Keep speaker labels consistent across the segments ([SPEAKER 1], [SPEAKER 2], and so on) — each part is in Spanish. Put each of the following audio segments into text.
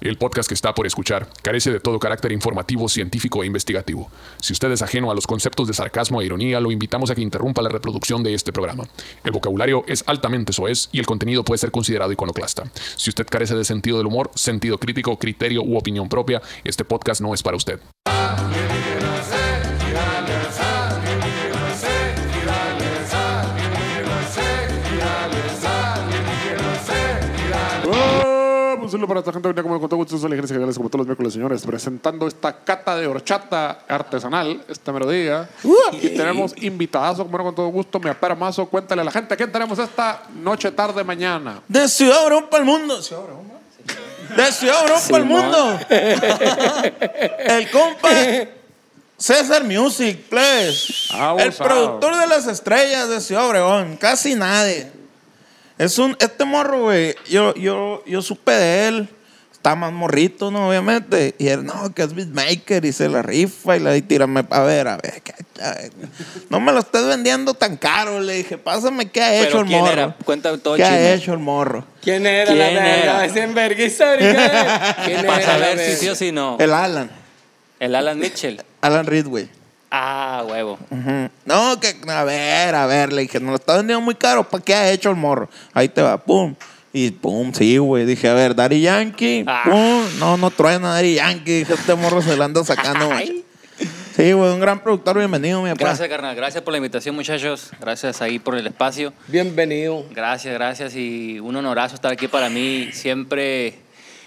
[SPEAKER 1] El podcast que está por escuchar carece de todo carácter informativo, científico e investigativo. Si usted es ajeno a los conceptos de sarcasmo e ironía, lo invitamos a que interrumpa la reproducción de este programa. El vocabulario es altamente soez y el contenido puede ser considerado iconoclasta. Si usted carece de sentido del humor, sentido crítico, criterio u opinión propia, este podcast no es para usted.
[SPEAKER 2] Ah, pues, Un saludo para toda la gente que viene como con todo gusto, soy Alejandro Segales, como todos los miércoles, señores, presentando esta cata de horchata artesanal, esta melodía. Y tenemos invitadazo, como no, con todo gusto, mi aparamazo, cuéntale a la gente quién tenemos esta noche, tarde, mañana.
[SPEAKER 3] De Ciudad Obregón para el mundo. Ciudad Obregón, ¿verdad? De Ciudad Obregón para el
[SPEAKER 4] Simón.
[SPEAKER 3] mundo. el compa César Music, please.
[SPEAKER 2] Abusado.
[SPEAKER 3] El productor de las estrellas de Ciudad Obregón. Casi nadie. Es un, este morro, güey, yo, yo, yo supe de él. Está más morrito, ¿no? Obviamente. Y él, no, que es beatmaker y se la rifa y la y tírame. A ver, a ver, que- a ver. No me lo estés vendiendo tan caro. Le dije, pásame qué ha
[SPEAKER 4] Pero
[SPEAKER 3] hecho el
[SPEAKER 4] ¿quién
[SPEAKER 3] morro.
[SPEAKER 4] era? Cuenta todo
[SPEAKER 3] ¿Qué
[SPEAKER 4] el
[SPEAKER 3] ha
[SPEAKER 4] chisme.
[SPEAKER 3] hecho el morro?
[SPEAKER 5] ¿Quién era la
[SPEAKER 4] ¿Quién era?
[SPEAKER 5] verga? Es enverguiza ahorita. ¿Quién era?
[SPEAKER 4] Eh, Para saber
[SPEAKER 5] la
[SPEAKER 4] si
[SPEAKER 5] verga?
[SPEAKER 4] sí o si no.
[SPEAKER 3] El Alan.
[SPEAKER 4] El Alan Mitchell.
[SPEAKER 3] Alan Ridway.
[SPEAKER 4] Ah, huevo.
[SPEAKER 3] Ujú. No, que a ver, a ver, le dije, no lo está vendiendo muy caro, ¿para qué ha hecho el morro? Ahí te va, pum. Y pum, sí, güey. Dije, a ver, Daddy Yankee.
[SPEAKER 4] Ah.
[SPEAKER 3] Pum. No, no truena Daddy Yankee. Dije, este morro se lo anda sacando. güey. sí, güey, un gran productor, bienvenido, mi papá.
[SPEAKER 4] Gracias, carnal. Gracias por la invitación, muchachos. Gracias ahí por el espacio.
[SPEAKER 5] Bienvenido.
[SPEAKER 4] Gracias, gracias. Y un honorazo estar aquí para mí. Siempre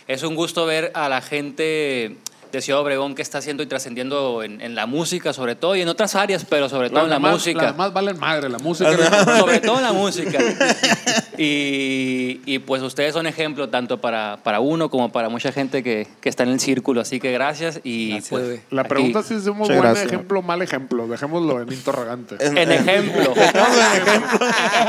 [SPEAKER 4] es un gusto ver a la gente de Ciudad Obregón que está haciendo y trascendiendo en, en la música, sobre todo, y en otras áreas, pero sobre todo en la
[SPEAKER 2] demás-
[SPEAKER 4] música.
[SPEAKER 2] Las demás valen madre, la música.
[SPEAKER 4] sobre todo en la música. Y, y, pues ustedes son ejemplo tanto para, para uno como para mucha gente que, que está en el círculo. Así que gracias. Y
[SPEAKER 5] Gracias,
[SPEAKER 4] pues,
[SPEAKER 5] güey.
[SPEAKER 2] La
[SPEAKER 4] aquí,
[SPEAKER 2] pregunta es si es un buen
[SPEAKER 3] Muchas gracias.
[SPEAKER 2] ejemplo o mal ejemplo. Dejémoslo en interrogante.
[SPEAKER 4] En ejemplo.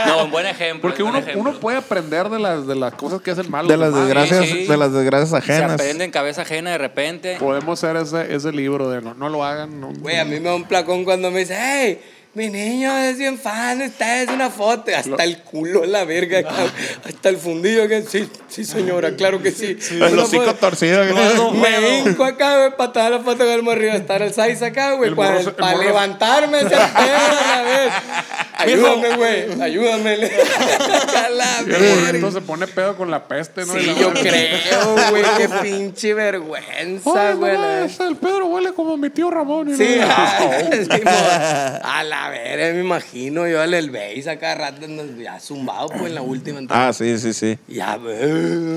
[SPEAKER 4] no, un buen ejemplo.
[SPEAKER 2] Porque
[SPEAKER 4] un
[SPEAKER 2] uno,
[SPEAKER 4] buen ejemplo.
[SPEAKER 2] uno puede aprender de las, de las cosas que hacen mal.
[SPEAKER 3] De
[SPEAKER 2] los
[SPEAKER 3] las
[SPEAKER 2] demás.
[SPEAKER 3] desgracias,
[SPEAKER 4] sí.
[SPEAKER 3] de las desgracias
[SPEAKER 4] se
[SPEAKER 3] ajenas.
[SPEAKER 4] aprende en cabeza ajena de repente.
[SPEAKER 2] Podemos ser ese, ese libro de no, no lo hagan. No,
[SPEAKER 5] Güey, a mí me da un placón cuando me dice, hey, mi niño es bien fan, esta es una foto. Hasta el culo la verga, cabrón. hasta el fundillo. Que... Sí, sí, señora, claro que sí. Una
[SPEAKER 3] El hocico
[SPEAKER 5] foto.
[SPEAKER 3] torcido.
[SPEAKER 4] Luego,
[SPEAKER 5] Me
[SPEAKER 4] luego.
[SPEAKER 5] hinco acá, güey, para tomar la foto con el morrillo. Estar el size acá, güey,
[SPEAKER 2] El morro
[SPEAKER 5] para,
[SPEAKER 2] se- el
[SPEAKER 5] para
[SPEAKER 2] morro-
[SPEAKER 5] levantarme ese pedo a la vez. Ayúdame, güey, ayúdame. A la
[SPEAKER 2] El
[SPEAKER 5] verga.
[SPEAKER 2] morrito se pone pedo con la peste, ¿no? Y
[SPEAKER 5] Sí,
[SPEAKER 2] la-
[SPEAKER 5] yo creo, güey, qué pinche vergüenza,
[SPEAKER 2] Oye,
[SPEAKER 5] güey. la
[SPEAKER 2] mamá,
[SPEAKER 5] verga.
[SPEAKER 2] ese, el Pedro huele como mi tío Ramón. y
[SPEAKER 5] Sí, ah,
[SPEAKER 2] no-
[SPEAKER 4] ah,
[SPEAKER 5] sí, mo- a la verga, me imagino yo al el Bass acá rato nos- ya zumbado pues en la última entrada.
[SPEAKER 3] Ah, sí, sí, sí.
[SPEAKER 5] Ya, eh,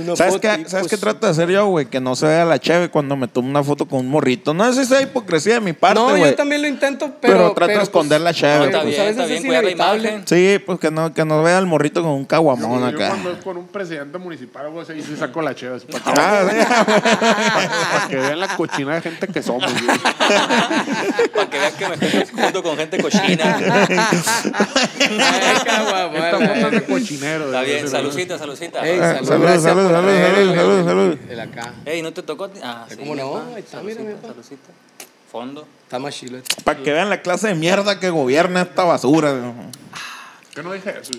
[SPEAKER 5] una
[SPEAKER 3] ¿Sabes
[SPEAKER 5] foto
[SPEAKER 3] qué,
[SPEAKER 5] ahí,
[SPEAKER 3] ¿sabes qué
[SPEAKER 5] pues,
[SPEAKER 3] trato de hacer yo, güey? Que no se vea la cheve cuando me tomo una foto con un morrito. No sé si es hipocresía de mi parte,
[SPEAKER 5] No,
[SPEAKER 3] güey.
[SPEAKER 5] yo también lo intento, pero
[SPEAKER 3] Pero trato de esconder la chave,
[SPEAKER 5] no,
[SPEAKER 3] pues.
[SPEAKER 4] Está bien,
[SPEAKER 5] ¿sabes?
[SPEAKER 4] está
[SPEAKER 5] Eso
[SPEAKER 4] bien,
[SPEAKER 5] es
[SPEAKER 4] cuidar la
[SPEAKER 5] inevitable.
[SPEAKER 4] imagen.
[SPEAKER 3] Sí, pues que no, que no vea el morrito con un caguamón
[SPEAKER 2] Yo, yo
[SPEAKER 3] acá.
[SPEAKER 2] cuando es con un presidente municipal, güey, sí sí saco la cheva. así, Para que,
[SPEAKER 3] Ah,
[SPEAKER 2] para que vean la cochina de gente que somos. güey.
[SPEAKER 4] Para que veas que me estoy junto con gente cochina.
[SPEAKER 5] Ay, caguamón,
[SPEAKER 2] Esta
[SPEAKER 5] la
[SPEAKER 2] foto es
[SPEAKER 5] verga.
[SPEAKER 2] de cochinero.
[SPEAKER 4] Está
[SPEAKER 2] de-
[SPEAKER 4] bien,
[SPEAKER 2] de-
[SPEAKER 4] saludcita, saludcita.
[SPEAKER 5] Ey,
[SPEAKER 3] Ah,
[SPEAKER 5] salud,
[SPEAKER 3] salud,
[SPEAKER 5] gracias
[SPEAKER 3] salud,
[SPEAKER 5] por
[SPEAKER 3] salud,
[SPEAKER 5] traer
[SPEAKER 3] salud,
[SPEAKER 5] el-
[SPEAKER 3] salud, salud.
[SPEAKER 5] El acá.
[SPEAKER 4] Ey, ¿no te tocó? Ah, sí,
[SPEAKER 5] ¿Cómo no?
[SPEAKER 4] pa,
[SPEAKER 5] Ahí está, mira,
[SPEAKER 4] saludcita,
[SPEAKER 5] mi pa.
[SPEAKER 4] saludcita. Fondo.
[SPEAKER 5] Está más chilo. este.
[SPEAKER 3] Para que vean la clase de mierda que gobierna esta basura.
[SPEAKER 2] Yo no dije eso.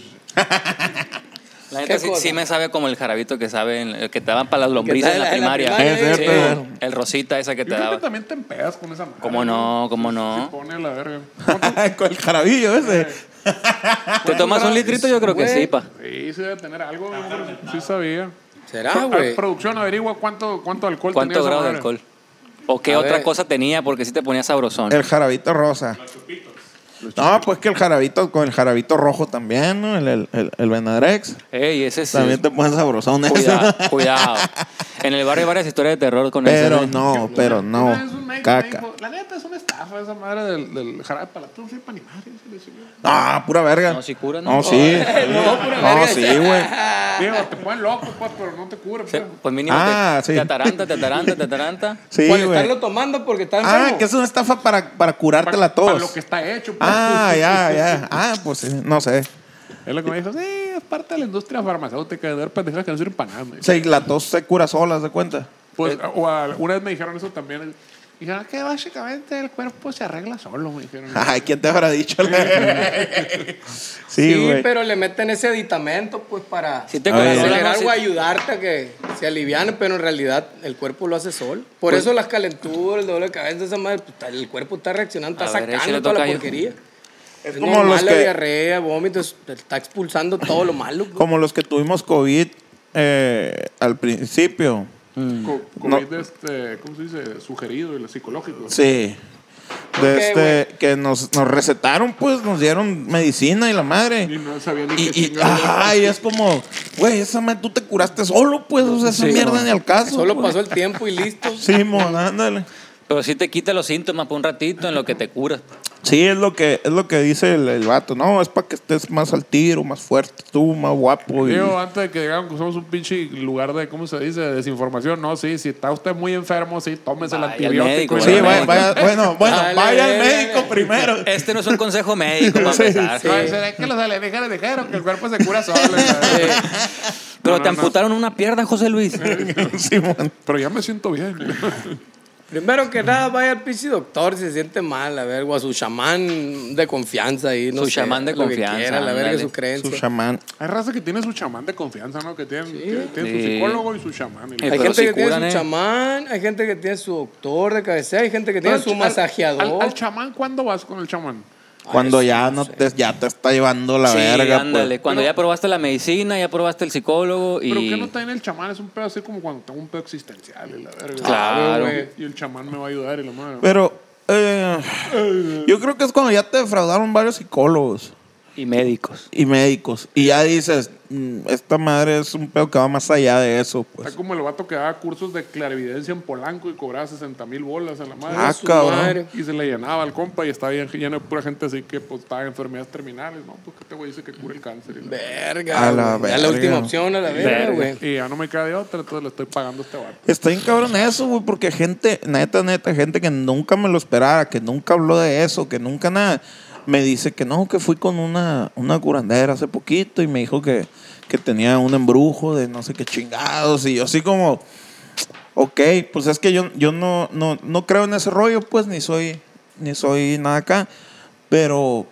[SPEAKER 4] La neta
[SPEAKER 5] ¿Qué
[SPEAKER 4] sí,
[SPEAKER 5] cosa?
[SPEAKER 4] sí me sabe como el jarabito que sabe, en- el que te daban para las lombrices
[SPEAKER 5] te-
[SPEAKER 4] en la,
[SPEAKER 5] en la
[SPEAKER 4] primaria.
[SPEAKER 5] primaria,
[SPEAKER 3] Es
[SPEAKER 4] Sí,
[SPEAKER 3] cierto.
[SPEAKER 4] el rosita esa que
[SPEAKER 2] Yo
[SPEAKER 4] te
[SPEAKER 2] creo que
[SPEAKER 4] daba.
[SPEAKER 2] también te empedas con esa madre.
[SPEAKER 4] ¿Cómo no? ¿Cómo
[SPEAKER 2] Se
[SPEAKER 4] no?
[SPEAKER 2] pone a la verga.
[SPEAKER 3] Con el jarabillo ese.
[SPEAKER 4] ¿Te tomas un litrito? Yo creo que
[SPEAKER 5] Güey.
[SPEAKER 4] sí, pa.
[SPEAKER 2] Sí, sí debe tener algo. güey, Sí sabía.
[SPEAKER 5] ¿Será,
[SPEAKER 2] A-
[SPEAKER 5] güey?
[SPEAKER 2] producción, averigua cuánto, cuánto alcohol tenía
[SPEAKER 4] Ah, ¿Cuánto
[SPEAKER 2] esa
[SPEAKER 4] grado de
[SPEAKER 2] madre.
[SPEAKER 4] alcohol? ¿O qué
[SPEAKER 5] A
[SPEAKER 4] otra
[SPEAKER 5] ver.
[SPEAKER 4] cosa tenía? Porque sí te ponía sabrosón.
[SPEAKER 3] El jarabito rosa. No, pues que el jarabito con el jarabito rojo también, ¿no? El, el, el, el Benadrex.
[SPEAKER 4] Ey, ese sí.
[SPEAKER 3] También te ponen sabrosón ese.
[SPEAKER 4] Cuidado, cuidado. En el barrio hay varias historias de terror con ¿eh?
[SPEAKER 3] Pero
[SPEAKER 4] eso.
[SPEAKER 3] no, pero no.
[SPEAKER 2] Una vez un médico me
[SPEAKER 3] Caca.
[SPEAKER 2] dijo, la neta es una estafa esa madre del, del jarabe para la trufa y para animar. y se le chingó".
[SPEAKER 3] Ah, pura verga.
[SPEAKER 4] No, sí cura, ¿no?
[SPEAKER 3] No, sí.
[SPEAKER 5] No, pura
[SPEAKER 3] No,
[SPEAKER 5] verga.
[SPEAKER 3] sí, güey.
[SPEAKER 2] Digo, te ponen loco, pues, pero no te cubre.
[SPEAKER 4] Sí,
[SPEAKER 2] Pues.
[SPEAKER 4] Pues mínimo
[SPEAKER 3] Ah,
[SPEAKER 4] te,
[SPEAKER 3] sí.
[SPEAKER 4] te ataranta, te ataranta, te ataranta.
[SPEAKER 3] Sí,
[SPEAKER 5] Cuando
[SPEAKER 3] güey.
[SPEAKER 5] estarlo tomando porque está
[SPEAKER 3] Ah,
[SPEAKER 5] enfermo.
[SPEAKER 3] que es una estafa para, para curarte la
[SPEAKER 2] Para lo
[SPEAKER 3] tos.
[SPEAKER 2] que está hecho. Pues.
[SPEAKER 3] Ah, ya, ya. Ah, pues sí, no sé.
[SPEAKER 2] Es lo que me dijo. Sí, es parte de la industria farmacéutica de dar pendejadas que no sirven para nada. me dijo.
[SPEAKER 3] Sí, la tos se cura sola, ¿se cuenta?
[SPEAKER 2] Pues, o a- una vez me dijeron eso también. Y dijeron, "Es que básicamente el cuerpo se arregla solo, me dijeron.
[SPEAKER 3] Ay, ¿quién te habrá dicho? sí,
[SPEAKER 5] Sí,
[SPEAKER 3] güey.
[SPEAKER 5] pero le meten ese aditamento pues para
[SPEAKER 4] Sí te
[SPEAKER 3] Ay,
[SPEAKER 4] controla,
[SPEAKER 5] acelerar
[SPEAKER 4] ¿no? Sí-
[SPEAKER 5] o ayudarte a que se aliviane, pero en realidad el cuerpo lo hace sol. Por
[SPEAKER 4] Pues
[SPEAKER 5] eso las calenturas, el dolor de cabeza, esa madre, pues, está- el cuerpo está reaccionando, está
[SPEAKER 4] A ver, ahí sí
[SPEAKER 5] sacando
[SPEAKER 4] le
[SPEAKER 5] toda
[SPEAKER 4] toca
[SPEAKER 5] la
[SPEAKER 4] a ellos.
[SPEAKER 5] porquería.
[SPEAKER 3] Es
[SPEAKER 5] Es
[SPEAKER 3] como
[SPEAKER 5] normal
[SPEAKER 3] los
[SPEAKER 5] la
[SPEAKER 3] que-
[SPEAKER 5] diarrea, vómitos, está expulsando todo lo malo. pues.
[SPEAKER 3] Como los que tuvimos COVID eh, al principio.
[SPEAKER 2] Co-
[SPEAKER 3] No.
[SPEAKER 2] COVID, este, ¿cómo se dice? Sugerido y lo psicológico.
[SPEAKER 3] Sí.
[SPEAKER 5] qué,
[SPEAKER 3] Desde que nos, nos recetaron, pues nos dieron medicina y la madre.
[SPEAKER 2] Y no sabía ni qué
[SPEAKER 3] Y, y,
[SPEAKER 2] chingado era.
[SPEAKER 3] ajá, y es como, güey, esa madre tú te curaste solo, pues, o sea, esa mierda ni al caso.
[SPEAKER 5] Solo
[SPEAKER 3] güey.
[SPEAKER 5] pasó el tiempo y listo.
[SPEAKER 3] Sí, mon, ándale.
[SPEAKER 4] Pero sí te quita los síntomas por un ratito en lo que te curas.
[SPEAKER 3] Sí, es lo que, es lo que dice el, el vato. No, es para que estés más al tiro, más fuerte, tú, más guapo. Y...
[SPEAKER 4] ah,
[SPEAKER 2] Digo, antes de que llegaran, que usamos un pinche lugar de, ¿cómo se dice? De Desinformación. No, sí, si está usted muy enfermo, sí, tómese
[SPEAKER 4] Vaya
[SPEAKER 2] el
[SPEAKER 4] al
[SPEAKER 2] antibiótico.
[SPEAKER 4] médico,
[SPEAKER 2] y
[SPEAKER 3] sí,
[SPEAKER 2] la
[SPEAKER 4] al
[SPEAKER 3] vaya,
[SPEAKER 2] madre.
[SPEAKER 3] vaya- bueno, bueno,
[SPEAKER 5] Dale,
[SPEAKER 3] vaya al
[SPEAKER 5] dale,
[SPEAKER 3] médico
[SPEAKER 5] dale.
[SPEAKER 3] primero.
[SPEAKER 4] Este no es un consejo médico para empezar.
[SPEAKER 2] No, ¿Será que los alienígenas dijeron que el cuerpo se cura solo?
[SPEAKER 5] Eh,
[SPEAKER 4] Pero
[SPEAKER 2] No,
[SPEAKER 4] te
[SPEAKER 2] no, no.
[SPEAKER 4] amputaron una pierna, José Luis.
[SPEAKER 3] Sí, mon.
[SPEAKER 2] Pero ya me siento bien.
[SPEAKER 5] primero que nada, vaya al pinche doctor si se siente mal, a ver, o a su chamán de confianza ahí. No
[SPEAKER 4] Su
[SPEAKER 5] sé,
[SPEAKER 4] chamán de
[SPEAKER 5] lo que
[SPEAKER 4] confianza,
[SPEAKER 5] quiera, la verga,
[SPEAKER 4] ándale.
[SPEAKER 5] su creencia.
[SPEAKER 3] Su chamán.
[SPEAKER 2] Hay raza que tiene su chamán de confianza, ¿no? Que tienen, que tienen
[SPEAKER 4] Sí.
[SPEAKER 2] su psicólogo y su chamán. y
[SPEAKER 4] Eh,
[SPEAKER 5] Hay
[SPEAKER 4] pero
[SPEAKER 5] gente
[SPEAKER 4] sí
[SPEAKER 5] que
[SPEAKER 4] curan,
[SPEAKER 5] tiene
[SPEAKER 4] ¿eh?
[SPEAKER 5] su chamán, hay gente que tiene su doctor de cabecera, hay gente que tiene
[SPEAKER 2] Pero
[SPEAKER 5] su
[SPEAKER 2] al-
[SPEAKER 5] masajeador.
[SPEAKER 2] Al, al chamán, ¿cuándo vas con el chamán?
[SPEAKER 4] Ah,
[SPEAKER 3] Cuando ya, no te, ya te está llevando la
[SPEAKER 4] sí,
[SPEAKER 3] verga. pues.
[SPEAKER 4] ándale. Cuando ya probaste la medicina, ya probaste el psicólogo
[SPEAKER 2] Pero
[SPEAKER 4] y...
[SPEAKER 2] que no está en el chamán, es un pedo así como cuando tengo un pedo existencial y la verga.
[SPEAKER 4] Claro.
[SPEAKER 2] güey, Y el chamán me va a ayudar y la madre.
[SPEAKER 3] Pero eh, yo creo que es cuando ya te defraudaron varios psicólogos
[SPEAKER 4] y médicos.
[SPEAKER 3] y médicos. Y ya dices, "Mm, esta madre es un pedo que va más allá de eso.
[SPEAKER 2] Está
[SPEAKER 3] Pues.
[SPEAKER 2] como el vato que daba cursos de clarividencia en Polanco y cobraba 60 mil bolas a la madre.
[SPEAKER 3] Ah,
[SPEAKER 5] su
[SPEAKER 3] cabrón.
[SPEAKER 5] madre.
[SPEAKER 2] Y se le llenaba al compa y estaba bien lleno de pura gente así que pues, estaba en enfermedades terminales, ¿no? Pues que este güey dice que cura el cáncer. Y, la-
[SPEAKER 5] Verga.
[SPEAKER 3] A la
[SPEAKER 5] güey. Ya
[SPEAKER 3] verga.
[SPEAKER 5] la última opción a la verga,
[SPEAKER 4] Verga.
[SPEAKER 5] güey.
[SPEAKER 2] y ya no me cae de otra, entonces le estoy pagando a este vato.
[SPEAKER 3] Está bien cabrón eso, güey, porque gente, neta, neta, gente que nunca me lo esperara, que nunca habló de eso, que nunca nada, me dice que no, que fui con una, una curandera hace poquito y me dijo que, que tenía un embrujo de no sé qué chingados. Y yo así como, ok, pues es que yo, yo no, no, no creo en ese rollo, pues, ni soy, ni soy nada acá, pero...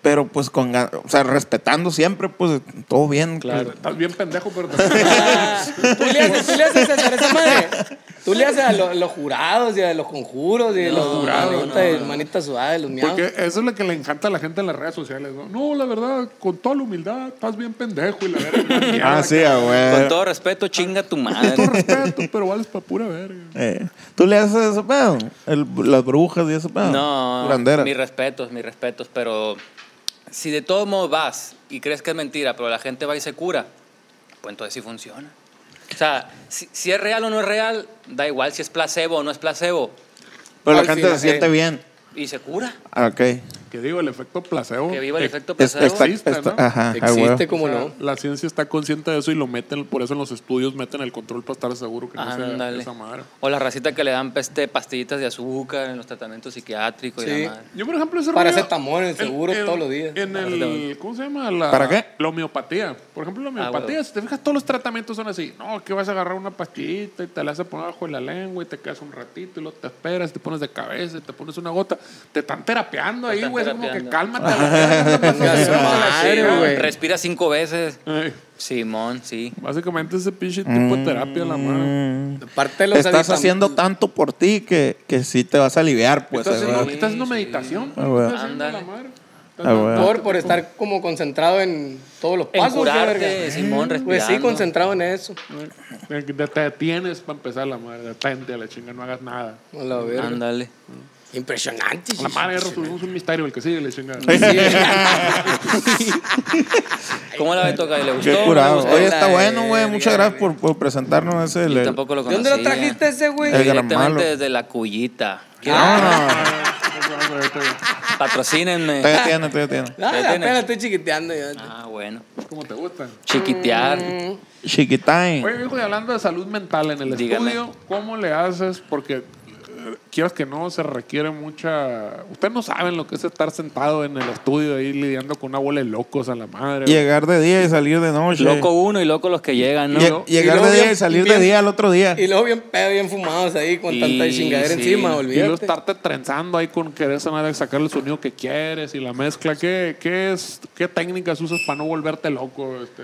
[SPEAKER 3] Pero pues con, gan- o sea, respetando siempre, pues todo bien.
[SPEAKER 4] Claro.
[SPEAKER 2] Estás bien pendejo, pero te
[SPEAKER 5] Ah, Tú le haces, tú le haces a esa madre. Tú le haces a, lo- los jurados y a los conjuros y a los jurados. Manitas suaves, los miados.
[SPEAKER 2] Porque eso es lo que le encanta a la gente en las redes sociales, ¿no? No, la verdad, con toda la humildad, estás bien pendejo y la verga.
[SPEAKER 3] Ah, sí, ah, güey.
[SPEAKER 4] Con todo respeto, chinga tu madre.
[SPEAKER 2] Con respeto, pero vales para pura verga.
[SPEAKER 3] Eh, ¿Tú le haces ese pedo? El- las brujas y ese pedo.
[SPEAKER 4] No,
[SPEAKER 3] Curanderas.
[SPEAKER 4] mis respetos, mis respetos, pero si de todos modos vas y crees que es mentira, pero la gente va y se cura, pues entonces sí funciona. O sea, si, si es real o no es real, da igual si es placebo o no es placebo,
[SPEAKER 3] Pero la
[SPEAKER 5] Al
[SPEAKER 3] gente se
[SPEAKER 5] final,
[SPEAKER 3] siente
[SPEAKER 5] eh.
[SPEAKER 3] bien.
[SPEAKER 4] y se cura.
[SPEAKER 3] Ah, Ok.
[SPEAKER 2] Que digo, el efecto placebo.
[SPEAKER 4] Que viva el
[SPEAKER 2] eh,
[SPEAKER 4] efecto
[SPEAKER 3] Es-
[SPEAKER 4] placebo.
[SPEAKER 3] está-
[SPEAKER 2] existe,
[SPEAKER 3] está-
[SPEAKER 2] ¿no?
[SPEAKER 3] ajá, ah,
[SPEAKER 5] Existe,
[SPEAKER 3] güey.
[SPEAKER 5] como
[SPEAKER 2] O sea,
[SPEAKER 5] no.
[SPEAKER 2] La ciencia está consciente de eso y lo meten, por eso en los estudios meten el control para estar seguro que no sea
[SPEAKER 4] Ándale.
[SPEAKER 2] esa madre.
[SPEAKER 4] O la racita que le dan este, pastillitas de azúcar en los tratamientos psiquiátricos y
[SPEAKER 5] Sí.
[SPEAKER 4] la madre.
[SPEAKER 2] Yo, por ejemplo, ese
[SPEAKER 5] Paracetamol, el seguro,
[SPEAKER 2] en-
[SPEAKER 5] todos los días.
[SPEAKER 2] En el, ¿Cómo se llama? La,
[SPEAKER 3] ¿Para qué?
[SPEAKER 2] La homeopatía. Por ejemplo, la homeopatía,
[SPEAKER 4] huevo.
[SPEAKER 2] si te fijas, todos los tratamientos son así. No, que vas a agarrar una pastillita y te la vas a poner bajo la lengua y te quedas un ratito y luego te esperas, te pones de cabeza y te pones una gota. Te están terapeando ahí,
[SPEAKER 4] están
[SPEAKER 2] güey. Es como que
[SPEAKER 4] terapeando.
[SPEAKER 2] cálmate. la verga, no pasa
[SPEAKER 5] Chinga su
[SPEAKER 2] nada, la
[SPEAKER 5] madre,
[SPEAKER 2] chingada.
[SPEAKER 5] güey.
[SPEAKER 4] Respira cinco veces.
[SPEAKER 2] Ey,
[SPEAKER 4] Simón, sí.
[SPEAKER 2] Básicamente ese pinche tipo de terapia, la mano.
[SPEAKER 5] Parte de los
[SPEAKER 3] Estás
[SPEAKER 5] aditam-
[SPEAKER 3] haciendo tanto por ti que, que sí te vas a aliviar, pues.
[SPEAKER 2] estás, haciendo,
[SPEAKER 3] güey.
[SPEAKER 2] estás haciendo meditación.
[SPEAKER 3] Ah, güey.
[SPEAKER 2] Estás haciendo la
[SPEAKER 4] Ándale.
[SPEAKER 2] madre.
[SPEAKER 3] Ah, güey.
[SPEAKER 5] Por, por estar como concentrado en todos los
[SPEAKER 4] En
[SPEAKER 5] pasos. qué
[SPEAKER 4] curarte,
[SPEAKER 5] verga.
[SPEAKER 4] Simón,
[SPEAKER 5] Pues sí,
[SPEAKER 4] respirando.
[SPEAKER 5] concentrado en eso.
[SPEAKER 2] Te Eh, te detienes para empezar la madre. Detente a la chinga, no hagas nada.
[SPEAKER 5] A la verga.
[SPEAKER 4] Ándale.
[SPEAKER 5] Impresionante.
[SPEAKER 2] La madre resolvimos un misterio, el que sigue la chingada.
[SPEAKER 4] ¿Cómo la ve toca? ¿Le gustó?
[SPEAKER 3] Qué
[SPEAKER 4] ¿No le
[SPEAKER 3] curado.
[SPEAKER 4] gustó?
[SPEAKER 3] Oye, está
[SPEAKER 5] La
[SPEAKER 3] bueno, güey.
[SPEAKER 5] verga,
[SPEAKER 3] Muchas gracias por, por presentarnos ese.
[SPEAKER 4] Yo
[SPEAKER 3] el-
[SPEAKER 4] tampoco lo
[SPEAKER 5] ¿De dónde lo
[SPEAKER 4] conocía.
[SPEAKER 5] trajiste ese, güey?
[SPEAKER 3] El gran malo.
[SPEAKER 4] Directamente desde la cuyita.
[SPEAKER 3] Vámonos.
[SPEAKER 4] Patrocínenme.
[SPEAKER 3] Todavía tiene, todavía tiene.
[SPEAKER 5] Ah,
[SPEAKER 4] ¿Qué tiene?
[SPEAKER 5] apenas estoy chiquiteando. yo.
[SPEAKER 4] Ah, bueno.
[SPEAKER 2] Como te gustan.
[SPEAKER 4] Chiquitear.
[SPEAKER 5] Mm.
[SPEAKER 3] Chiquitain.
[SPEAKER 2] Oye, hijo, y hablando de salud mental en el
[SPEAKER 4] Dígame.
[SPEAKER 2] estudio, ¿cómo le haces? Porque eh, quieras que no, se requiere mucha. Ustedes no saben lo que es estar sentado en el estudio ahí lidiando con una bola de locos a la madre. güey.
[SPEAKER 3] Llegar de día y salir de noche.
[SPEAKER 4] Loco uno y loco los que llegan, ¿no?
[SPEAKER 3] Lle-
[SPEAKER 2] ¿no?
[SPEAKER 3] Llegar
[SPEAKER 5] Y luego
[SPEAKER 3] de día
[SPEAKER 5] bien-
[SPEAKER 3] y salir
[SPEAKER 5] bien-
[SPEAKER 3] de día al otro día.
[SPEAKER 5] Y luego bien pedo, bien fumados ahí con
[SPEAKER 4] Y-
[SPEAKER 5] tanta chingadera
[SPEAKER 4] sí.
[SPEAKER 5] encima,
[SPEAKER 2] Y luego
[SPEAKER 5] olvídate.
[SPEAKER 2] estarte trenzando ahí con querer sonar, sacar el sonido que quieres y la mezcla. ¿Qué, qué, es, qué técnicas usas para no volverte loco este,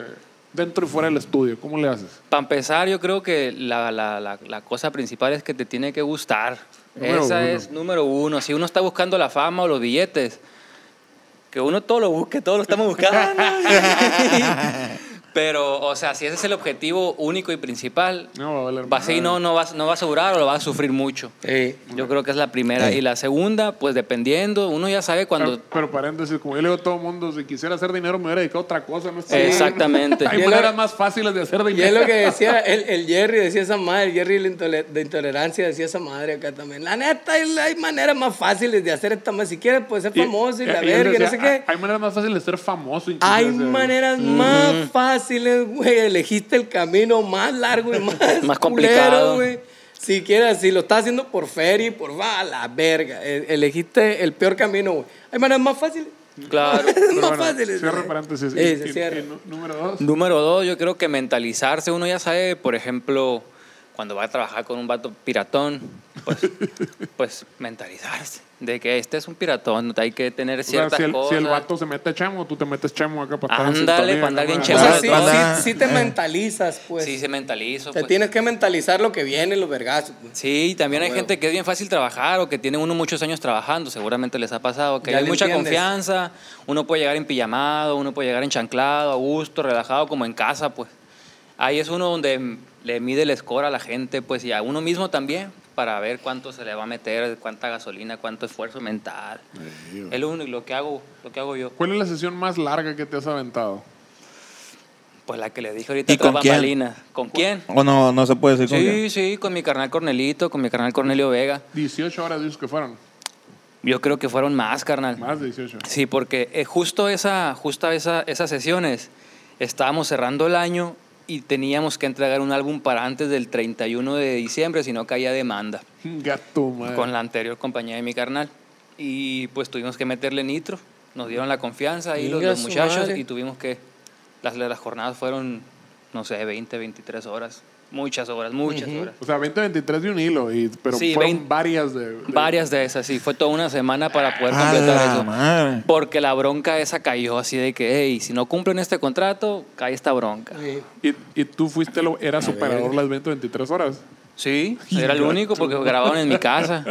[SPEAKER 2] dentro y fuera del estudio? ¿Cómo le haces?
[SPEAKER 4] Para empezar, yo creo que la, la- la- la cosa principal es que te tiene que gustar.
[SPEAKER 2] Número
[SPEAKER 4] Esa
[SPEAKER 2] uno.
[SPEAKER 4] es número uno. Si uno está buscando la fama o los billetes, que uno todo lo busque, todo lo estamos buscando. Pero, o sea, si ese es el objetivo único y principal,
[SPEAKER 2] No va a valer
[SPEAKER 4] va- sí,
[SPEAKER 2] madre.
[SPEAKER 4] no, no, vas, no vas a durar o lo vas a sufrir mucho.
[SPEAKER 5] Sí.
[SPEAKER 4] Yo creo que es la primera.
[SPEAKER 3] Ey.
[SPEAKER 4] Y la segunda, pues dependiendo, uno ya sabe cuando...
[SPEAKER 2] Pero, pero paréntesis, como yo le digo a todo el mundo, si quisiera hacer dinero me hubiera dedicado a otra cosa. ¿no?
[SPEAKER 4] Exactamente.
[SPEAKER 2] Hay
[SPEAKER 5] Y es lo-
[SPEAKER 2] maneras más fáciles de hacer
[SPEAKER 5] Y
[SPEAKER 2] dinero.
[SPEAKER 5] es lo que decía el, el Jerry, decía esa madre, el Jerry de intole- de intolerancia decía esa madre acá también. La neta, hay, hay maneras más fáciles de hacer esta madre. Si quieres, puedes ser
[SPEAKER 2] Y- eh,
[SPEAKER 5] famoso y, la
[SPEAKER 2] y- y yo
[SPEAKER 5] verga, y no sé
[SPEAKER 2] decía, "Ah,
[SPEAKER 5] qué.
[SPEAKER 2] Hay maneras más fáciles de ser famoso. incluso,
[SPEAKER 5] Hay
[SPEAKER 2] o sea,
[SPEAKER 5] maneras más fáciles, güey. Elegiste el camino más largo y más, culero,
[SPEAKER 4] complicado.
[SPEAKER 5] güey. Si quieres, si lo estás haciendo por feria y por va a la verga. E- Elegiste el peor camino, güey. Hay maneras más fáciles.
[SPEAKER 4] Claro.
[SPEAKER 5] más
[SPEAKER 2] pero bueno,
[SPEAKER 5] fáciles.
[SPEAKER 2] Cierro
[SPEAKER 5] güey.
[SPEAKER 2] paréntesis.
[SPEAKER 5] Sí,
[SPEAKER 2] Y-
[SPEAKER 5] se
[SPEAKER 2] y-
[SPEAKER 5] cierra.
[SPEAKER 2] y nú- número dos.
[SPEAKER 4] Número dos, yo creo que mentalizarse. Uno ya sabe, por ejemplo, cuando va a trabajar con un vato piratón, pues, pues mentalizarse. De que este es un piratón, hay que tener
[SPEAKER 2] O sea,
[SPEAKER 4] ciertas
[SPEAKER 2] si, el, si
[SPEAKER 4] cosas.
[SPEAKER 2] el vato se mete chamo, tú te metes chamo acá para estar en
[SPEAKER 4] Ándale,
[SPEAKER 2] sintonía,
[SPEAKER 4] cuando
[SPEAKER 2] ¿no?
[SPEAKER 4] alguien
[SPEAKER 2] Ah,
[SPEAKER 5] O
[SPEAKER 4] chema.
[SPEAKER 5] sea,
[SPEAKER 3] Claro,
[SPEAKER 5] sí,
[SPEAKER 3] claro.
[SPEAKER 5] sí- sí te mentalizas, pues.
[SPEAKER 4] Sí, se mentalizo.
[SPEAKER 5] Te
[SPEAKER 4] pues.
[SPEAKER 5] tienes que mentalizar lo que viene, los vergazos. pues. güey.
[SPEAKER 4] Sí, también
[SPEAKER 5] A
[SPEAKER 4] hay
[SPEAKER 5] huevo.
[SPEAKER 4] gente que es bien fácil trabajar o que tiene uno muchos años trabajando, seguramente les ha pasado, que
[SPEAKER 5] Ya
[SPEAKER 4] hay
[SPEAKER 5] le
[SPEAKER 4] mucha
[SPEAKER 5] entiendes.
[SPEAKER 4] confianza, uno puede llegar en pijamado, uno puede llegar en chanclado, a gusto, relajado, como en casa, pues. Ahí es uno donde mm, le mide el score a la gente, pues, y a uno mismo también, para ver cuánto se le va a meter, cuánta gasolina, cuánto esfuerzo mental. Es lo único lo que hago, lo que hago yo.
[SPEAKER 2] ¿Cuál es la sesión más larga que te has aventado?
[SPEAKER 4] Pues la que les dije ahorita
[SPEAKER 3] ¿Y
[SPEAKER 4] tras
[SPEAKER 3] con quién?
[SPEAKER 4] bambalinas. ¿Con quién?
[SPEAKER 3] O no, no se puede decir con quién.
[SPEAKER 4] Sí, sí, con mi carnal Cornelito, con mi carnal Cornelio Vega.
[SPEAKER 2] 18 horas, dices que fueron.
[SPEAKER 4] Yo creo que fueron más, carnal.
[SPEAKER 2] Más de 18.
[SPEAKER 4] Sí, porque eh, justo esa, justo esa, esas sesiones estábamos cerrando el año y teníamos que entregar un álbum para antes del 31 de diciembre, si no caía demanda
[SPEAKER 2] Gato, madre.
[SPEAKER 4] con la anterior compañía de mi carnal. Y pues tuvimos que meterle nitro, nos dieron la confianza ahí los,
[SPEAKER 5] Venga
[SPEAKER 4] los
[SPEAKER 5] su
[SPEAKER 4] muchachos
[SPEAKER 5] madre.
[SPEAKER 4] y tuvimos que, las, las jornadas fueron, no sé, 20, 23 horas, muchas horas, muchas horas.
[SPEAKER 2] O sea, 20, 23 de un hilo, y, pero
[SPEAKER 4] Sí,
[SPEAKER 2] fueron
[SPEAKER 4] 20
[SPEAKER 2] varias de, de-
[SPEAKER 4] Varias de esas, sí, fue toda una semana para poder
[SPEAKER 3] A
[SPEAKER 4] completar
[SPEAKER 3] la
[SPEAKER 4] eso.
[SPEAKER 3] madre.
[SPEAKER 4] Porque la bronca esa cayó así de que, hey, si no cumplen este contrato, cae esta bronca.
[SPEAKER 5] Sí.
[SPEAKER 2] Y, y tú fuiste, lo, eras operador las 20, 23 horas.
[SPEAKER 4] Sí, era el único porque grabaron en mi casa.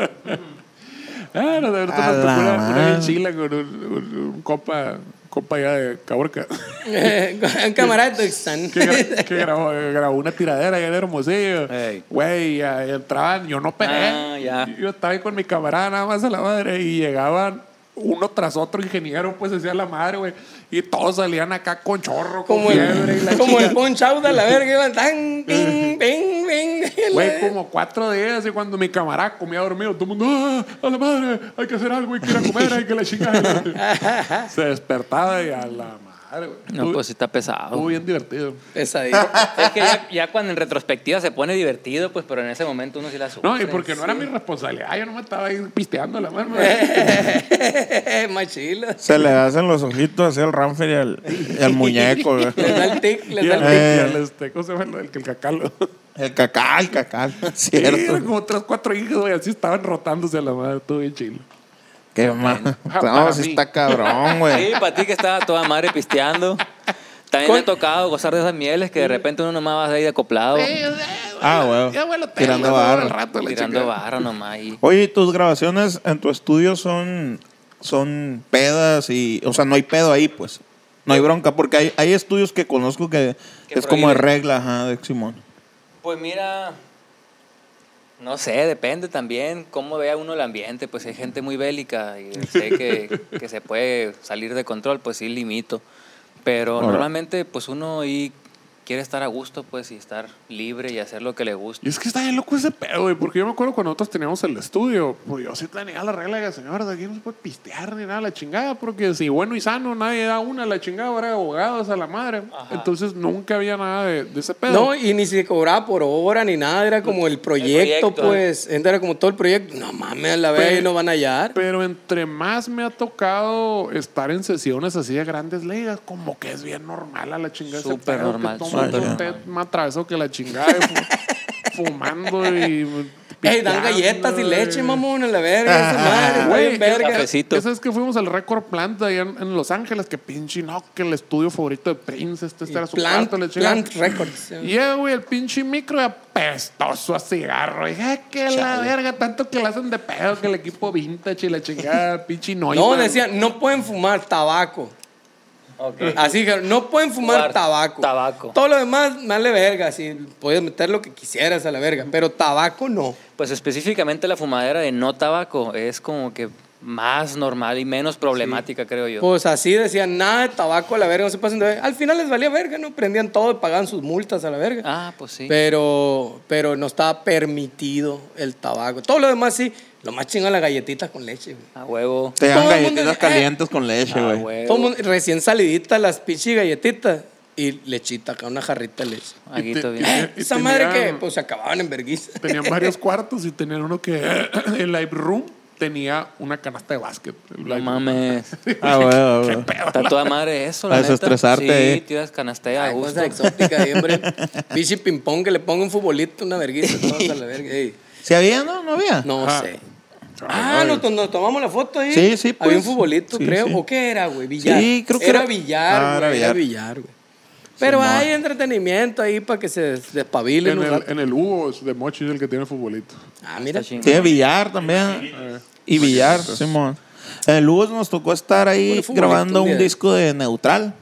[SPEAKER 2] Ah, no, de verdad,
[SPEAKER 3] A
[SPEAKER 2] me
[SPEAKER 3] la
[SPEAKER 2] tocó una, una bien
[SPEAKER 3] madre.
[SPEAKER 2] chila con un, un- un copa, copa ya de Caborca.
[SPEAKER 5] Un camarada de Tuxtán.
[SPEAKER 2] que, gra- que grabó, eh, grabó una tiradera allá en Hermosillo.
[SPEAKER 4] Ey.
[SPEAKER 2] Güey, ya entraban, yo no operé.
[SPEAKER 4] Ah, ya.
[SPEAKER 2] Yo estaba ahí con mi camarada nada más a la madre y llegaban uno tras otro ingeniero, pues decía la madre, güey. Y todos salían acá con chorro, con
[SPEAKER 5] Como
[SPEAKER 2] fiebre y la
[SPEAKER 5] el, como el
[SPEAKER 2] chingada.
[SPEAKER 5] punch out a la verga, iban tan, ping, ping, ping.
[SPEAKER 2] Güey, como cuatro días y cuando mi camarada comía dormido, todo el mundo, ¡ah! ¡A la madre! Hay que hacer algo, hay que ir a comer, hay que la chingada. Se despertaba y a la madre, güey.
[SPEAKER 4] No,
[SPEAKER 2] Estuvo-
[SPEAKER 4] pues sí está pesado.
[SPEAKER 2] Estuvo bien divertido.
[SPEAKER 5] Pesadillo.
[SPEAKER 4] Es que ya, ya cuando en retrospectiva se pone divertido, pues, pero en ese momento uno sí la sufre.
[SPEAKER 2] No, y porque no era mi responsabilidad, yo no me estaba ahí pisteando la mano.
[SPEAKER 5] Machila.
[SPEAKER 3] Se le hacen los ojitos así al Ramfer y al, y al muñeco. güey.
[SPEAKER 5] Les da el tic, les
[SPEAKER 2] Y
[SPEAKER 5] da
[SPEAKER 2] al,
[SPEAKER 5] el tic.
[SPEAKER 3] Eh.
[SPEAKER 2] y al, este, ¿cómo se llama? El, el cacalo.
[SPEAKER 3] El cacal, el cacal.
[SPEAKER 2] Sí, eran
[SPEAKER 3] Cierto.
[SPEAKER 2] como tres, cuatro hijos, güey, así estaban rotándose a la madre, estuvo bien chilo.
[SPEAKER 3] Qué mal.
[SPEAKER 2] para
[SPEAKER 3] No, sí
[SPEAKER 2] mí.
[SPEAKER 3] está cabrón,
[SPEAKER 4] Sí,
[SPEAKER 3] güey.
[SPEAKER 4] para ti que estaba toda madre pisteando. También me ha tocado gozar de esas mieles que de repente uno nomás va de ahí de acoplado,
[SPEAKER 3] Ah, güey. Tirando barro.
[SPEAKER 2] rato la
[SPEAKER 4] tirando barra nomás. Y...
[SPEAKER 3] Oye, ¿y tus grabaciones en tu estudio son, son pedas y. O sea, no hay pedo ahí, pues. No hay bronca, porque hay, hay estudios que conozco que,
[SPEAKER 4] Que
[SPEAKER 3] es como de
[SPEAKER 4] prohíben.
[SPEAKER 3] regla, ajá, de Simón.
[SPEAKER 4] Pues mira, no sé, depende también cómo vea uno el ambiente. Pues hay gente muy bélica y sé que, que se puede salir de control, pues sí limito. Pero
[SPEAKER 3] Ahora.
[SPEAKER 4] normalmente pues uno ahí quiere estar a gusto, pues, y estar libre y hacer lo que le gusta.
[SPEAKER 2] Y es que está bien loco ese pedo, güey, porque yo me acuerdo cuando nosotros teníamos el estudio, pues yo sí tenía la regla de que, señores, aquí no se puede pistear ni nada, la chingada, porque si bueno y sano, nadie da una, la chingada, ahora abogados a la madre. Entonces nunca había nada de, de ese pedo.
[SPEAKER 5] No, y ni se cobraba por hora ni nada, era como el proyecto,
[SPEAKER 4] proyecto.
[SPEAKER 5] pues. Entonces era como todo el proyecto. No mames, a la vez
[SPEAKER 2] Pero-
[SPEAKER 5] no van a hallar.
[SPEAKER 2] Pero entre más me ha tocado estar en sesiones así de grandes ligas, como que es bien normal a la chingada. ese pedo
[SPEAKER 4] Súper
[SPEAKER 2] que
[SPEAKER 4] normal,
[SPEAKER 2] todo mundo
[SPEAKER 4] súper
[SPEAKER 2] esté
[SPEAKER 4] normal.
[SPEAKER 2] más travieso que la chingada. y fu- fumando y.
[SPEAKER 5] Ey, dan
[SPEAKER 2] pisteando,
[SPEAKER 5] galletas y
[SPEAKER 2] güey.
[SPEAKER 5] leche, mamón, a la verga, esa madre,
[SPEAKER 2] Güey,
[SPEAKER 5] güey, verga.
[SPEAKER 4] cafecito. Cafecito.
[SPEAKER 2] Esa es que fuimos al Record Plant allá en, en Los Ángeles, que pinche no, que el estudio favorito de Prince, este, este era su
[SPEAKER 5] Plant,
[SPEAKER 2] cuarto, le
[SPEAKER 5] Plant Records.
[SPEAKER 2] Y eh, güey, el pinche micro apestoso a cigarro. Dije, "Ah, que la verga, tanto que le hacen de pedo que el equipo vintage y la chingada, pinche no.
[SPEAKER 5] No, decían, no pueden fumar tabaco. Así que no pueden fumar
[SPEAKER 4] Fumar
[SPEAKER 5] tabaco.
[SPEAKER 4] tabaco.
[SPEAKER 5] Todo lo demás, vale verga. Así, puedes meter lo que quisieras a la verga. Pero tabaco no.
[SPEAKER 4] Pues específicamente la fumadera de no tabaco es como que más normal y menos problemática, creo yo.
[SPEAKER 5] Pues así decían, nada de tabaco a la verga, no se pasen de verga. Al final les valía verga, ¿no? Prendían todo y pagaban sus multas a la verga.
[SPEAKER 4] ah, pues sí.
[SPEAKER 5] Pero, pero no estaba permitido el tabaco. Todo lo demás sí. Lo más chingo la galletita con leche, güey.
[SPEAKER 4] A huevo.
[SPEAKER 3] Te
[SPEAKER 5] Todo
[SPEAKER 3] dan
[SPEAKER 5] el mundo
[SPEAKER 3] galletitas
[SPEAKER 5] dice, "Eh".
[SPEAKER 3] calientes con leche,
[SPEAKER 4] A
[SPEAKER 3] güey.
[SPEAKER 4] huevo.
[SPEAKER 5] Todo mundo- recién saliditas las pinches galletitas y lechita, acá una jarrita de leche.
[SPEAKER 4] Aguito
[SPEAKER 2] Y
[SPEAKER 4] bien.
[SPEAKER 2] te-
[SPEAKER 5] Esa madre que
[SPEAKER 2] tenían-
[SPEAKER 5] pues se acababan en vergüenza.
[SPEAKER 2] Tenían varios cuartos y tenían uno que el live room tenía una canasta de básquet. El live
[SPEAKER 4] No
[SPEAKER 2] room.
[SPEAKER 4] mames.
[SPEAKER 3] Ah, güey, ah, güey.
[SPEAKER 4] Está toda madre eso, la
[SPEAKER 3] Para
[SPEAKER 4] neta.
[SPEAKER 3] desestresarte,
[SPEAKER 4] Sí,
[SPEAKER 3] eh.
[SPEAKER 4] tiras canastea a
[SPEAKER 5] Ay,
[SPEAKER 4] gusto.
[SPEAKER 5] cosa exótica, ahí, hombre. Pinche ping-pong que le ponga un futbolito, una vergüenza, todos a la verga. Ey,
[SPEAKER 3] ¿Se había, no? ¿No había?
[SPEAKER 5] no
[SPEAKER 2] Ah.
[SPEAKER 5] sé. Ah, nos, nos tomamos la foto ahí.
[SPEAKER 3] Sí, sí,
[SPEAKER 5] Había un
[SPEAKER 3] pues.
[SPEAKER 5] futbolito,
[SPEAKER 3] Sí,
[SPEAKER 5] creo.
[SPEAKER 3] sí.
[SPEAKER 5] ¿O qué era, güey? Billar.
[SPEAKER 3] Sí, creo que
[SPEAKER 5] era.
[SPEAKER 3] era-
[SPEAKER 5] billar,
[SPEAKER 3] Ah, era
[SPEAKER 5] güey. Era
[SPEAKER 3] billar.
[SPEAKER 5] billar, güey. Pero
[SPEAKER 3] Simón.
[SPEAKER 5] hay entretenimiento ahí para que se despabilen.
[SPEAKER 2] En
[SPEAKER 5] un
[SPEAKER 2] el,
[SPEAKER 5] rato.
[SPEAKER 2] en el Hugo es de Mochi es el que tiene el futbolito.
[SPEAKER 5] Ah, mira.
[SPEAKER 4] Está chingón.
[SPEAKER 3] Tiene billar también. Y billar, Simón. En el Hugo nos tocó estar ahí
[SPEAKER 5] Puro futbolito
[SPEAKER 3] grabando
[SPEAKER 5] un día.
[SPEAKER 3] un disco de neutral.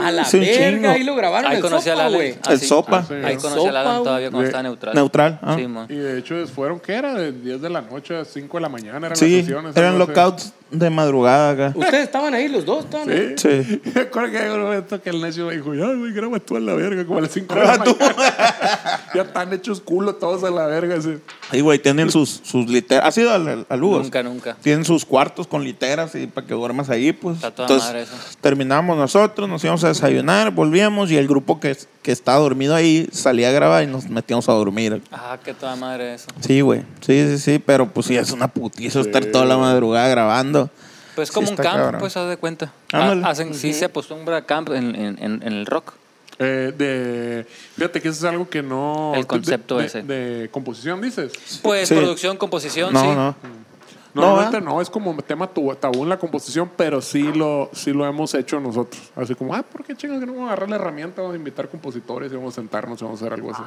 [SPEAKER 5] A la
[SPEAKER 3] Sí, un chingo.
[SPEAKER 5] verga, ahí lo grabaron.
[SPEAKER 4] Ahí
[SPEAKER 5] el
[SPEAKER 4] conocí
[SPEAKER 5] sopa,
[SPEAKER 4] al
[SPEAKER 5] güey.
[SPEAKER 4] Alan. Ah,
[SPEAKER 3] El
[SPEAKER 4] sí.
[SPEAKER 3] Sopa.
[SPEAKER 4] Ah, Ahí
[SPEAKER 5] El
[SPEAKER 4] conocí al
[SPEAKER 5] Sopa,
[SPEAKER 4] Alan
[SPEAKER 5] güey.
[SPEAKER 4] todavía cuando
[SPEAKER 2] De-
[SPEAKER 4] estaba neutral.
[SPEAKER 3] Neutral, ah.
[SPEAKER 4] Sí, mon.
[SPEAKER 2] Y de hecho fueron, ¿qué era? De 10 de la noche a 5 de la mañana eran las
[SPEAKER 3] Sí,
[SPEAKER 2] sesiones.
[SPEAKER 3] eran
[SPEAKER 2] algo así.
[SPEAKER 3] lockouts de madrugada acá.
[SPEAKER 5] Ustedes estaban ahí, los dos estaban ahí.
[SPEAKER 2] Sí.
[SPEAKER 3] Sí.
[SPEAKER 2] Me acuerdo que hay un momento que el Nacho me dijo, ya, güey, graba tú a la verga, como a las 5 de la
[SPEAKER 3] Graba tú.
[SPEAKER 2] mañana. ya están hechos culo todos a la verga. así.
[SPEAKER 3] Ahí, güey, tienen sus, sus literas. ¿Has ido al, al Hugo?
[SPEAKER 4] Nunca, nunca.
[SPEAKER 3] Tienen sus cuartos con literas y para que duermas ahí, pues.
[SPEAKER 4] Está toda madre eso.
[SPEAKER 3] terminamos nosotros, nos íbamos a desayunar, volvíamos y el grupo que, que estaba dormido ahí salía a grabar y nos metíamos a dormir.
[SPEAKER 4] Ah, qué toda madre eso.
[SPEAKER 3] Sí, güey. Sí, sí, sí, pero pues sí, es una putiza estar toda la madrugada grabando.
[SPEAKER 4] Pues
[SPEAKER 3] Sí
[SPEAKER 4] como un
[SPEAKER 3] está
[SPEAKER 4] camp,
[SPEAKER 3] cabrón.
[SPEAKER 4] pues haz de cuenta.
[SPEAKER 3] Ándale.
[SPEAKER 4] Ah, hacen, Sí se acostumbra a camp en, en, en, en el rock.
[SPEAKER 2] Eh, de, fíjate que eso es algo que no.
[SPEAKER 4] El concepto
[SPEAKER 2] de- de-
[SPEAKER 4] ese.
[SPEAKER 2] De composición, dices.
[SPEAKER 4] Pues
[SPEAKER 3] Sí.
[SPEAKER 4] producción, composición,
[SPEAKER 3] No,
[SPEAKER 4] sí.
[SPEAKER 3] no. No,
[SPEAKER 2] Normalmente
[SPEAKER 3] ¿verdad?
[SPEAKER 2] no, es como tema tu- tabú en la composición, pero sí lo, sí lo hemos hecho nosotros. Así como, ah, ¿por qué chingas que no vamos a agarrar la herramienta? Vamos a invitar compositores y vamos a sentarnos y vamos a hacer algo así.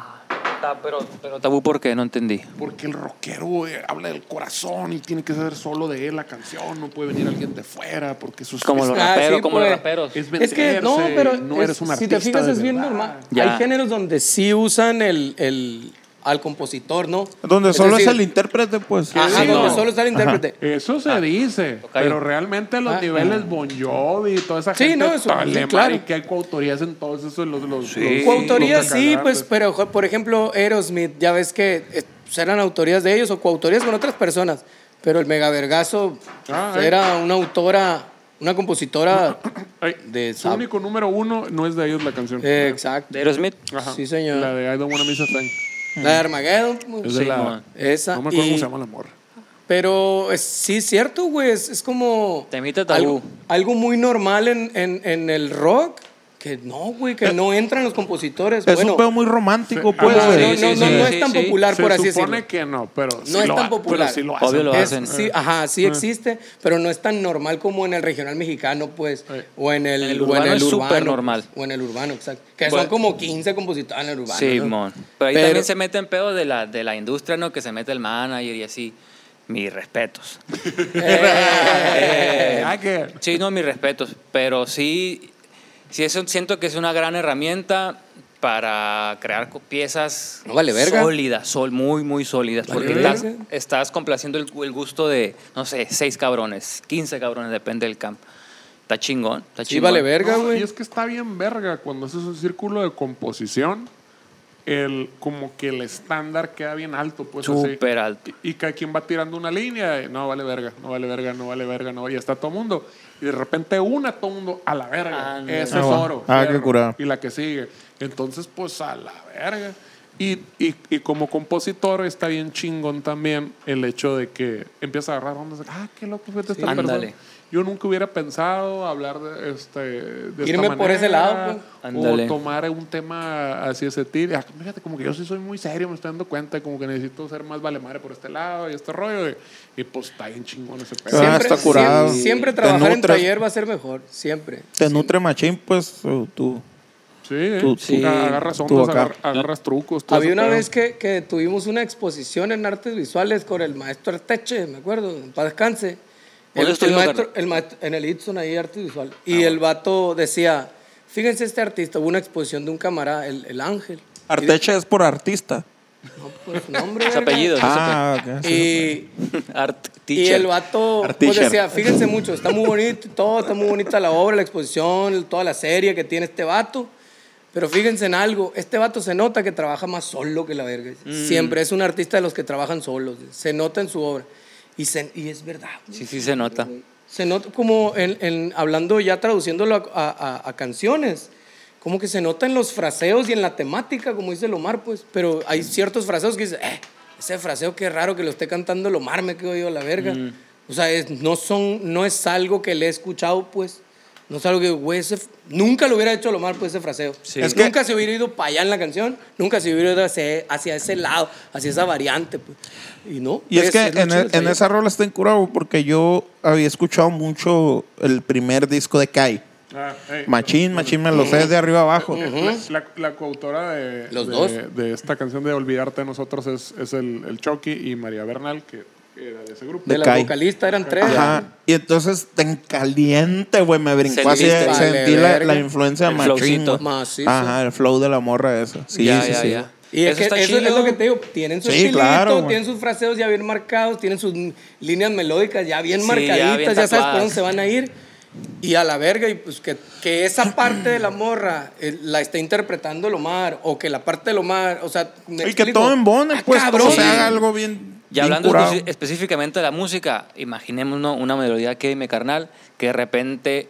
[SPEAKER 4] Ta- pero, pero tabú porque no entendí.
[SPEAKER 2] Ah, Porque el rockero güey, habla del corazón y tiene que ser solo de él la canción, no puede venir alguien de fuera, porque eso es
[SPEAKER 4] Como los
[SPEAKER 5] Ah, sí,
[SPEAKER 4] raperos, como
[SPEAKER 5] pues.
[SPEAKER 4] los raperos.
[SPEAKER 2] Es
[SPEAKER 5] Es que no,
[SPEAKER 2] venderse,
[SPEAKER 5] pero
[SPEAKER 2] no
[SPEAKER 5] es-
[SPEAKER 2] eres un
[SPEAKER 5] si te
[SPEAKER 2] artista
[SPEAKER 5] fijas
[SPEAKER 2] de
[SPEAKER 5] es bien
[SPEAKER 2] verdad.
[SPEAKER 5] normal.
[SPEAKER 4] Ya.
[SPEAKER 5] Hay géneros donde sí usan el, el- al compositor, ¿no?
[SPEAKER 3] Donde solo
[SPEAKER 5] decir, Ah,
[SPEAKER 3] es el intérprete, pues.
[SPEAKER 5] Ajá,
[SPEAKER 4] Sí,
[SPEAKER 5] donde
[SPEAKER 4] no.
[SPEAKER 5] solo está el intérprete.
[SPEAKER 2] Eso se
[SPEAKER 5] Ah,
[SPEAKER 2] dice, pero realmente los niveles Bon Jovi y toda esa
[SPEAKER 5] Sí,
[SPEAKER 2] gente
[SPEAKER 5] no, eso,
[SPEAKER 2] vale
[SPEAKER 5] sí,
[SPEAKER 2] madre
[SPEAKER 5] claro.
[SPEAKER 2] que hay coautorías en todos esos los, los,
[SPEAKER 4] Sí.
[SPEAKER 2] los-
[SPEAKER 5] Coautoría
[SPEAKER 2] los
[SPEAKER 5] sí, pues,
[SPEAKER 2] cagates.
[SPEAKER 5] pero jo- por ejemplo, Aerosmith, ya ves que eh, eran autorías de ellos o coautorías con otras personas, pero el megavergazo
[SPEAKER 2] Ah,
[SPEAKER 5] pues,
[SPEAKER 2] eh.
[SPEAKER 5] era una autora, una compositora.
[SPEAKER 2] Ay,
[SPEAKER 5] de
[SPEAKER 2] su
[SPEAKER 5] sab-
[SPEAKER 2] único número uno no es de ellos la canción.
[SPEAKER 5] eh, exacto.
[SPEAKER 4] De Aerosmith.
[SPEAKER 2] Ajá.
[SPEAKER 5] sí, señor.
[SPEAKER 2] La de I Don't Wanna Miss a Thing.
[SPEAKER 5] La de Armageddon. pues.
[SPEAKER 2] Es de
[SPEAKER 4] Sí,
[SPEAKER 2] la,
[SPEAKER 4] no.
[SPEAKER 5] Esa.
[SPEAKER 2] no me acuerdo
[SPEAKER 5] y-
[SPEAKER 2] cómo se llama la morra.
[SPEAKER 5] Pero es- sí, es cierto, güey. Es, es como.
[SPEAKER 4] Temita tabú.
[SPEAKER 5] algo, algo muy normal en, en- en el rock. Que no, güey,
[SPEAKER 2] Eh.
[SPEAKER 5] que no entran los compositores.
[SPEAKER 3] Es
[SPEAKER 5] bueno,
[SPEAKER 3] un pedo muy romántico,
[SPEAKER 2] Sí.
[SPEAKER 3] pues.
[SPEAKER 2] Ah,
[SPEAKER 5] no,
[SPEAKER 3] güey.
[SPEAKER 5] no,
[SPEAKER 4] sí,
[SPEAKER 5] no,
[SPEAKER 4] sí,
[SPEAKER 5] no,
[SPEAKER 4] sí,
[SPEAKER 5] no es
[SPEAKER 4] sí,
[SPEAKER 5] tan
[SPEAKER 4] sí.
[SPEAKER 5] popular,
[SPEAKER 2] se
[SPEAKER 5] por así
[SPEAKER 2] supone
[SPEAKER 5] decirlo.
[SPEAKER 2] que no, pero sí
[SPEAKER 5] No es
[SPEAKER 2] lo
[SPEAKER 5] tan
[SPEAKER 2] ha-
[SPEAKER 5] popular.
[SPEAKER 2] Pero sí lo
[SPEAKER 4] Obvio
[SPEAKER 2] hacen.
[SPEAKER 4] lo
[SPEAKER 5] Es-
[SPEAKER 4] hacen. Ah.
[SPEAKER 5] sí, ajá, sí existe, pero no es tan normal como en el regional mexicano, pues,
[SPEAKER 2] Eh.
[SPEAKER 5] o en el,
[SPEAKER 4] En el
[SPEAKER 5] o en
[SPEAKER 4] urbano
[SPEAKER 5] el
[SPEAKER 4] es
[SPEAKER 5] urbano,
[SPEAKER 4] súper normal.
[SPEAKER 5] O en el urbano, exacto. Que
[SPEAKER 4] Bueno.
[SPEAKER 5] son como 15 compositores en el urbano.
[SPEAKER 4] Sí,
[SPEAKER 5] ¿no?
[SPEAKER 4] mon. Pero ahí
[SPEAKER 5] Pero-
[SPEAKER 4] también se mete en pedo de la, de la industria, ¿no? Que se mete el manager y así. Mis respetos.
[SPEAKER 5] Eh,
[SPEAKER 2] Ah, que-
[SPEAKER 4] Sí, no, mis respetos. Pero sí, sí es, un- siento que es una gran herramienta para crear co- piezas
[SPEAKER 5] No vale verga.
[SPEAKER 4] sólidas, sol, muy, muy sólidas.
[SPEAKER 5] Vale
[SPEAKER 4] porque
[SPEAKER 5] verga.
[SPEAKER 4] estás, estás complaciendo el, el gusto de, no sé, seis cabrones, 15 cabrones, depende del campo. Está chingón, está
[SPEAKER 5] Sí,
[SPEAKER 4] chingón.
[SPEAKER 5] vale verga,
[SPEAKER 2] No,
[SPEAKER 5] güey.
[SPEAKER 2] y es que está bien verga cuando haces un círculo de composición. El, como que el estándar queda bien alto, pues así.
[SPEAKER 4] Súper alto.
[SPEAKER 2] Y, y cada quien va tirando una línea. y No vale verga, no vale verga, no vale verga, no. Y está todo mundo. Y de repente una, todo mundo a la verga.
[SPEAKER 4] Ah, no.
[SPEAKER 2] Ese
[SPEAKER 3] Ah,
[SPEAKER 2] es
[SPEAKER 3] va.
[SPEAKER 2] oro.
[SPEAKER 3] Ah, qué
[SPEAKER 2] fierro.
[SPEAKER 3] curado.
[SPEAKER 2] Y la que sigue. Entonces, pues a la verga. Y, y, y como compositor está bien chingón también el hecho de que empieza a agarrar ondas. de, Ah, qué loco, fíjate esta persona.
[SPEAKER 4] Ándale.
[SPEAKER 2] Yo nunca hubiera pensado hablar de este. De esta
[SPEAKER 5] Irme por ese lado, pues.
[SPEAKER 2] O
[SPEAKER 4] Ándale.
[SPEAKER 2] tomar un tema así de ese tipo. Ah, Fíjate, como que yo sí soy muy serio, me estoy dando cuenta, como que necesito ser más vale madre por este lado y este rollo. Y, y, pues está bien chingón ese pedo.
[SPEAKER 3] Ah,
[SPEAKER 5] Siempre,
[SPEAKER 3] está curado.
[SPEAKER 5] Siempre, siempre
[SPEAKER 3] Te
[SPEAKER 5] trabajar en
[SPEAKER 3] nutres.
[SPEAKER 5] taller va a ser mejor, siempre.
[SPEAKER 3] Te nutre machín, pues, tú- tú.
[SPEAKER 2] Sí, eh.
[SPEAKER 3] Tú-
[SPEAKER 5] Sí.
[SPEAKER 2] agarras
[SPEAKER 3] tú
[SPEAKER 2] ondas,
[SPEAKER 3] acá.
[SPEAKER 2] agar- agarras trucos. todo
[SPEAKER 5] Había
[SPEAKER 2] ese
[SPEAKER 5] una
[SPEAKER 2] pedo.
[SPEAKER 5] vez que, que tuvimos una exposición en artes visuales con el maestro Arteche, me acuerdo, para descanse.
[SPEAKER 4] ¿Dónde
[SPEAKER 5] El, el
[SPEAKER 4] estudió,
[SPEAKER 5] maestro,
[SPEAKER 4] carnal?
[SPEAKER 5] el maestro- en el Itson ahí, artes visual.
[SPEAKER 4] Ah,
[SPEAKER 5] Y el vato decía, fíjense este artista, hubo una exposición de un camarada, el, el Ángel.
[SPEAKER 3] Arteche es por artista.
[SPEAKER 5] No, por su nombre,
[SPEAKER 4] Sus
[SPEAKER 5] verga.
[SPEAKER 4] apellidos.
[SPEAKER 3] Ah, ok. sí.
[SPEAKER 5] Y,
[SPEAKER 4] Art
[SPEAKER 5] y
[SPEAKER 4] teacher.
[SPEAKER 5] el vato
[SPEAKER 3] Art
[SPEAKER 5] pues
[SPEAKER 3] teacher.
[SPEAKER 5] decía, fíjense mucho, está muy bonito y todo, está muy bonita la obra, la exposición, el- toda la serie que tiene este vato. Pero fíjense en algo, este vato se nota que trabaja más solo que la verga.
[SPEAKER 3] Mm.
[SPEAKER 5] Siempre es un artista de los que trabajan solos, se nota en su obra. Y, se- y es verdad. güey.
[SPEAKER 4] Sí, sí se nota.
[SPEAKER 5] Se nota como en, en- hablando ya traduciéndolo a, a- a- a canciones, como que se nota en los fraseos y en la temática, como dice Lomar, pues. Pero hay ciertos fraseos que dice, eh, ese fraseo qué raro que lo esté cantando Lomar, me quedo yo a la verga. O sea, es- no, son, no es algo que le he escuchado, pues. No es algo que, güey, ese f- nunca lo hubiera hecho Lomar, pues, ese fraseo.
[SPEAKER 4] Sí.
[SPEAKER 3] Es que-
[SPEAKER 5] nunca se hubiera ido para allá en la canción, nunca se hubiera ido hacia, hacia ese lado, hacia esa variante, pues. Y no.
[SPEAKER 3] Y es que
[SPEAKER 5] lo
[SPEAKER 3] en, e-,
[SPEAKER 5] chido del
[SPEAKER 3] en
[SPEAKER 5] taller.
[SPEAKER 3] esa rola está incurado porque yo había escuchado mucho el primer disco de Kai.
[SPEAKER 2] Ah, eh.
[SPEAKER 3] Machín, machín, me lo sé de arriba abajo.
[SPEAKER 2] Mm. La, la coautora de,
[SPEAKER 5] Los
[SPEAKER 2] de-
[SPEAKER 5] dos.
[SPEAKER 2] de esta canción de Olvidarte de Nosotros es, es el, el Chucky y María Bernal, que era de ese grupo.
[SPEAKER 5] De
[SPEAKER 3] De
[SPEAKER 5] la
[SPEAKER 3] Kai.
[SPEAKER 5] vocalista eran tres.
[SPEAKER 3] Ajá. Y entonces tan caliente, güey, me brincó así.
[SPEAKER 4] Sentiste.
[SPEAKER 3] Sentí
[SPEAKER 5] Vale,
[SPEAKER 3] la,
[SPEAKER 5] verga.
[SPEAKER 3] la influencia
[SPEAKER 4] El
[SPEAKER 3] machín.
[SPEAKER 4] flowcito.
[SPEAKER 3] güey.
[SPEAKER 5] Macizo.
[SPEAKER 3] Ajá, el flow de la morra esa. Sí,
[SPEAKER 4] ya,
[SPEAKER 3] sí,
[SPEAKER 4] ya,
[SPEAKER 3] sí.
[SPEAKER 4] ya.
[SPEAKER 5] Y es
[SPEAKER 4] Eso
[SPEAKER 5] que eso
[SPEAKER 4] está
[SPEAKER 5] es
[SPEAKER 4] chido.
[SPEAKER 5] lo que te digo, tienen su
[SPEAKER 3] Sí,
[SPEAKER 5] estilito,
[SPEAKER 3] claro, güey.
[SPEAKER 5] tienen sus fraseos ya bien marcados, tienen sus n- líneas melódicas ya bien
[SPEAKER 4] Sí, ya
[SPEAKER 5] marcaditas, ya,
[SPEAKER 4] bien
[SPEAKER 5] sabes por
[SPEAKER 4] tatuadas.
[SPEAKER 5] dónde se van a ir. Y a la verga, y pues que, que esa parte de la morra eh, la está interpretando el Omar, o que la parte del Omar, o sea, me
[SPEAKER 3] Y que
[SPEAKER 5] explico.
[SPEAKER 3] todo embone,
[SPEAKER 5] Ah,
[SPEAKER 3] pues,
[SPEAKER 5] cabrón.
[SPEAKER 3] todo se
[SPEAKER 4] Sí.
[SPEAKER 3] haga algo bien.
[SPEAKER 4] Y
[SPEAKER 3] bien
[SPEAKER 4] hablando
[SPEAKER 3] curado.
[SPEAKER 4] espe- específicamente de la música, imaginémonos una melodía que mi carnal, que de repente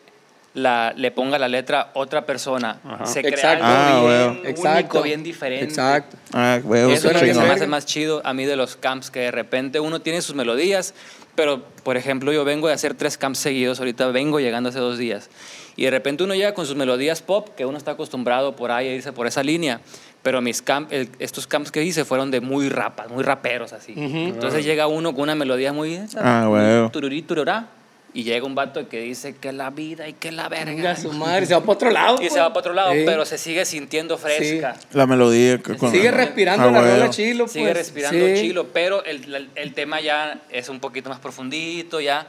[SPEAKER 4] la, le ponga la letra otra persona. Se crea
[SPEAKER 5] Exacto.
[SPEAKER 3] Ah,
[SPEAKER 4] algo bien
[SPEAKER 5] güey. Exacto.
[SPEAKER 4] único, bien diferente.
[SPEAKER 5] Exacto.
[SPEAKER 3] Ah, güey,
[SPEAKER 4] Eso
[SPEAKER 5] Eso
[SPEAKER 4] es lo que
[SPEAKER 5] era
[SPEAKER 4] se
[SPEAKER 5] bien
[SPEAKER 4] me
[SPEAKER 5] verga.
[SPEAKER 4] hace más chido a mí de los camps, que de repente uno tiene sus melodías, pero por ejemplo yo vengo de hacer tres camps seguidos, ahorita vengo llegando hace dos días, y de repente uno llega con sus melodías pop, que uno está acostumbrado por ahí a irse por esa línea, pero mis camp, el- estos camps que hice fueron de muy rapas, muy raperos así. Entonces llega uno con una melodía muy... eh,
[SPEAKER 3] Ah, güey.
[SPEAKER 4] tururí, tururá, y llega un vato que dice que la vida y que la
[SPEAKER 5] Venga,
[SPEAKER 4] verga.
[SPEAKER 5] su madre, se va para otro lado.
[SPEAKER 4] Y
[SPEAKER 5] pues.
[SPEAKER 4] se va para otro lado,
[SPEAKER 5] Sí.
[SPEAKER 4] pero se sigue sintiendo fresca.
[SPEAKER 3] La melodía. que con-
[SPEAKER 5] Sigue respirando
[SPEAKER 3] Ah,
[SPEAKER 5] la
[SPEAKER 3] güey.
[SPEAKER 5] rola chilo, pues.
[SPEAKER 4] Sigue respirando
[SPEAKER 5] Sí.
[SPEAKER 4] chilo, pero el, la- el tema ya es un poquito más profundito, ya,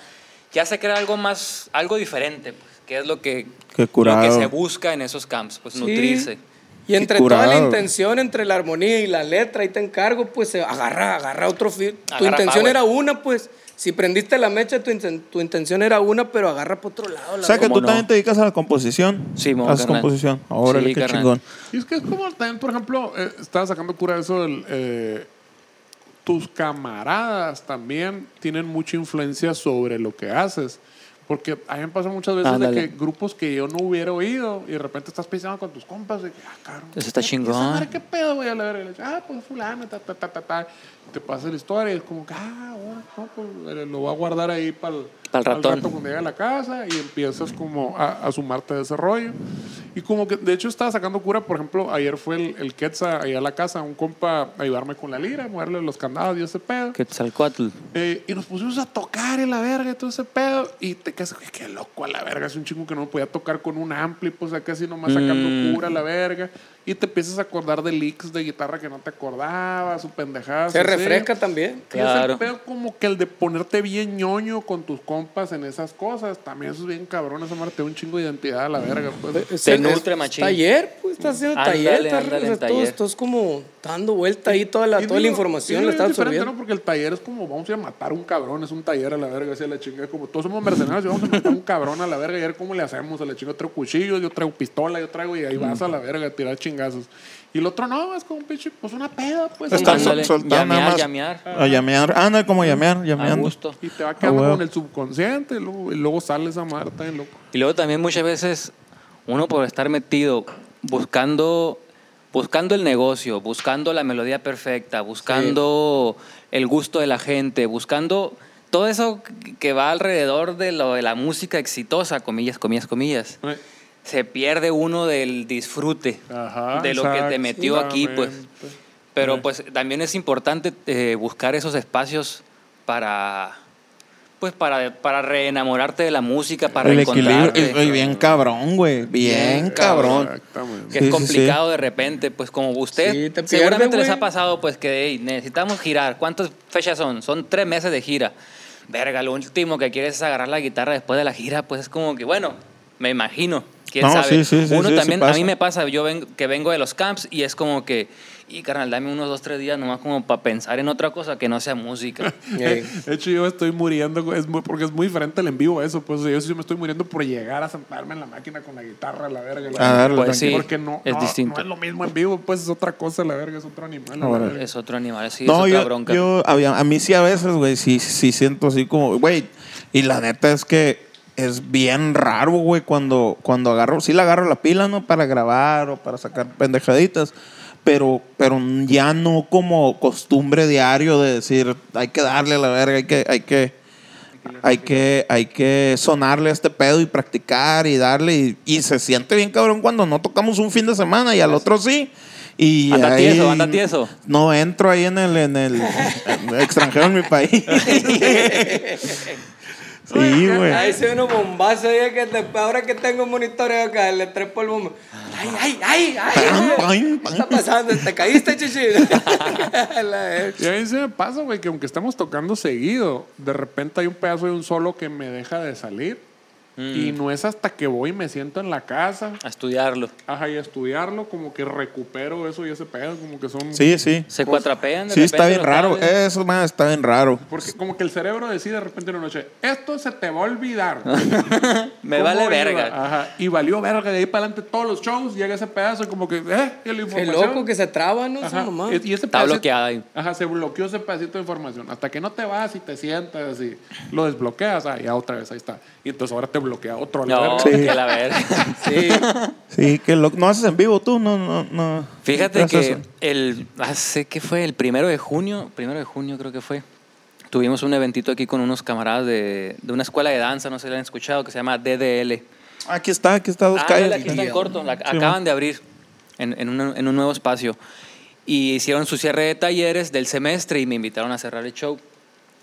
[SPEAKER 4] ya se crea algo más, algo diferente, pues, que es lo que,
[SPEAKER 3] Qué curado.
[SPEAKER 4] lo que se busca en esos camps, pues
[SPEAKER 5] Sí.
[SPEAKER 4] nutrirse.
[SPEAKER 5] Y entre
[SPEAKER 3] Qué
[SPEAKER 5] toda la
[SPEAKER 3] curado.
[SPEAKER 5] intención, entre la armonía y la letra, ahí te encargo, pues se agarra, agarra otro fil. Tu
[SPEAKER 4] Agarra
[SPEAKER 5] intención
[SPEAKER 4] power.
[SPEAKER 5] era una, pues. Si prendiste la mecha, tu, inten- tu intención era una, pero agarra por otro lado.
[SPEAKER 3] O
[SPEAKER 5] la
[SPEAKER 3] sea que tú
[SPEAKER 5] verga.
[SPEAKER 4] ¿Cómo no?
[SPEAKER 3] también te dedicas a la composición.
[SPEAKER 4] Sí, mon,
[SPEAKER 3] Haces
[SPEAKER 4] carnal.
[SPEAKER 3] composición. Ahora
[SPEAKER 4] Sí,
[SPEAKER 3] qué
[SPEAKER 4] carnal.
[SPEAKER 3] chingón.
[SPEAKER 2] Y es que es como también, por ejemplo, eh, estaba sacando cura de eso del, eh, tus camaradas también tienen mucha influencia sobre lo que haces. Porque a mí me pasa muchas veces
[SPEAKER 4] Ándale.
[SPEAKER 2] de que grupos que yo no hubiera oído y de repente estás pisando con tus compas y que, ah, cabrón.
[SPEAKER 4] Eso está
[SPEAKER 2] ¿qué-
[SPEAKER 4] chingón.
[SPEAKER 2] esa madre, ¿Qué pedo, güey? A la verga. Y le dices, Ah, pues fulano, ta, ta, ta, ta, ta. Y Te pasa la historia y es como que, ah, ahora, no, pues eh, lo voy a guardar ahí para
[SPEAKER 4] Pa'l ratón.
[SPEAKER 2] cuando llega a la casa y empiezas como a, a sumarte de ese rollo. Y como que, de hecho, estaba sacando cura, por ejemplo, ayer fue el, el Quetzal ahí a la casa, un compa a ayudarme con la lira, a moverle los candados y ese pedo. Eh, y nos pusimos a tocar en la verga y todo ese pedo. Y te quedas, "Güey, qué
[SPEAKER 5] Mm.
[SPEAKER 2] loco a la verga. Es un chingo que no podía tocar con un ampli, pues acá así nomás sacando cura a la verga. y te empiezas a acordar de leaks de guitarra que no te acordabas, su pendejadas.
[SPEAKER 5] Se
[SPEAKER 2] así.
[SPEAKER 5] refresca también.
[SPEAKER 2] Y es el
[SPEAKER 4] Claro.
[SPEAKER 2] pedo como que el de ponerte bien ñoño con tus compas en esas cosas. También eso es bien cabrón, esa madre te da un chingo de identidad a la verga. Pues.
[SPEAKER 5] Mm. Es
[SPEAKER 4] Te
[SPEAKER 5] el-
[SPEAKER 4] nutre,
[SPEAKER 5] es
[SPEAKER 4] machín.
[SPEAKER 5] Taller, pues estás haciendo
[SPEAKER 4] Ándale,
[SPEAKER 5] taller. Estás,
[SPEAKER 4] ándale,
[SPEAKER 5] o sea,
[SPEAKER 4] en
[SPEAKER 5] todo-
[SPEAKER 4] taller.
[SPEAKER 5] estás como dando vuelta ahí toda la,
[SPEAKER 2] Y
[SPEAKER 5] toda la
[SPEAKER 2] digo,
[SPEAKER 5] información,
[SPEAKER 2] y
[SPEAKER 5] la
[SPEAKER 2] es
[SPEAKER 5] estás
[SPEAKER 2] diferente,
[SPEAKER 5] absorbiendo.
[SPEAKER 2] ¿no? Porque el taller es como vamos a ir a matar a un cabrón, es un taller a la verga, así a la chinga. Como todos somos mercenarios y vamos a matar a un cabrón a la verga. Y a ver cómo le hacemos a la chinga. Yo traigo cuchillos, yo traigo pistola, yo traigo y ahí vas
[SPEAKER 5] Mm.
[SPEAKER 2] a la verga a tirar chingazos. Y el otro no, es como un pinche, pues una peda, pues.
[SPEAKER 3] Estás sol-
[SPEAKER 4] Ándale,
[SPEAKER 3] soltando
[SPEAKER 4] llamear,
[SPEAKER 3] nada más.
[SPEAKER 4] llamear.
[SPEAKER 3] Ah, llamear. Ah, no, como llamear,
[SPEAKER 4] A
[SPEAKER 3] llameando.
[SPEAKER 4] gusto.
[SPEAKER 2] Y te va quedando
[SPEAKER 3] Ah, huevo.
[SPEAKER 2] con el subconsciente y luego, y luego sales a Marta en loco.
[SPEAKER 4] Y luego también muchas veces uno por estar metido buscando buscando el negocio, buscando la melodía perfecta, buscando el gusto de la gente, buscando todo eso que va alrededor de lo de la música exitosa, comillas, comillas, comillas.
[SPEAKER 2] Eh.
[SPEAKER 4] Se pierde uno del disfrute
[SPEAKER 2] Ajá,
[SPEAKER 4] de lo que te metió aquí, pues.
[SPEAKER 2] exactamente.
[SPEAKER 4] Pero pues también es importante eh, buscar esos espacios para pues para, para reenamorarte de la música, para
[SPEAKER 3] el equilibrio.
[SPEAKER 4] reencontrarte.
[SPEAKER 3] y- y bien cabrón, güey. Bien
[SPEAKER 4] Bien cabrón.
[SPEAKER 3] cabrón.
[SPEAKER 2] Exactamente.
[SPEAKER 3] Sí,
[SPEAKER 4] que
[SPEAKER 3] sí,
[SPEAKER 4] es complicado de repente, pues como usted
[SPEAKER 5] Sí, te pierde,
[SPEAKER 4] seguramente les
[SPEAKER 5] güey.
[SPEAKER 4] ha pasado, pues que "Ey, necesitamos girar. ¿Cuántas fechas son? Son tres meses de gira. Verga, lo último que quieres es agarrar la guitarra después de la gira, pues es como que, bueno, me imagino. ¿Quién
[SPEAKER 3] No,
[SPEAKER 4] sabe?
[SPEAKER 3] sí, sí, sí,
[SPEAKER 4] Uno
[SPEAKER 3] sí, sí
[SPEAKER 4] también, a
[SPEAKER 3] pasa.
[SPEAKER 4] mí me pasa, yo ven- que vengo de los camps y es como que, y carnal, dame unos dos, tres días nomás como para pensar en otra cosa que no sea música.
[SPEAKER 5] Ey.
[SPEAKER 2] Eh, De hecho, yo estoy muriendo, güey, es muy- porque es muy diferente al en vivo eso. Pues yo sí me estoy muriendo por llegar a sentarme en la máquina con la guitarra, la verga. la
[SPEAKER 3] A
[SPEAKER 2] verga,
[SPEAKER 3] darle,
[SPEAKER 4] Pues
[SPEAKER 3] tranquilo.
[SPEAKER 4] sí.
[SPEAKER 2] Porque no,
[SPEAKER 4] es
[SPEAKER 2] no,
[SPEAKER 4] distinto.
[SPEAKER 2] no es lo mismo en vivo, pues es otra cosa, la verga, es otro animal. la
[SPEAKER 3] Ahora.
[SPEAKER 2] verga.
[SPEAKER 4] es otro animal, sí,
[SPEAKER 3] No,
[SPEAKER 4] es otra
[SPEAKER 3] yo,
[SPEAKER 4] bronca.
[SPEAKER 3] yo había- a mí sí a veces, güey, sí, sí siento así como, güey, y la neta es que es bien raro, güey, cuando, cuando agarro, sí la agarro la pila, ¿no? Para grabar o para sacar pendejaditas, pero, pero ya no como costumbre diario de decir, hay que darle a la verga, hay que, hay que, hay que, hay que sonarle a este pedo y practicar y darle. Y, y se siente bien cabrón cuando no tocamos un fin de semana y al otro sí. Y
[SPEAKER 4] Anda
[SPEAKER 3] ahí
[SPEAKER 4] tieso, anda tieso.
[SPEAKER 3] No entro ahí en el, en el extranjero en mi país. sí, güey.
[SPEAKER 4] Ah,
[SPEAKER 5] Ahí se ve uno bombazo. oye, que te- ahora que tengo un monitoreo acá, le trepo el bombo. ¡Ay, ay, ay! ay
[SPEAKER 3] Pam,
[SPEAKER 5] ay.
[SPEAKER 3] pam,
[SPEAKER 5] ¿Qué
[SPEAKER 3] pam.
[SPEAKER 5] está pasando? ¿Te caíste, chichi? La-
[SPEAKER 2] Y a mí se me pasa, güey, que aunque estamos tocando seguido, de repente hay un pedazo de un solo que me deja de salir. Y
[SPEAKER 4] Mm.
[SPEAKER 2] no es hasta que voy y me siento en la casa,
[SPEAKER 4] A estudiarlo.
[SPEAKER 2] ajá, y a estudiarlo, como que recupero eso y ese pedo, como que son...
[SPEAKER 3] Sí, sí.
[SPEAKER 4] Se cuatrapean de
[SPEAKER 3] Pues, Sí, está
[SPEAKER 4] repente
[SPEAKER 3] bien
[SPEAKER 4] los
[SPEAKER 3] raro. ¿eh?
[SPEAKER 4] cables.
[SPEAKER 3] Eso más está bien raro.
[SPEAKER 2] Porque como que el cerebro decide de repente una noche, esto se te va a olvidar.
[SPEAKER 4] Me
[SPEAKER 2] ¿Cómo
[SPEAKER 4] vale
[SPEAKER 2] iba?
[SPEAKER 4] verga.
[SPEAKER 2] Ajá. Y valió verga de ahí para adelante todos los shows, llega ese pedazo y como que, eh, y la
[SPEAKER 5] Qué
[SPEAKER 2] información.
[SPEAKER 5] loco que se traba, ¿no? Esa
[SPEAKER 2] Ajá.
[SPEAKER 5] mamá.
[SPEAKER 2] Y- y ese
[SPEAKER 4] Está
[SPEAKER 2] pedacito-
[SPEAKER 4] bloqueada ahí.
[SPEAKER 2] Ajá, se bloqueó ese pedacito de información. Hasta que no te vas y te sientas y lo desbloqueas, ah, ya otra vez, ahí está. Y entonces ahora te bloquea otro. a la verga.
[SPEAKER 4] No, que la verga.
[SPEAKER 5] Sí.
[SPEAKER 3] Sí, que lo, no haces en vivo tú, no, no, no.
[SPEAKER 4] Fíjate
[SPEAKER 3] ¿Qué haces?
[SPEAKER 4] que el hace que fue el primero de junio, primero de junio creo que fue. Tuvimos un eventito aquí con unos camaradas de, de una escuela de danza, no sé si la han escuchado, que se llama DDL.
[SPEAKER 3] Aquí está, aquí está dos
[SPEAKER 4] Ah,
[SPEAKER 3] calles.
[SPEAKER 4] ándale, aquí está en corto, la-
[SPEAKER 3] Sí,
[SPEAKER 4] acaban de abrir en, en un, en un nuevo espacio. Y hicieron su cierre de talleres del semestre y me invitaron a cerrar el show.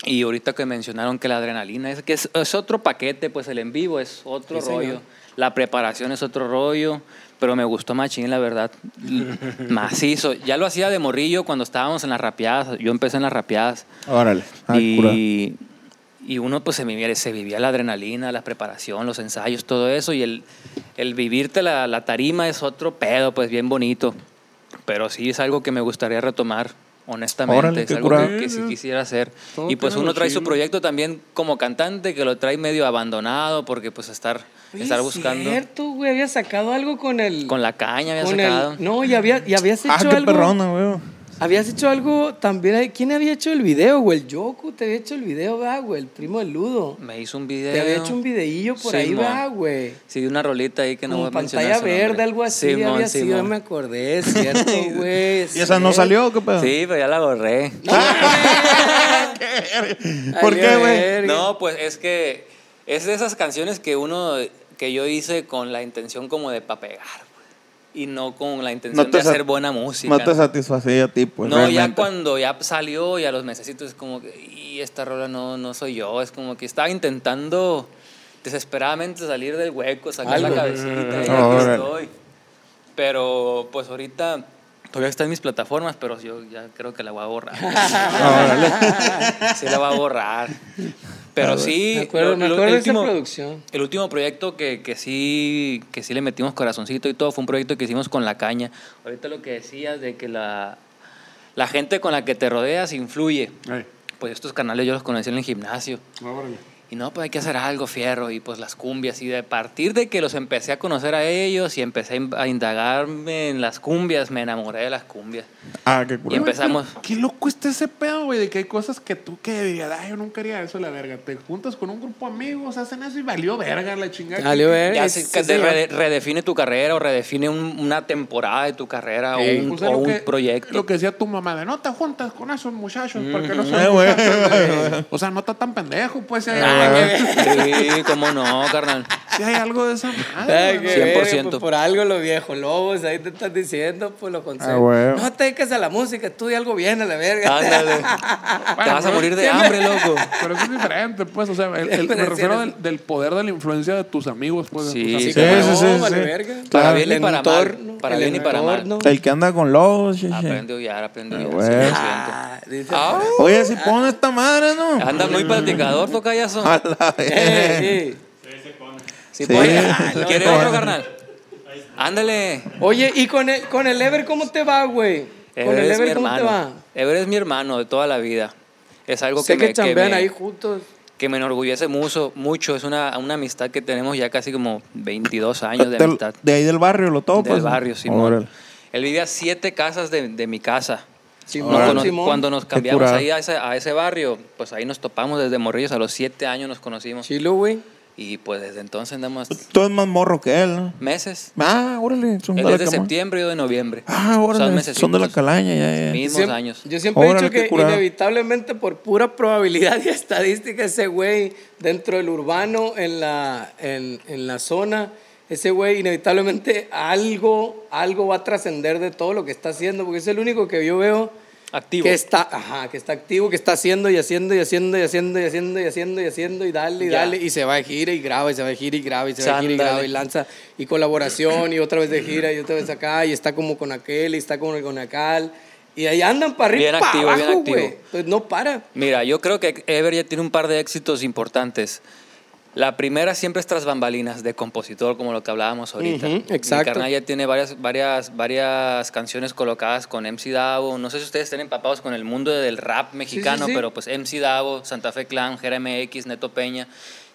[SPEAKER 4] Y ahorita que mencionaron que la adrenalina es que es, es otro paquete, pues el en vivo es otro
[SPEAKER 5] Sí,
[SPEAKER 4] rollo.
[SPEAKER 5] señor.
[SPEAKER 4] La preparación es otro rollo, pero me gustó machín, la verdad. L- Macizo. Ya lo hacía de morrillo cuando estábamos en las rapeadas. Yo empecé en las rapeadas
[SPEAKER 3] Órale. Ah, cura.
[SPEAKER 4] y, y uno pues se vivía, se vivía la adrenalina, la preparación, los ensayos, todo eso. Y el, el vivirte la, la tarima es otro pedo, pues bien bonito. Pero sí es algo que me gustaría retomar, honestamente.
[SPEAKER 3] Órale,
[SPEAKER 4] es
[SPEAKER 3] qué
[SPEAKER 4] algo
[SPEAKER 3] curado.
[SPEAKER 4] que, que sí quisiera hacer.
[SPEAKER 2] Todo
[SPEAKER 4] y pues
[SPEAKER 2] tiene
[SPEAKER 4] uno
[SPEAKER 2] lo
[SPEAKER 4] trae su
[SPEAKER 2] chilo.
[SPEAKER 4] proyecto también como cantante, que lo trae medio abandonado, porque pues estar,
[SPEAKER 5] Oye,
[SPEAKER 4] estar buscando...
[SPEAKER 5] cierto, güey. Había sacado algo con el...
[SPEAKER 4] Con la caña había
[SPEAKER 5] con el-
[SPEAKER 4] sacado.
[SPEAKER 5] No, y, había, y habías hecho
[SPEAKER 3] Ah, qué
[SPEAKER 5] algo...
[SPEAKER 3] perrona, güey.
[SPEAKER 5] Habías hecho algo también. ahí. ¿Quién había hecho el video, güey? El Yoku te había hecho el video, ¿verdad, güey? El primo del Ludo.
[SPEAKER 4] Me hizo un video.
[SPEAKER 5] Te había hecho un videillo por ahí,
[SPEAKER 4] Simón.
[SPEAKER 5] ¿verdad, güey?
[SPEAKER 4] Sí, de una rolita ahí que no voy
[SPEAKER 5] Con
[SPEAKER 4] a mencionar
[SPEAKER 5] pantalla
[SPEAKER 4] su nombre.
[SPEAKER 5] verde, algo así.
[SPEAKER 4] Simón,
[SPEAKER 5] había sido,
[SPEAKER 4] Simón.
[SPEAKER 5] ya me acordé, es cierto, güey.
[SPEAKER 3] ¿Y esa no
[SPEAKER 5] sí.
[SPEAKER 3] salió? o ¿Qué pedo?
[SPEAKER 4] Sí, pero ya la borré.
[SPEAKER 3] ¿Por
[SPEAKER 5] Ay,
[SPEAKER 3] qué, güey?
[SPEAKER 5] ver.
[SPEAKER 4] No, pues es que es de esas canciones que uno que yo hice con la intención como de pa pegar pues, y no con la intención de
[SPEAKER 3] sat-
[SPEAKER 4] hacer buena música.
[SPEAKER 3] No te satisfacía a ti, pues.
[SPEAKER 4] No, ya
[SPEAKER 3] realmente.
[SPEAKER 4] cuando ya salió y a los mesecitos es como que, y esta rola no, no soy yo, es como que estaba intentando desesperadamente salir del hueco, sacar la
[SPEAKER 5] Algo.
[SPEAKER 4] cabecita y aquí
[SPEAKER 3] Ah, Órale.
[SPEAKER 4] estoy. Pero pues ahorita todavía está en mis plataformas, pero yo ya creo que la voy a borrar.
[SPEAKER 3] Ah,
[SPEAKER 4] sí, la voy a borrar.
[SPEAKER 3] Ah,
[SPEAKER 4] Pero sí,
[SPEAKER 5] Me acuerdo- me acuerdo de esa producción.
[SPEAKER 4] el último proyecto que, que sí que sí le metimos corazoncito y todo fue un proyecto que hicimos con la caña. Ahorita lo que decías de que la, la gente con la que te rodeas influye.
[SPEAKER 2] Ey.
[SPEAKER 4] Pues estos canales yo los conocí en el gimnasio. Y no, pues hay que hacer algo, fierro. Y pues las cumbias. Y de a partir de que los empecé a conocer a ellos y empecé a in- a indagarme en las cumbias, me enamoré de las cumbias.
[SPEAKER 3] Ah, qué
[SPEAKER 4] Y
[SPEAKER 3] culo.
[SPEAKER 4] empezamos.
[SPEAKER 2] Qué loco está ese pedo, güey, de que hay cosas que tú que dirías, ay, yo nunca haría eso, la verga. Te juntas con un grupo de amigos, hacen eso y valió verga la chingada.
[SPEAKER 5] Valió ver-
[SPEAKER 4] Ya
[SPEAKER 5] es-
[SPEAKER 4] se-
[SPEAKER 5] sí,
[SPEAKER 4] de-
[SPEAKER 5] señor.
[SPEAKER 4] rede- redefine tu carrera o redefine un- una temporada de tu carrera
[SPEAKER 2] Eh,
[SPEAKER 4] o un,
[SPEAKER 2] pues es
[SPEAKER 4] o
[SPEAKER 2] lo
[SPEAKER 4] un
[SPEAKER 2] que-
[SPEAKER 4] proyecto.
[SPEAKER 2] Lo que decía tu mamá, de no te juntas con esos muchachos porque no son
[SPEAKER 3] Eh, güey.
[SPEAKER 2] muchachos", de- O sea, no está tan pendejo, pues. Si hay,
[SPEAKER 4] Ah, sí, cómo no, carnal.
[SPEAKER 2] si hay algo de esa
[SPEAKER 5] Ay,
[SPEAKER 4] Ah,
[SPEAKER 2] madre.
[SPEAKER 5] qué
[SPEAKER 2] güey.
[SPEAKER 5] verga,
[SPEAKER 4] 100%.
[SPEAKER 5] pues, por algo los viejos lobos, ahí te estás diciendo, pues lo consejo.
[SPEAKER 3] Ah, güey.
[SPEAKER 5] No te dediques a la música, estudia algo bien a la verga.
[SPEAKER 4] Ándale. Te
[SPEAKER 2] Bueno, pues,
[SPEAKER 4] vas a
[SPEAKER 2] pero-
[SPEAKER 4] morir de hambre, loco.
[SPEAKER 2] Pero eso es diferente, pues. O sea, el, el- me
[SPEAKER 5] Pero sí
[SPEAKER 2] refiero
[SPEAKER 5] eres-
[SPEAKER 2] del, del poder de la influencia de tus amigos, pues. de
[SPEAKER 4] Sí,
[SPEAKER 2] tus
[SPEAKER 4] sí,
[SPEAKER 2] amigos.
[SPEAKER 3] sí,
[SPEAKER 5] Como
[SPEAKER 3] sí,
[SPEAKER 5] no,
[SPEAKER 3] sí, sí.
[SPEAKER 5] vale verga.
[SPEAKER 4] Para
[SPEAKER 3] Claro.
[SPEAKER 4] bien y
[SPEAKER 5] El
[SPEAKER 4] para mal.
[SPEAKER 5] entorno,
[SPEAKER 4] Para
[SPEAKER 5] el
[SPEAKER 4] bien y para mal.
[SPEAKER 5] entorno.
[SPEAKER 3] El que anda con lobos, sí, sí.
[SPEAKER 4] Aprende a huyar, aprende a
[SPEAKER 3] Ah,
[SPEAKER 4] huyar.
[SPEAKER 3] güey.
[SPEAKER 4] sí, lo siento.
[SPEAKER 5] Ah, dice,
[SPEAKER 4] Ah,
[SPEAKER 3] Oye, si pone esta madre, ¿no?
[SPEAKER 4] Anda muy platicador, toca ya eso.
[SPEAKER 3] A la
[SPEAKER 5] eh,
[SPEAKER 3] vez.
[SPEAKER 5] sí.
[SPEAKER 4] Sí,
[SPEAKER 3] Sí.
[SPEAKER 4] puede.
[SPEAKER 3] Ah, no,
[SPEAKER 4] ¿Quieres
[SPEAKER 3] no.
[SPEAKER 4] otro, carnal? Ándale.
[SPEAKER 5] Oye, ¿y con el, con el Ever cómo te va, güey? Con
[SPEAKER 4] Ever
[SPEAKER 5] el
[SPEAKER 4] es mi
[SPEAKER 5] Ever cómo te va?
[SPEAKER 4] hermano. Ever es mi hermano de toda la vida. Es algo
[SPEAKER 5] Sé
[SPEAKER 4] que,
[SPEAKER 5] que,
[SPEAKER 4] me, que,
[SPEAKER 5] chambean
[SPEAKER 4] me,
[SPEAKER 5] ahí juntos.
[SPEAKER 4] que me enorgullece mucho. mucho. Es una, una amistad que tenemos ya casi como 22 años de
[SPEAKER 3] Del-
[SPEAKER 4] amistad.
[SPEAKER 3] de ahí del barrio lo topas.
[SPEAKER 5] pues,
[SPEAKER 4] del barrio, Simón.
[SPEAKER 3] Órale.
[SPEAKER 4] Él vive a siete casas de, de mi casa.
[SPEAKER 5] Simón,
[SPEAKER 4] Cuando nos,
[SPEAKER 5] Simón.
[SPEAKER 4] cuando nos
[SPEAKER 3] Qué
[SPEAKER 4] cambiamos
[SPEAKER 3] curada.
[SPEAKER 4] ahí a ese, a ese barrio, pues ahí nos topamos desde morrillos. A los siete años nos conocimos.
[SPEAKER 5] Chilo, güey.
[SPEAKER 4] Y pues desde entonces andamos
[SPEAKER 3] Tú eres más morro que él, ¿no?
[SPEAKER 4] meses.
[SPEAKER 3] Ah, órale. Son
[SPEAKER 4] Él
[SPEAKER 3] de la
[SPEAKER 4] es de
[SPEAKER 3] cama.
[SPEAKER 4] septiembre y yo de noviembre.
[SPEAKER 3] Ah,
[SPEAKER 4] Son
[SPEAKER 3] órale. Son,
[SPEAKER 4] mesecitos.
[SPEAKER 3] de la calaña, ya, ya.
[SPEAKER 4] Mis- Mismos
[SPEAKER 5] Siem-
[SPEAKER 4] años.
[SPEAKER 5] Yo siempre he
[SPEAKER 3] Órale,
[SPEAKER 5] dicho
[SPEAKER 3] qué
[SPEAKER 5] que
[SPEAKER 3] curado.
[SPEAKER 5] inevitablemente por pura probabilidad y estadística ese güey dentro del urbano, en la, en, en la zona, ese güey inevitablemente algo, algo va a trascender de todo lo que está haciendo, porque es el único que yo veo
[SPEAKER 4] Activo.
[SPEAKER 5] que está, ajá, que está activo, que está haciendo y haciendo y haciendo y haciendo y haciendo y haciendo y haciendo y dale y
[SPEAKER 4] Ya.
[SPEAKER 5] dale y se va de gira y graba y se va de gira y graba y se va de gira y
[SPEAKER 4] Sándale.
[SPEAKER 5] graba y lanza y colaboración y otra vez de gira y otra vez acá y está como con aquel y está como con aquel y ahí andan para arriba
[SPEAKER 4] Bien
[SPEAKER 5] y para
[SPEAKER 4] activo, bien
[SPEAKER 5] abajo,
[SPEAKER 4] activo.
[SPEAKER 5] güey. Pues no para.
[SPEAKER 4] Mira, yo creo que Ever ya tiene un par de éxitos importantes. La primera siempre es tras bambalinas de compositor, como lo que hablábamos ahorita.
[SPEAKER 5] Ujú,
[SPEAKER 4] Mi
[SPEAKER 5] exacto.
[SPEAKER 4] carnal ya tiene varias, varias, varias canciones colocadas con MC Davo. No sé si ustedes estén empapados con el mundo del rap mexicano,
[SPEAKER 5] sí.
[SPEAKER 4] pero pues MC Davo, Santa Fe Clan, Jera MX, Neto Peña,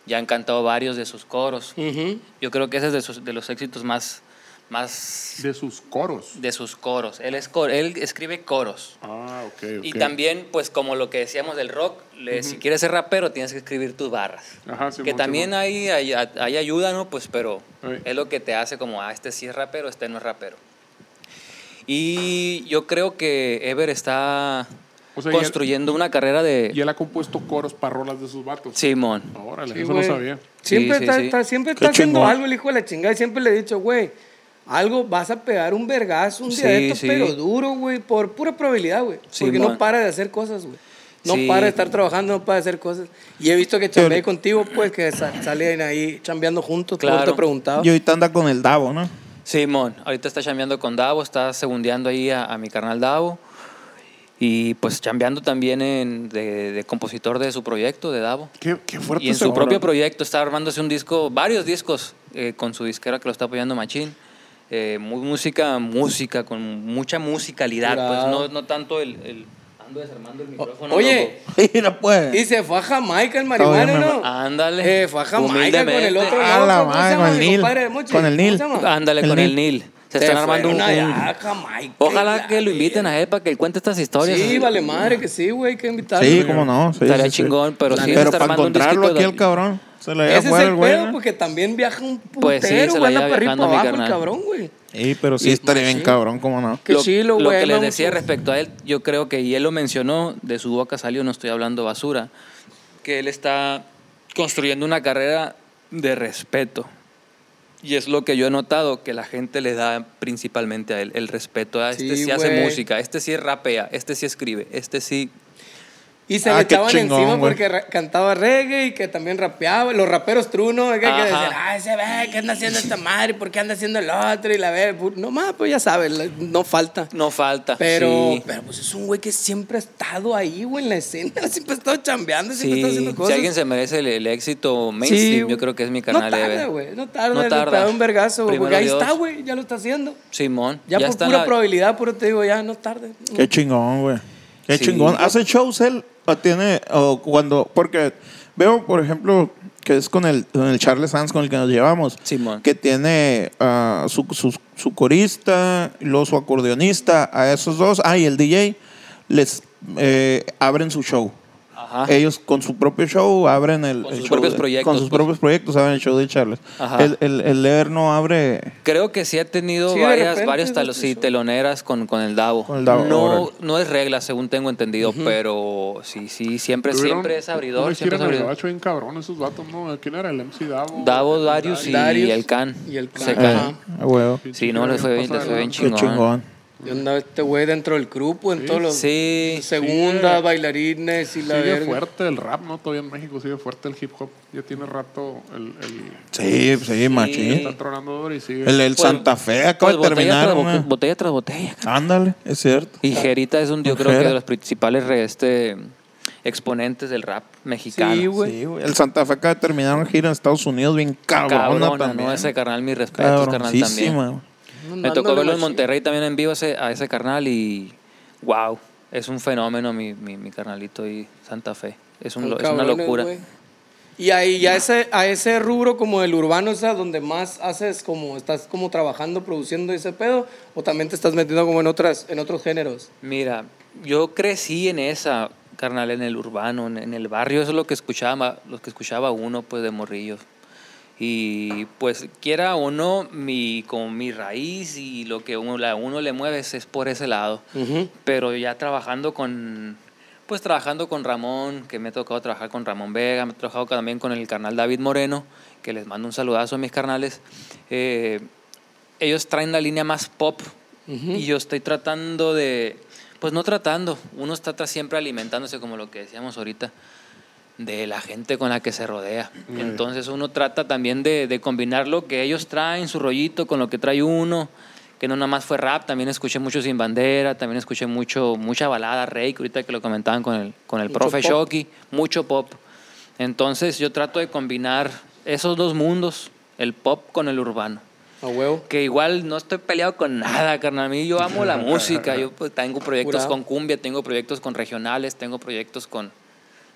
[SPEAKER 4] ya han cantado varios de sus coros.
[SPEAKER 5] Ujú.
[SPEAKER 4] Yo creo que ese es de, sus- de los éxitos más, más
[SPEAKER 2] De sus coros.
[SPEAKER 4] de sus coros. Él, es cor- él escribe coros.
[SPEAKER 2] Ah, ok, ok.
[SPEAKER 4] Y también, pues como lo que decíamos del rock, le- si quieres ser rapero tienes que escribir tus barras.
[SPEAKER 2] Ajá, Simón,
[SPEAKER 4] que también
[SPEAKER 2] Simón.
[SPEAKER 4] hay, hay, hay ayuda, ¿no? Pues pero
[SPEAKER 2] Ay.
[SPEAKER 4] es lo que te hace como, ah, este sí es rapero, este no es rapero. Y yo creo que Ever está
[SPEAKER 2] O sea, y él-
[SPEAKER 4] construyendo una carrera
[SPEAKER 2] Y
[SPEAKER 4] de...
[SPEAKER 2] él ha compuesto coros para rolas de sus vatos.
[SPEAKER 4] Simón.
[SPEAKER 2] Órale,
[SPEAKER 5] Sí,
[SPEAKER 2] eso
[SPEAKER 5] güey.
[SPEAKER 2] no sabía.
[SPEAKER 5] Siempre
[SPEAKER 4] Sí,
[SPEAKER 5] está,
[SPEAKER 4] sí, sí.
[SPEAKER 5] está- siempre
[SPEAKER 3] Qué
[SPEAKER 5] está haciendo
[SPEAKER 3] chingón.
[SPEAKER 5] algo el hijo de la chingada. y Siempre le he dicho, güey, algo vas a pegar un vergazo un día
[SPEAKER 4] Sí,
[SPEAKER 5] de estos,
[SPEAKER 4] sí.
[SPEAKER 5] pero duro, güey, por pura probabilidad, güey.
[SPEAKER 4] Sí,
[SPEAKER 5] porque
[SPEAKER 4] man.
[SPEAKER 5] no para de hacer cosas, güey. No
[SPEAKER 4] Sí.
[SPEAKER 5] para de estar trabajando, no para de hacer cosas. Y he visto que chambeé contigo, pues, que sa- salían ahí chambeando juntos. por eso
[SPEAKER 4] Claro.
[SPEAKER 5] te preguntaba.
[SPEAKER 3] Y ahorita anda con el Davo, ¿no?
[SPEAKER 4] Simón, ahorita está chambeando con Davo, está segundeando ahí a, a mi carnal Davo. Y pues chambeando también en- de, de compositor de su proyecto, de Davo.
[SPEAKER 2] Qué, qué fuerte
[SPEAKER 4] Y en
[SPEAKER 2] ese
[SPEAKER 4] su propio
[SPEAKER 2] cabrón.
[SPEAKER 4] proyecto está armándose un disco, varios discos eh, con su disquera que lo está apoyando Machín. Eh, mu- música, música, con mucha musicalidad, pues
[SPEAKER 5] Claro.
[SPEAKER 4] no, no tanto el, el- Ando desarmando el micrófono.
[SPEAKER 5] Oye,
[SPEAKER 3] Mira, pues.
[SPEAKER 5] y se fue a Jamaica el
[SPEAKER 3] Todavía
[SPEAKER 5] marihuana,
[SPEAKER 3] me-
[SPEAKER 5] ¿no?
[SPEAKER 4] Ándale.
[SPEAKER 5] Eh, fue a Jamaica con el
[SPEAKER 4] Humildemente.
[SPEAKER 5] otro.
[SPEAKER 3] A
[SPEAKER 5] loco,
[SPEAKER 3] la
[SPEAKER 5] ¿cómo se
[SPEAKER 3] madre,
[SPEAKER 5] llama
[SPEAKER 3] con el
[SPEAKER 5] mi
[SPEAKER 3] Nil.
[SPEAKER 5] compadre de Mochis?
[SPEAKER 3] Con el
[SPEAKER 5] ¿Cómo
[SPEAKER 3] Nil.
[SPEAKER 5] se llama?
[SPEAKER 4] ándale
[SPEAKER 3] El
[SPEAKER 4] con el
[SPEAKER 3] Nil.
[SPEAKER 4] Nil. Se, están armando un.
[SPEAKER 5] fueron
[SPEAKER 4] un-
[SPEAKER 5] allá a Jamaica.
[SPEAKER 4] Ojalá que lo inviten a él para que él cuente estas historias.
[SPEAKER 5] Sí, vale madre que sí, güey, que invitarlo.
[SPEAKER 3] Sí, cómo no. Sí,
[SPEAKER 4] Estaría
[SPEAKER 3] sí, sí.
[SPEAKER 4] chingón, pero sí, se
[SPEAKER 3] Pero
[SPEAKER 4] está
[SPEAKER 3] para
[SPEAKER 4] armando un
[SPEAKER 3] encontrarlo
[SPEAKER 4] disquito
[SPEAKER 3] aquí
[SPEAKER 4] de-
[SPEAKER 3] el cabrón. Se le va
[SPEAKER 5] Ese
[SPEAKER 3] a
[SPEAKER 5] es
[SPEAKER 3] jugar
[SPEAKER 5] el
[SPEAKER 3] el güey.
[SPEAKER 5] pedo,
[SPEAKER 3] ¿no?
[SPEAKER 5] porque también viaja un putero,
[SPEAKER 4] Pues sí, se la
[SPEAKER 5] güey, anda
[SPEAKER 4] lleva
[SPEAKER 5] para arriba y
[SPEAKER 4] viajando
[SPEAKER 5] para
[SPEAKER 4] mi
[SPEAKER 5] abajo el
[SPEAKER 4] carnal.
[SPEAKER 5] cabrón, güey.
[SPEAKER 3] Sí, pero sí
[SPEAKER 5] Y-
[SPEAKER 3] estaría bien
[SPEAKER 5] sí.
[SPEAKER 3] cabrón, cómo no.
[SPEAKER 5] Qué
[SPEAKER 4] lo,
[SPEAKER 5] chilo,
[SPEAKER 4] lo
[SPEAKER 5] güey.
[SPEAKER 4] que
[SPEAKER 5] no,
[SPEAKER 4] les decía
[SPEAKER 5] pues,
[SPEAKER 4] respecto a él, yo creo que, y él lo mencionó, de su boca salió, no estoy hablando basura, que él está construyendo una carrera de respeto. Y es lo que yo he notado que la gente le da principalmente a él, el respeto a este
[SPEAKER 5] Sí,
[SPEAKER 4] sí hace
[SPEAKER 5] güey.
[SPEAKER 4] música, este sí rapea, este sí escribe, este sí
[SPEAKER 5] Y se
[SPEAKER 3] Ah,
[SPEAKER 5] le
[SPEAKER 3] qué
[SPEAKER 5] echaban
[SPEAKER 3] chingón,
[SPEAKER 5] encima
[SPEAKER 3] güey.
[SPEAKER 5] porque ra- cantaba reggae y que también rapeaba. Los raperos truno, acá, que,
[SPEAKER 4] Ajá.
[SPEAKER 5] decían, ay, se ve, ¿qué anda haciendo esta madre? ¿Por qué anda haciendo el otro? Y la ve, pu- no más, pues ya sabes, la- no falta.
[SPEAKER 4] No falta.
[SPEAKER 5] Pero,
[SPEAKER 4] sí.
[SPEAKER 5] pero pues es un güey que siempre ha estado ahí, güey, en la escena. Siempre ha estado chambeando, siempre
[SPEAKER 4] Sí,
[SPEAKER 5] está haciendo cosas.
[SPEAKER 4] Si alguien se merece el, el éxito mainstream,
[SPEAKER 5] güey.
[SPEAKER 4] yo creo que es mi
[SPEAKER 5] No
[SPEAKER 4] canal.
[SPEAKER 5] tarda,
[SPEAKER 4] Ever.
[SPEAKER 5] güey. No tarda.
[SPEAKER 4] No
[SPEAKER 5] le
[SPEAKER 4] tarda.
[SPEAKER 5] pega un vergazo, güey. Porque ahí
[SPEAKER 4] Primero
[SPEAKER 5] está,
[SPEAKER 4] Dios.
[SPEAKER 5] güey. Ya lo está haciendo.
[SPEAKER 4] Simón.
[SPEAKER 5] Ya, por
[SPEAKER 4] está
[SPEAKER 5] pura
[SPEAKER 4] la-
[SPEAKER 5] probabilidad, puro te digo, ya no tarde.
[SPEAKER 3] Qué chingón, güey. Qué
[SPEAKER 4] Sí.
[SPEAKER 3] chingón. ¿Hace shows él? ¿O tiene, o cuando, porque veo, por ejemplo, que es con el, con el Charles Sanz con el que nos llevamos,
[SPEAKER 4] Simón.
[SPEAKER 3] que tiene ah, su, su, su corista, y luego su acordeonista, a esos dos, ah, y el DJ, les eh, abren su show.
[SPEAKER 4] Ajá.
[SPEAKER 3] Ellos con su propio show abren el,
[SPEAKER 4] Con
[SPEAKER 3] el
[SPEAKER 4] sus
[SPEAKER 3] show
[SPEAKER 4] propios
[SPEAKER 3] de-
[SPEAKER 4] proyectos,
[SPEAKER 3] Con sus
[SPEAKER 4] pues.
[SPEAKER 3] propios proyectos abren el show de Charles.
[SPEAKER 4] Ajá.
[SPEAKER 3] El, el, el Lever no abre
[SPEAKER 4] Creo que sí ha tenido
[SPEAKER 5] Sí, de
[SPEAKER 4] varias,
[SPEAKER 5] repente,
[SPEAKER 4] varios
[SPEAKER 5] de
[SPEAKER 4] talos, sí,
[SPEAKER 5] hecho.
[SPEAKER 4] teloneras con, con el Davo.
[SPEAKER 3] Con el Davo,
[SPEAKER 4] no,
[SPEAKER 3] órale.
[SPEAKER 4] no es regla, según tengo entendido, pero sí, sí, siempre,
[SPEAKER 2] Tuvieron
[SPEAKER 4] siempre es
[SPEAKER 2] una
[SPEAKER 4] abridor,
[SPEAKER 2] gira
[SPEAKER 4] siempre es
[SPEAKER 2] en el
[SPEAKER 4] abridor.
[SPEAKER 2] gabacho bien cabrón, esos vatos, ¿no? ¿Quién era? El MC Davo.
[SPEAKER 4] Davo, Darius y,
[SPEAKER 5] Darius
[SPEAKER 4] el Can.
[SPEAKER 5] y el Can.
[SPEAKER 4] Se
[SPEAKER 5] Eh.
[SPEAKER 3] eh,
[SPEAKER 4] Can.
[SPEAKER 3] a huevo.
[SPEAKER 4] Sí, no, les fue bien, les fue bien
[SPEAKER 3] Qué
[SPEAKER 4] chingón.
[SPEAKER 3] chingón.
[SPEAKER 5] Yo andaba este güey dentro del grupo, en todos los.
[SPEAKER 4] Sí.
[SPEAKER 5] Segundas,
[SPEAKER 2] Sigue-
[SPEAKER 5] bailarines y la
[SPEAKER 2] Sigue
[SPEAKER 5] verga.
[SPEAKER 2] fuerte el rap, ¿no? Todavía en México sigue fuerte el hip hop. Ya tiene rato el... el
[SPEAKER 3] Sí, sí, machín.
[SPEAKER 2] Está tronando duro y sigue...
[SPEAKER 3] El, el
[SPEAKER 4] Pues-
[SPEAKER 3] Santa Fe acaba
[SPEAKER 4] Pues
[SPEAKER 3] de
[SPEAKER 4] botella,
[SPEAKER 3] terminar.
[SPEAKER 4] tras bote-
[SPEAKER 3] una-
[SPEAKER 4] botella tras botella. ca-
[SPEAKER 3] Ándale, es cierto.
[SPEAKER 4] Y Jerita es un, yo creo que
[SPEAKER 3] Ojera.
[SPEAKER 4] de los principales re- este, exponentes del rap mexicano.
[SPEAKER 5] Sí, güey.
[SPEAKER 3] Sí, güey. El Santa Fe acaba de terminar una gira en Estados Unidos bien cabrona,
[SPEAKER 4] Cabrona,
[SPEAKER 3] Ah, también.
[SPEAKER 4] ¿no? Ese carnal, mis respetos, carnal, también.
[SPEAKER 3] Cabroncísima. güey.
[SPEAKER 4] Me tocó
[SPEAKER 5] Dándole
[SPEAKER 4] verlo en
[SPEAKER 5] machín.
[SPEAKER 4] Monterrey también en vivo ese- a ese carnal y wow, es un fenómeno mi, mi, mi carnalito y Santa Fe. Es, un
[SPEAKER 5] Son
[SPEAKER 4] lo- es una
[SPEAKER 5] cabrones,
[SPEAKER 4] locura.
[SPEAKER 5] güey. Y ahí ya ese, a ese rubro como del urbano, o sea, donde más haces como, estás como trabajando, produciendo ese pedo, o también te estás metiendo como en otras, en otros géneros.
[SPEAKER 4] Mira, yo crecí en esa, carnal, en el urbano, en, en el barrio, eso es lo que escuchaba, lo que escuchaba uno pues de morrillos. Y pues quiera o no, mi, con mi raíz y lo que uno, la, uno le mueve es, es por ese lado. Pero ya trabajando con, pues trabajando con Ramón, que me ha tocado trabajar con Ramón Vega, me he trabajado también con el carnal David Moreno, que les mando un saludazo a mis carnales. Eh, ellos traen la línea más pop y yo estoy tratando de, pues no tratando, uno está tra- siempre alimentándose como lo que decíamos ahorita de la gente con la que se rodea. Entonces uno trata también de, de combinar lo que ellos traen, su rollito, con lo que trae uno, que no nada más fue rap, también escuché mucho Sin Bandera, también escuché mucho, mucha balada, Rey, que ahorita que lo comentaban con el, con el profe Shoki, mucho pop. Entonces yo trato de combinar esos dos mundos, el pop con el urbano.
[SPEAKER 5] A huevo.
[SPEAKER 4] Que igual no estoy peleado con nada, carnal. A mí yo amo la música. Yo pues, tengo proyectos
[SPEAKER 5] Jurado.
[SPEAKER 4] con cumbia, tengo proyectos con regionales, tengo proyectos con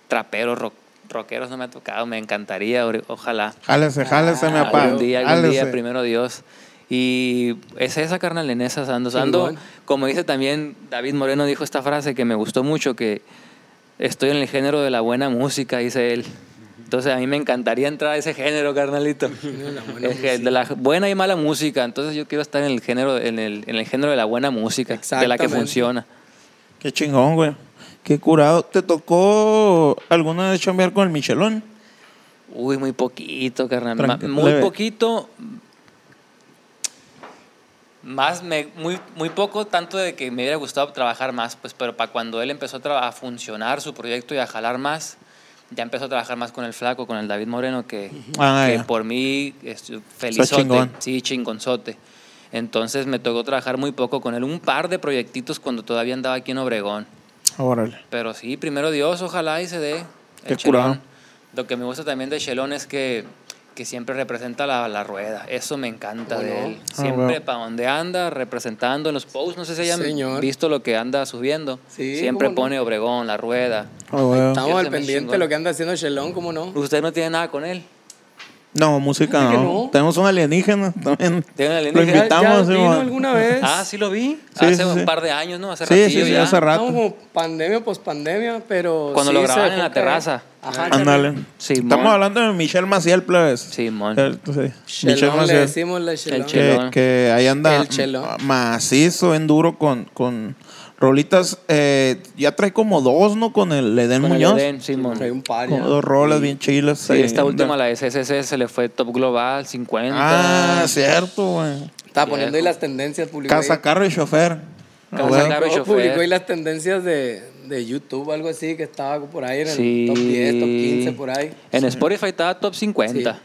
[SPEAKER 4] traperos, rock- rockeros. No me ha tocado, me encantaría, ori- ojalá.
[SPEAKER 3] Jálese, jálese, mi papá.
[SPEAKER 4] Algún Ah, día, algún
[SPEAKER 3] Jálese.
[SPEAKER 4] día, primero Dios. Y es esa, carnal, en esas ando. Ando,
[SPEAKER 5] Chingón.
[SPEAKER 4] como dice también David Moreno, dijo esta frase que me gustó mucho, que estoy en el género de la buena música, dice él. Entonces a mí me encantaría entrar a ese género, carnalito. Es que de la buena y mala música. Entonces yo quiero estar en el género, en el, en el género de la buena música, de la que
[SPEAKER 5] Exactamente.
[SPEAKER 4] funciona.
[SPEAKER 3] Qué chingón, güey. Qué curado. ¿Te tocó alguna vez chambear con el Michelón?
[SPEAKER 4] Uy, muy poquito, carnal. Ma-
[SPEAKER 3] Tranqui-
[SPEAKER 4] Muy
[SPEAKER 3] leve.
[SPEAKER 4] poquito. Más, me, muy, muy poco, tanto de que me hubiera gustado trabajar más, pues, pero para cuando él empezó a, traba- a funcionar su proyecto y a jalar más, ya empezó a trabajar más con el Flaco, con el David Moreno, que,
[SPEAKER 3] Ah,
[SPEAKER 4] que
[SPEAKER 3] ya.
[SPEAKER 4] por mí es felizote.
[SPEAKER 3] chingón.
[SPEAKER 4] Sí, chingonzote. Entonces me tocó trabajar muy poco con él, un par de proyectitos cuando todavía andaba aquí en Obregón.
[SPEAKER 3] Órale.
[SPEAKER 4] Pero sí, primero Dios, ojalá y se dé. el
[SPEAKER 3] Qué
[SPEAKER 4] chelón.
[SPEAKER 3] curado.
[SPEAKER 4] Lo que me gusta también de Chelón es que, que siempre representa la, la rueda. Eso me encanta de él.
[SPEAKER 3] Ah,
[SPEAKER 4] Siempre
[SPEAKER 3] bueno.
[SPEAKER 4] para donde anda, representando en los posts. No sé si hayan
[SPEAKER 5] Señor.
[SPEAKER 4] visto lo que anda subiendo.
[SPEAKER 5] Sí,
[SPEAKER 4] siempre
[SPEAKER 5] cómo no.
[SPEAKER 4] pone Obregón, la rueda.
[SPEAKER 3] Ah, güey.
[SPEAKER 5] Estamos
[SPEAKER 4] Ese
[SPEAKER 5] al
[SPEAKER 4] me
[SPEAKER 5] pendiente de
[SPEAKER 4] chingó.
[SPEAKER 5] lo que anda haciendo Shelon, ¿cómo no?
[SPEAKER 4] Usted no tiene nada con él.
[SPEAKER 3] No, música
[SPEAKER 5] Fíjate
[SPEAKER 3] no.
[SPEAKER 5] que no.
[SPEAKER 3] Tenemos un alienígena también.
[SPEAKER 4] ¿Tiene un
[SPEAKER 3] Lo
[SPEAKER 4] alienígena?
[SPEAKER 5] Ya- ya
[SPEAKER 3] invitamos, sí,
[SPEAKER 5] vino
[SPEAKER 3] güey.
[SPEAKER 5] alguna vez.
[SPEAKER 4] Ah, sí lo vi.
[SPEAKER 3] Sí,
[SPEAKER 4] hace
[SPEAKER 3] sí,
[SPEAKER 4] un
[SPEAKER 3] sí.
[SPEAKER 4] par de años, ¿no? Hace
[SPEAKER 3] Sí,
[SPEAKER 4] ratillo
[SPEAKER 3] sí, sí,
[SPEAKER 4] ya.
[SPEAKER 3] hace
[SPEAKER 5] Estamos
[SPEAKER 3] rato.
[SPEAKER 5] como pandemia, pospandemia, pero.
[SPEAKER 4] Cuando
[SPEAKER 5] sí
[SPEAKER 4] lo
[SPEAKER 5] se
[SPEAKER 4] grababan en
[SPEAKER 5] dejó
[SPEAKER 4] la
[SPEAKER 5] caer.
[SPEAKER 4] terraza.
[SPEAKER 5] Ajá,
[SPEAKER 3] Ándale.
[SPEAKER 4] Simón.
[SPEAKER 3] Estamos hablando de Michelle Maciel, plebes.
[SPEAKER 4] Simón.
[SPEAKER 3] El- sí. Michelle
[SPEAKER 5] Shelon, le
[SPEAKER 3] Maciel.
[SPEAKER 5] decimos la
[SPEAKER 4] Che-
[SPEAKER 5] Shelon.
[SPEAKER 3] que,
[SPEAKER 4] Chelón.
[SPEAKER 3] que
[SPEAKER 4] eh.
[SPEAKER 3] ahí anda
[SPEAKER 5] El chelón.
[SPEAKER 3] macizo, en duro con, con rolitas. eh, ya trae como dos, ¿no? Con el Eden
[SPEAKER 4] Con el
[SPEAKER 3] Muñoz.
[SPEAKER 4] Edén, Simón.
[SPEAKER 5] Trae un par
[SPEAKER 3] Como
[SPEAKER 5] ya.
[SPEAKER 3] dos rolas bien chilas.
[SPEAKER 4] Sí,
[SPEAKER 3] ahí
[SPEAKER 4] esta
[SPEAKER 3] anda.
[SPEAKER 4] última, la de CCC, se le fue top global, 50.
[SPEAKER 3] Ah, cierto, güey.
[SPEAKER 5] Estaba poniendo ahí las tendencias, publicó. ahí-
[SPEAKER 3] Casa, carro y chofer. Ah,
[SPEAKER 4] Casa,
[SPEAKER 3] güey.
[SPEAKER 4] carro. Claro,
[SPEAKER 5] No,
[SPEAKER 4] chofer.
[SPEAKER 5] publicó ahí las tendencias de, de YouTube, algo así, que estaba por ahí en el
[SPEAKER 4] Sí.
[SPEAKER 5] top 10, top 15, por ahí.
[SPEAKER 4] En Spotify estaba top 50.
[SPEAKER 5] Sí.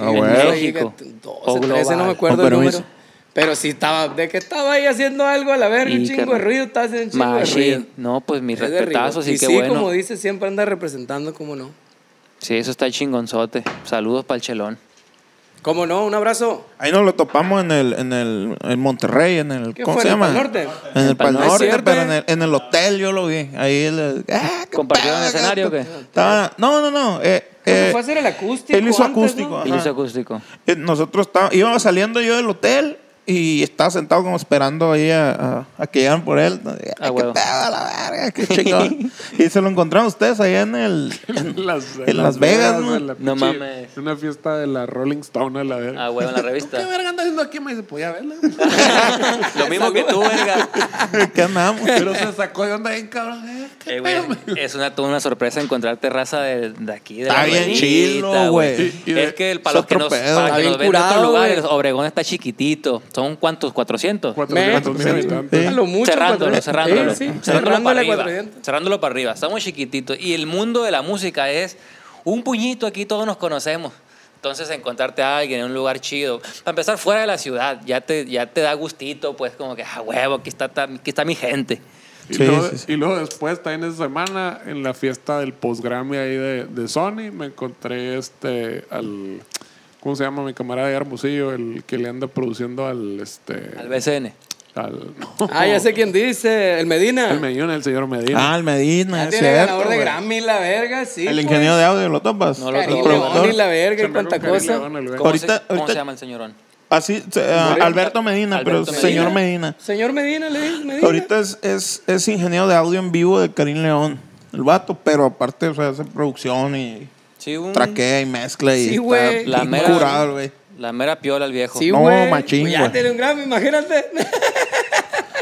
[SPEAKER 3] Ah,
[SPEAKER 4] En
[SPEAKER 3] bueno.
[SPEAKER 4] México.
[SPEAKER 5] México.
[SPEAKER 4] O
[SPEAKER 5] 12, 13, no
[SPEAKER 4] global.
[SPEAKER 5] me acuerdo
[SPEAKER 3] Con
[SPEAKER 5] el
[SPEAKER 3] permiso.
[SPEAKER 5] número. Pero sí estaba, de que estaba ahí haciendo algo a la verga, un
[SPEAKER 4] Y
[SPEAKER 5] chingo de
[SPEAKER 4] carnal.
[SPEAKER 5] ruido, estaba haciendo un chingo de
[SPEAKER 4] Machine.
[SPEAKER 5] ruido.
[SPEAKER 4] No, pues mis
[SPEAKER 5] Es de
[SPEAKER 4] respetazos
[SPEAKER 5] rigor.
[SPEAKER 4] y
[SPEAKER 5] y
[SPEAKER 4] qué
[SPEAKER 5] sí,
[SPEAKER 4] bueno.
[SPEAKER 5] como dice, siempre anda representando, cómo no.
[SPEAKER 4] Sí, eso está chingonzote. Saludos para el chelón.
[SPEAKER 5] Cómo no, un abrazo.
[SPEAKER 3] Ahí nos lo topamos en el, en el en Monterrey, en el.
[SPEAKER 5] ¿Qué
[SPEAKER 3] ¿Cómo
[SPEAKER 5] fue,
[SPEAKER 3] se
[SPEAKER 5] en el
[SPEAKER 3] llama?
[SPEAKER 5] Pal Norte?
[SPEAKER 3] En el Pal
[SPEAKER 4] Pal Norte.
[SPEAKER 3] Norte,
[SPEAKER 5] ¿Es
[SPEAKER 3] pero en
[SPEAKER 5] cierto?
[SPEAKER 3] el, en el hotel yo lo vi. Ahí. le- ah, qué
[SPEAKER 4] ¿Compartieron
[SPEAKER 3] pedo,
[SPEAKER 4] escenario
[SPEAKER 3] gato.
[SPEAKER 4] o qué?
[SPEAKER 3] Estaba- no, no, no. eh,
[SPEAKER 5] Creo que
[SPEAKER 3] eh,
[SPEAKER 5] fue a hacer el acústico
[SPEAKER 3] Él hizo
[SPEAKER 5] antes,
[SPEAKER 3] acústico.
[SPEAKER 5] ¿no?
[SPEAKER 3] ajá.
[SPEAKER 4] Y hizo acústico.
[SPEAKER 3] Eh, Nosotros está- íbamos saliendo yo del hotel y estaba sentado como esperando ahí a, a- a que llegaran por él. Ay,
[SPEAKER 4] Ah,
[SPEAKER 3] qué
[SPEAKER 4] huevo.
[SPEAKER 3] pedo, la verga, qué chingón. y se lo encontraron ustedes allá en el. en-
[SPEAKER 2] Las,
[SPEAKER 3] en Las Vegas, ¿no?
[SPEAKER 2] en la
[SPEAKER 4] No
[SPEAKER 2] pinche-
[SPEAKER 4] mames.
[SPEAKER 2] en Una fiesta de la Rolling Stone a la verga.
[SPEAKER 4] Ah, huevo, en la
[SPEAKER 2] ¿Qué
[SPEAKER 4] revista.
[SPEAKER 2] verga anda haciendo aquí? Me dice, pues ya verla.
[SPEAKER 4] Lo mismo que tú, verga.
[SPEAKER 3] ¿Qué andamos?
[SPEAKER 2] Pero se sacó de onda bien, cabrón. Eh, qué
[SPEAKER 4] Eh, güey,
[SPEAKER 2] pedo, me-
[SPEAKER 4] es una, toda una sorpresa encontrarte raza de, de aquí. De
[SPEAKER 3] Está
[SPEAKER 4] la
[SPEAKER 3] bien
[SPEAKER 4] ruedita,
[SPEAKER 3] chilo, güey.
[SPEAKER 2] Y- y de-
[SPEAKER 4] Es que el,
[SPEAKER 3] es
[SPEAKER 4] para los que
[SPEAKER 3] otro
[SPEAKER 4] nos,
[SPEAKER 3] pedo.
[SPEAKER 4] para
[SPEAKER 5] Está
[SPEAKER 4] que
[SPEAKER 5] bien
[SPEAKER 4] nos ven de otros
[SPEAKER 5] curado,
[SPEAKER 4] lugares,
[SPEAKER 5] güey.
[SPEAKER 4] Obregón está chiquitito. ¿Son cuántos? ¿400?
[SPEAKER 2] Cuatro
[SPEAKER 5] Me-
[SPEAKER 2] cientos mil
[SPEAKER 5] sí,
[SPEAKER 2] habitantes.
[SPEAKER 5] A lo mucho.
[SPEAKER 4] cerrándolo,
[SPEAKER 5] cuatro-
[SPEAKER 4] cerrándolo.
[SPEAKER 5] Sí, sí,
[SPEAKER 4] Cerrándolo para
[SPEAKER 5] cerrándole
[SPEAKER 4] arriba.
[SPEAKER 5] 400.
[SPEAKER 4] Cerrándolo para arriba. Estamos chiquititos. Y el mundo de la música es un puñito aquí, todos nos conocemos. Entonces, encontrarte a alguien en un lugar chido. Para empezar, fuera de la ciudad, ya te, ya te da gustito, pues, como que, ah, huevo, aquí está, ta- aquí está mi gente.
[SPEAKER 2] Y,
[SPEAKER 3] Sí,
[SPEAKER 2] luego,
[SPEAKER 3] sí, sí.
[SPEAKER 2] y luego después, también esa semana, en la fiesta del post-Grammy ahí de, de Sony, me encontré este al... ¿Cómo se llama mi camarada de Hermosillo? El que le anda produciendo al... este
[SPEAKER 4] Al BCN.
[SPEAKER 2] al-
[SPEAKER 5] Ah, ya sé quién dice, el Medina.
[SPEAKER 2] El Medina, el señor Medina.
[SPEAKER 3] Ah, el Medina,
[SPEAKER 5] Ya
[SPEAKER 3] es
[SPEAKER 5] tiene
[SPEAKER 3] cierto,
[SPEAKER 5] ganador de
[SPEAKER 3] güey.
[SPEAKER 5] Grammy, la verga, sí. pues.
[SPEAKER 3] El pues. ingeniero de audio, ¿lo topas?
[SPEAKER 4] No lo
[SPEAKER 3] El
[SPEAKER 5] Karim
[SPEAKER 4] topo.
[SPEAKER 3] productor.
[SPEAKER 5] León y la verga
[SPEAKER 2] Se
[SPEAKER 5] y
[SPEAKER 2] me
[SPEAKER 5] cuánta
[SPEAKER 2] ocurre Karim
[SPEAKER 5] cosa.
[SPEAKER 2] León, el güey.
[SPEAKER 4] ¿Cómo,
[SPEAKER 3] Ahorita-
[SPEAKER 4] se, cómo
[SPEAKER 3] ahorita-
[SPEAKER 4] se llama el señorón?
[SPEAKER 3] Así, se- ah, Alberto Medina,
[SPEAKER 4] Alberto
[SPEAKER 3] pero
[SPEAKER 4] Medina.
[SPEAKER 3] señor Medina.
[SPEAKER 5] Señor Medina, le dice Medina.
[SPEAKER 3] Ahorita es, es, es ingeniero de audio en vivo de Karim León, el vato, pero aparte o sea, hace producción y
[SPEAKER 4] Sí, un-
[SPEAKER 3] traquea y mezcla y
[SPEAKER 5] Sí, güey.
[SPEAKER 4] la
[SPEAKER 3] está
[SPEAKER 4] mera,
[SPEAKER 3] curado, el güey.
[SPEAKER 4] La mera piola al viejo.
[SPEAKER 5] Sí,
[SPEAKER 3] No,
[SPEAKER 5] güey.
[SPEAKER 3] machín,
[SPEAKER 5] Pues
[SPEAKER 3] güey.
[SPEAKER 5] Ya tiene un Grammy, imagínate.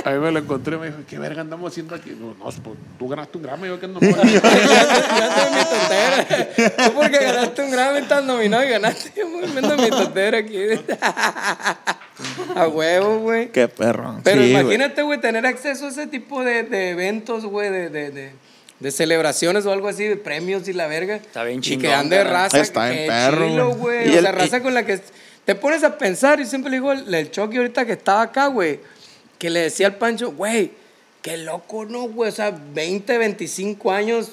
[SPEAKER 2] Ahí me lo encontré y me dijo, ¿qué verga andamos haciendo aquí? No, no, pues, tú ganaste un Grammy, yo que ando... Yo
[SPEAKER 5] Ya tengo mi tontera. Tú porque ganaste un Grammy, estás nominado y ganaste. Yo me meto mi tontera aquí. A huevo, güey.
[SPEAKER 3] Qué perro.
[SPEAKER 5] Pero
[SPEAKER 3] Sí, güey.
[SPEAKER 5] imagínate, güey, tener acceso a ese tipo de, de eventos, güey, de, de, de, de celebraciones o algo así, de premios y la verga.
[SPEAKER 4] Está bien
[SPEAKER 5] Y que
[SPEAKER 4] chingón,
[SPEAKER 5] ande
[SPEAKER 4] carnal.
[SPEAKER 5] raza.
[SPEAKER 3] Está
[SPEAKER 5] qué
[SPEAKER 3] en perro,
[SPEAKER 5] chilo,
[SPEAKER 3] güey.
[SPEAKER 5] güey.
[SPEAKER 3] Y
[SPEAKER 5] O
[SPEAKER 3] el-
[SPEAKER 5] sea, raza
[SPEAKER 3] y-
[SPEAKER 5] con la que te pones a pensar. Yo siempre le digo al- el Chucky ahorita que estaba acá, güey, que le decía al Pancho, güey, qué loco, ¿no, güey? O sea, 20, 25 años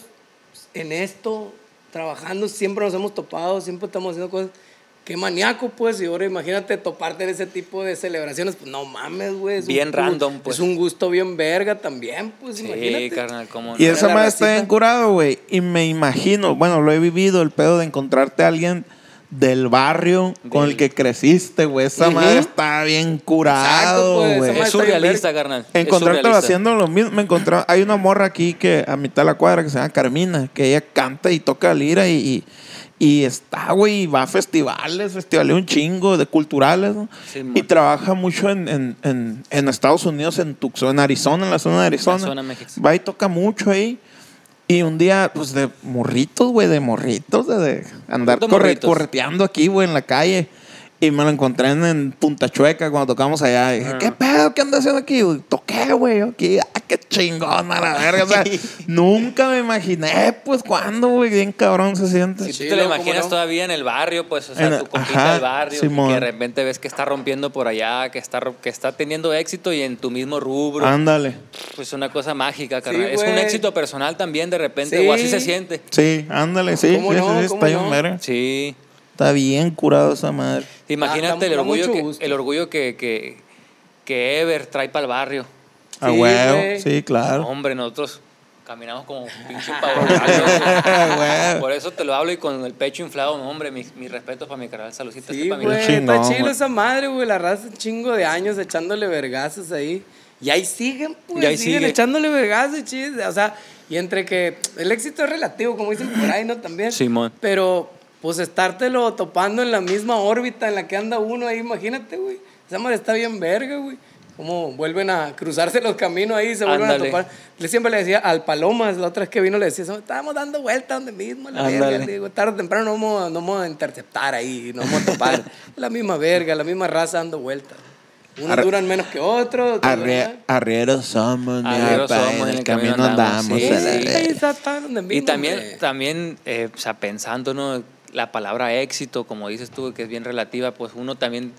[SPEAKER 5] en esto, trabajando, siempre nos hemos topado, siempre estamos haciendo cosas. Qué maníaco, pues, y ahora imagínate toparte en ese tipo de celebraciones. Pues, no mames, güey. es un
[SPEAKER 4] Bien
[SPEAKER 5] gu-
[SPEAKER 4] random, pues.
[SPEAKER 5] Es un gusto bien verga también, pues,
[SPEAKER 4] Sí,
[SPEAKER 5] imagínate.
[SPEAKER 4] carnal, cómo no.
[SPEAKER 3] Y esa
[SPEAKER 5] La
[SPEAKER 3] madre está
[SPEAKER 5] racita.
[SPEAKER 3] bien curado, güey. Y me imagino, bueno, lo he vivido, el pedo de encontrarte a alguien del barrio con el que creciste, güey. Esa madre está bien
[SPEAKER 5] Exacto,
[SPEAKER 3] curado,
[SPEAKER 5] pues, esa
[SPEAKER 3] güey.
[SPEAKER 5] madre
[SPEAKER 4] Es surrealista, carnal. Es
[SPEAKER 3] Encontrártelo
[SPEAKER 4] surrealista.
[SPEAKER 3] haciendo lo mismo. Me encontré, hay una morra aquí que a mitad de la cuadra que se llama Carmina, que ella canta y toca lira y, y, y está, güey, y va a festivales, festivales un chingo de culturales, ¿no?
[SPEAKER 4] Sí, mon.
[SPEAKER 3] y trabaja mucho en, en, en, en Estados Unidos, en Tucson, en Arizona, en la zona de Arizona.
[SPEAKER 4] zona mexica.
[SPEAKER 3] va y toca mucho ahí. Y un día, pues de morritos, güey, de morritos, de, de andar
[SPEAKER 4] Morritos,
[SPEAKER 3] corre-
[SPEAKER 4] morritos.
[SPEAKER 3] correteando aquí, güey, en la calle. Y me lo encontré en, en Punta Chueca cuando tocamos allá. Y dije, ¿qué pedo? ¿Qué andas haciendo aquí? güey? Toqué, güey, yo aquí. Ah, qué chingón, a la verga. O sea, nunca me imaginé, pues, cuándo, güey, bien cabrón se siente.
[SPEAKER 4] Si
[SPEAKER 5] Sí,
[SPEAKER 4] tú te lo
[SPEAKER 5] no, ¿cómo
[SPEAKER 4] imaginas
[SPEAKER 5] no?
[SPEAKER 4] todavía en el barrio, pues, o sea,
[SPEAKER 3] En-
[SPEAKER 4] tu compita
[SPEAKER 3] ajá,
[SPEAKER 4] del barrio,
[SPEAKER 3] Simón.
[SPEAKER 4] que de repente ves que está rompiendo por allá, que está, ro- que está teniendo éxito y en tu mismo rubro,
[SPEAKER 3] Ándale.
[SPEAKER 4] pues una cosa mágica, carnal. es un
[SPEAKER 5] güey.
[SPEAKER 4] éxito personal también de repente,
[SPEAKER 5] Sí.
[SPEAKER 4] o así se siente.
[SPEAKER 3] Sí, ándale, sí.
[SPEAKER 5] ¿Cómo
[SPEAKER 3] sí,
[SPEAKER 5] no?
[SPEAKER 3] sí, sí,
[SPEAKER 5] ¿Cómo
[SPEAKER 3] está, bien
[SPEAKER 5] no?
[SPEAKER 3] verga.
[SPEAKER 4] Sí.
[SPEAKER 3] está bien curado esa madre.
[SPEAKER 5] Da- da-
[SPEAKER 4] Imagínate el
[SPEAKER 5] da
[SPEAKER 4] orgullo,
[SPEAKER 5] mucho
[SPEAKER 4] que,
[SPEAKER 5] gusto.
[SPEAKER 4] el orgullo que, que, que Ever trae para el barrio.
[SPEAKER 3] A
[SPEAKER 5] Sí,
[SPEAKER 3] huevo.
[SPEAKER 5] güey.
[SPEAKER 3] Sí, claro.
[SPEAKER 4] Hombre, nosotros caminamos como pinche pavo real, güey. Por eso te lo hablo y con el pecho inflado, no, hombre, mis mi respetos para mi carnal, saludcita
[SPEAKER 5] Sí,
[SPEAKER 4] para mi
[SPEAKER 5] güey,
[SPEAKER 3] Chingón,
[SPEAKER 5] está chido
[SPEAKER 3] güey.
[SPEAKER 5] esa madre, güey. La raza, un chingo de años echándole vergazos ahí. Y ahí siguen, pues.
[SPEAKER 4] Y ahí
[SPEAKER 5] siguen
[SPEAKER 4] sigue.
[SPEAKER 5] echándole vergazos, chis. O sea, y entre que el éxito es relativo, como dicen por ahí, ¿no? También.
[SPEAKER 4] Simón.
[SPEAKER 5] Pero, pues, estártelo topando en la misma órbita en la que anda uno ahí, imagínate, güey. Esa madre está bien verga, güey. Cómo vuelven a cruzarse los caminos ahí, se vuelven
[SPEAKER 4] Ándale.
[SPEAKER 5] a topar. Le siempre le decía al Palomas, la otra vez que vino le decía, estábamos dando vuelta donde mismo, la verga".
[SPEAKER 4] Ándale.
[SPEAKER 5] Le digo, tarde o temprano nos vamos, a- nos vamos a interceptar ahí, nos vamos a topar. la misma verga, la misma raza dando vueltas. Unos duran menos que otros. otros duran-
[SPEAKER 3] Arrie- arrieros somos, mi
[SPEAKER 4] Arrieros
[SPEAKER 3] papá,
[SPEAKER 4] somos,
[SPEAKER 3] en el camino andamos.
[SPEAKER 4] sí,
[SPEAKER 3] a la
[SPEAKER 4] sí.
[SPEAKER 3] vez.
[SPEAKER 4] Y también, también eh, o sea, pensando, ¿no? La palabra éxito, como dices tú, que es bien relativa, pues uno también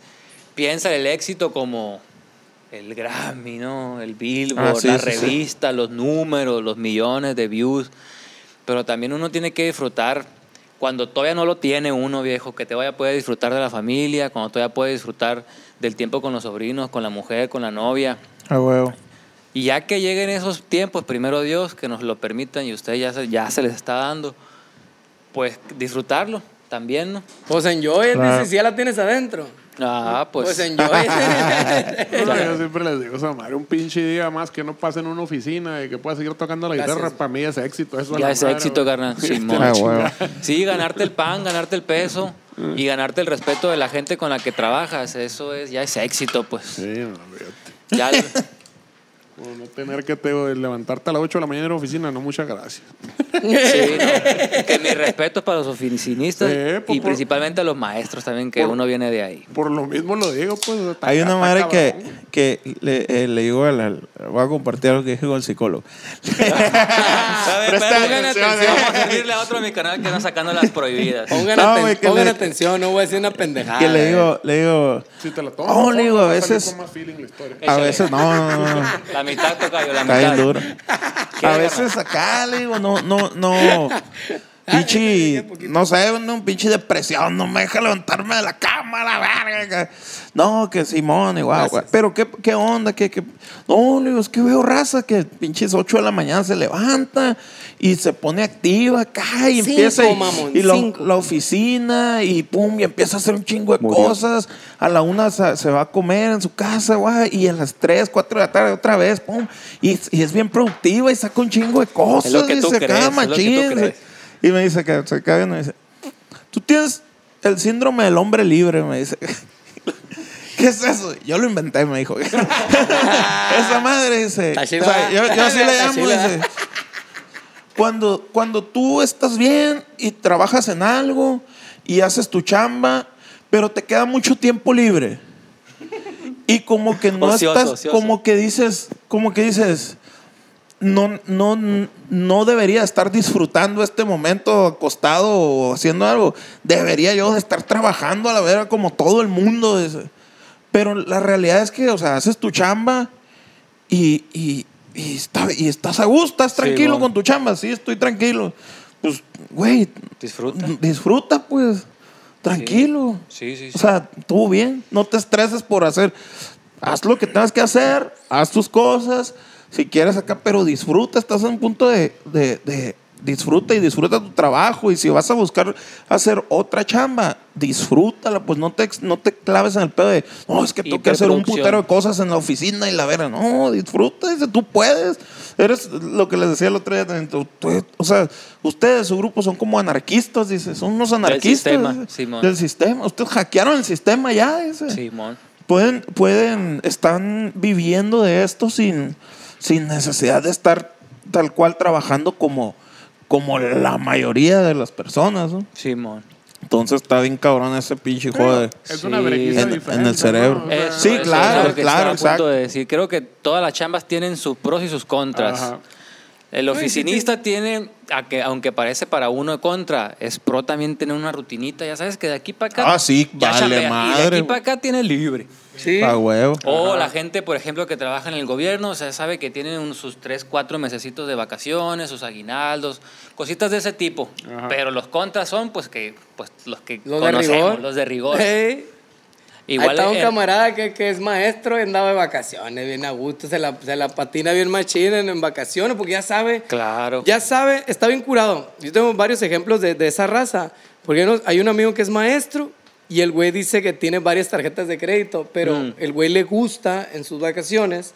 [SPEAKER 4] piensa en el éxito como el Grammy, ¿no? El Billboard,
[SPEAKER 3] Ah, sí,
[SPEAKER 4] la
[SPEAKER 3] sí, sí.
[SPEAKER 4] revista, los números, los millones de views. Pero también uno tiene que disfrutar cuando todavía no lo tiene uno, viejo, que te vaya a poder disfrutar de la familia, cuando todavía puedes disfrutar del tiempo con los sobrinos, con la mujer, con la novia.
[SPEAKER 3] A huevo.
[SPEAKER 4] Y ya que lleguen esos tiempos, primero Dios, que nos lo permitan y ustedes ya se, ya se les está dando, pues disfrutarlo también, ¿no?
[SPEAKER 5] Pues enjoy,
[SPEAKER 3] Claro.
[SPEAKER 5] dice, si ya la tienes adentro.
[SPEAKER 4] Ah, pues.
[SPEAKER 5] Pues enjoy.
[SPEAKER 2] No, yo siempre les digo, esa madre, un pinche día más que no pase en una oficina y que pueda seguir tocando la
[SPEAKER 5] Gracias.
[SPEAKER 2] guitarra, para mí es éxito. Eso a
[SPEAKER 4] ya
[SPEAKER 2] la
[SPEAKER 4] es
[SPEAKER 2] madre,
[SPEAKER 4] éxito,
[SPEAKER 2] güey.
[SPEAKER 4] carnal.
[SPEAKER 3] A
[SPEAKER 4] Simón.
[SPEAKER 3] huevo.
[SPEAKER 4] Sí, ganarte el pan, ganarte el peso y ganarte el respeto de la gente con la que trabajas. Eso es, ya es éxito, pues.
[SPEAKER 2] Sí, no, fíjate.
[SPEAKER 4] Ya,
[SPEAKER 2] Como no tener que te- eh, levantarte a las 8 de la mañana en la oficina, no, muchas gracias.
[SPEAKER 4] sí, ¿no? Que mis respetos para los oficinistas
[SPEAKER 2] Eh, pues,
[SPEAKER 4] y
[SPEAKER 2] por-
[SPEAKER 4] principalmente a los maestros también, que
[SPEAKER 2] por-
[SPEAKER 4] uno viene de ahí.
[SPEAKER 2] Por lo mismo lo digo, pues. está-
[SPEAKER 3] Hay una
[SPEAKER 2] está
[SPEAKER 3] madre que,
[SPEAKER 2] cabrón.
[SPEAKER 3] que le, eh, le digo a la. Voy a compartir lo que dije con el psicólogo. Presta atención,
[SPEAKER 4] Pongan atención,
[SPEAKER 3] eh.
[SPEAKER 4] vamos a servirle a otro de mi canal que están sacando las prohibidas.
[SPEAKER 5] Pongan,
[SPEAKER 3] No,
[SPEAKER 5] aten-
[SPEAKER 3] güey, que
[SPEAKER 5] pongan
[SPEAKER 3] le-
[SPEAKER 5] atención, no voy a decir una pendejada.
[SPEAKER 3] Que le digo, le digo.
[SPEAKER 2] Si te la tomas, pues,
[SPEAKER 3] Oh, le digo, a
[SPEAKER 2] va salir
[SPEAKER 3] veces-
[SPEAKER 2] con más feeling la historia.
[SPEAKER 3] A
[SPEAKER 4] Échale.
[SPEAKER 3] veces, no, no, no, no.
[SPEAKER 4] La mitad toca yo, la
[SPEAKER 3] Está bien
[SPEAKER 4] mitad.
[SPEAKER 3] duro.
[SPEAKER 4] ¿Qué
[SPEAKER 3] A
[SPEAKER 4] agarra?
[SPEAKER 3] veces acá le digo, no, no, no. Pichi, no sé, un, un pinche depresión, no me deja levantarme de la cama, la verga. que- No, que Simón, igual, güey. Pero qué, qué onda, que, que. No, le digo, es que veo raza que pinches 8 de la mañana se levanta y se pone activa acá y
[SPEAKER 5] Cinco,
[SPEAKER 3] empieza. y-
[SPEAKER 5] mamón,
[SPEAKER 3] y lo-
[SPEAKER 5] cinco.
[SPEAKER 3] la oficina y pum, y empieza a hacer un chingo de cosas. A la una se, se va a comer en su casa, guay, y a las 3, 4 de la tarde otra vez, pum. Y, y es bien productiva y saca un chingo de cosas.
[SPEAKER 4] Es lo que tú
[SPEAKER 3] dice, acá,
[SPEAKER 4] crees, es lo que tú
[SPEAKER 3] machín.
[SPEAKER 4] crees.
[SPEAKER 3] Y me dice que se cae y me dice, tú tienes el síndrome del hombre libre, me dice. ¿Qué es eso? Yo lo inventé, me dijo. Esa madre dice.
[SPEAKER 5] Está chido,
[SPEAKER 3] o sea, yo, yo así le
[SPEAKER 5] Está
[SPEAKER 3] llamo,
[SPEAKER 5] chido,
[SPEAKER 3] dice. Cuando, cuando tú estás bien y trabajas en algo y haces tu chamba, pero te queda mucho tiempo libre. Y como que no
[SPEAKER 4] Ocioso,
[SPEAKER 3] estás,
[SPEAKER 4] ocioso.
[SPEAKER 3] como que dices, como que dices, no, no, no debería estar disfrutando este momento acostado o haciendo algo. Debería yo de estar trabajando a la verga como todo el mundo. dice. Pero la realidad es que, o sea, haces tu chamba y, y, y está- y estás a gusto, estás tranquilo
[SPEAKER 4] bueno.
[SPEAKER 3] con tu chamba. Sí, estoy tranquilo. Pues, güey,
[SPEAKER 4] Disfruta.
[SPEAKER 3] disfruta, pues. Tranquilo.
[SPEAKER 4] Sí, sí, sí.
[SPEAKER 3] O sea, tú bien, no te estreses por hacer. Haz lo que tengas que hacer, haz tus cosas, si quieres acá, pero disfruta, estás en un punto de, de- de- disfruta y disfruta tu trabajo y si vas a buscar hacer otra chamba, disfrútala, pues no te, ex- no te claves en el pedo de, no, es que tengo que hacer un
[SPEAKER 4] Hiperproducción.
[SPEAKER 3] putero de cosas en la oficina y la vera, no, disfruta, dice, tú puedes, eres lo que les decía el otro día, también, tú- tú- o sea, ustedes, su grupo son como anarquistas, dice, son unos anarquistas
[SPEAKER 4] sistema,
[SPEAKER 3] dice,
[SPEAKER 4] Simón.
[SPEAKER 3] del sistema. Ustedes hackearon el sistema ya, dice.
[SPEAKER 4] Simón.
[SPEAKER 3] Pueden, pueden, están viviendo de esto sin, sin necesidad de estar tal cual trabajando como, como la mayoría de las personas, ¿no?
[SPEAKER 4] Simón.
[SPEAKER 3] Entonces está bien cabrón ese pinche joder.
[SPEAKER 2] Es una
[SPEAKER 4] Sí.
[SPEAKER 2] vergüenza
[SPEAKER 3] En- en el
[SPEAKER 2] diferente.
[SPEAKER 3] cerebro.
[SPEAKER 2] ¿no? O sea,
[SPEAKER 3] Eso, Sí, claro,
[SPEAKER 4] es lo que
[SPEAKER 3] claro,
[SPEAKER 4] estaba a
[SPEAKER 3] exacto.
[SPEAKER 4] punto de decir. Creo que todas las chambas tienen sus pros y sus contras.
[SPEAKER 2] Ajá.
[SPEAKER 4] El oficinista tiene, a que, aunque parece para uno de contra, es pro también tener una rutinita. Ya sabes que de aquí para acá.
[SPEAKER 3] Ah, sí,
[SPEAKER 4] ya
[SPEAKER 3] vale
[SPEAKER 4] chambea. Y de
[SPEAKER 3] madre.
[SPEAKER 4] aquí para acá tiene libre.
[SPEAKER 5] Sí.
[SPEAKER 3] Pa' huevo.
[SPEAKER 4] O la gente, por ejemplo, que trabaja en el gobierno, o sea, sabe que tienen un- sus tres, cuatro mesecitos de vacaciones, sus aguinaldos, cositas de ese tipo. Pero los contras son, pues, que pues los que
[SPEAKER 5] Los de
[SPEAKER 4] conocemos,
[SPEAKER 5] rigor.
[SPEAKER 4] los de rigor.
[SPEAKER 5] Ey. Ahí
[SPEAKER 4] Igual
[SPEAKER 5] está un
[SPEAKER 4] el-
[SPEAKER 5] camarada que, que es maestro y andaba de vacaciones, bien a gusto, se la, se la patina bien machina en, en vacaciones, porque ya sabe,
[SPEAKER 4] Claro.
[SPEAKER 5] ya sabe, está bien curado. Yo tengo varios ejemplos de, de esa raza, porque no- hay un amigo que es maestro y el güey dice que tiene varias tarjetas de crédito, pero
[SPEAKER 4] Mm.
[SPEAKER 5] el güey le gusta en sus vacaciones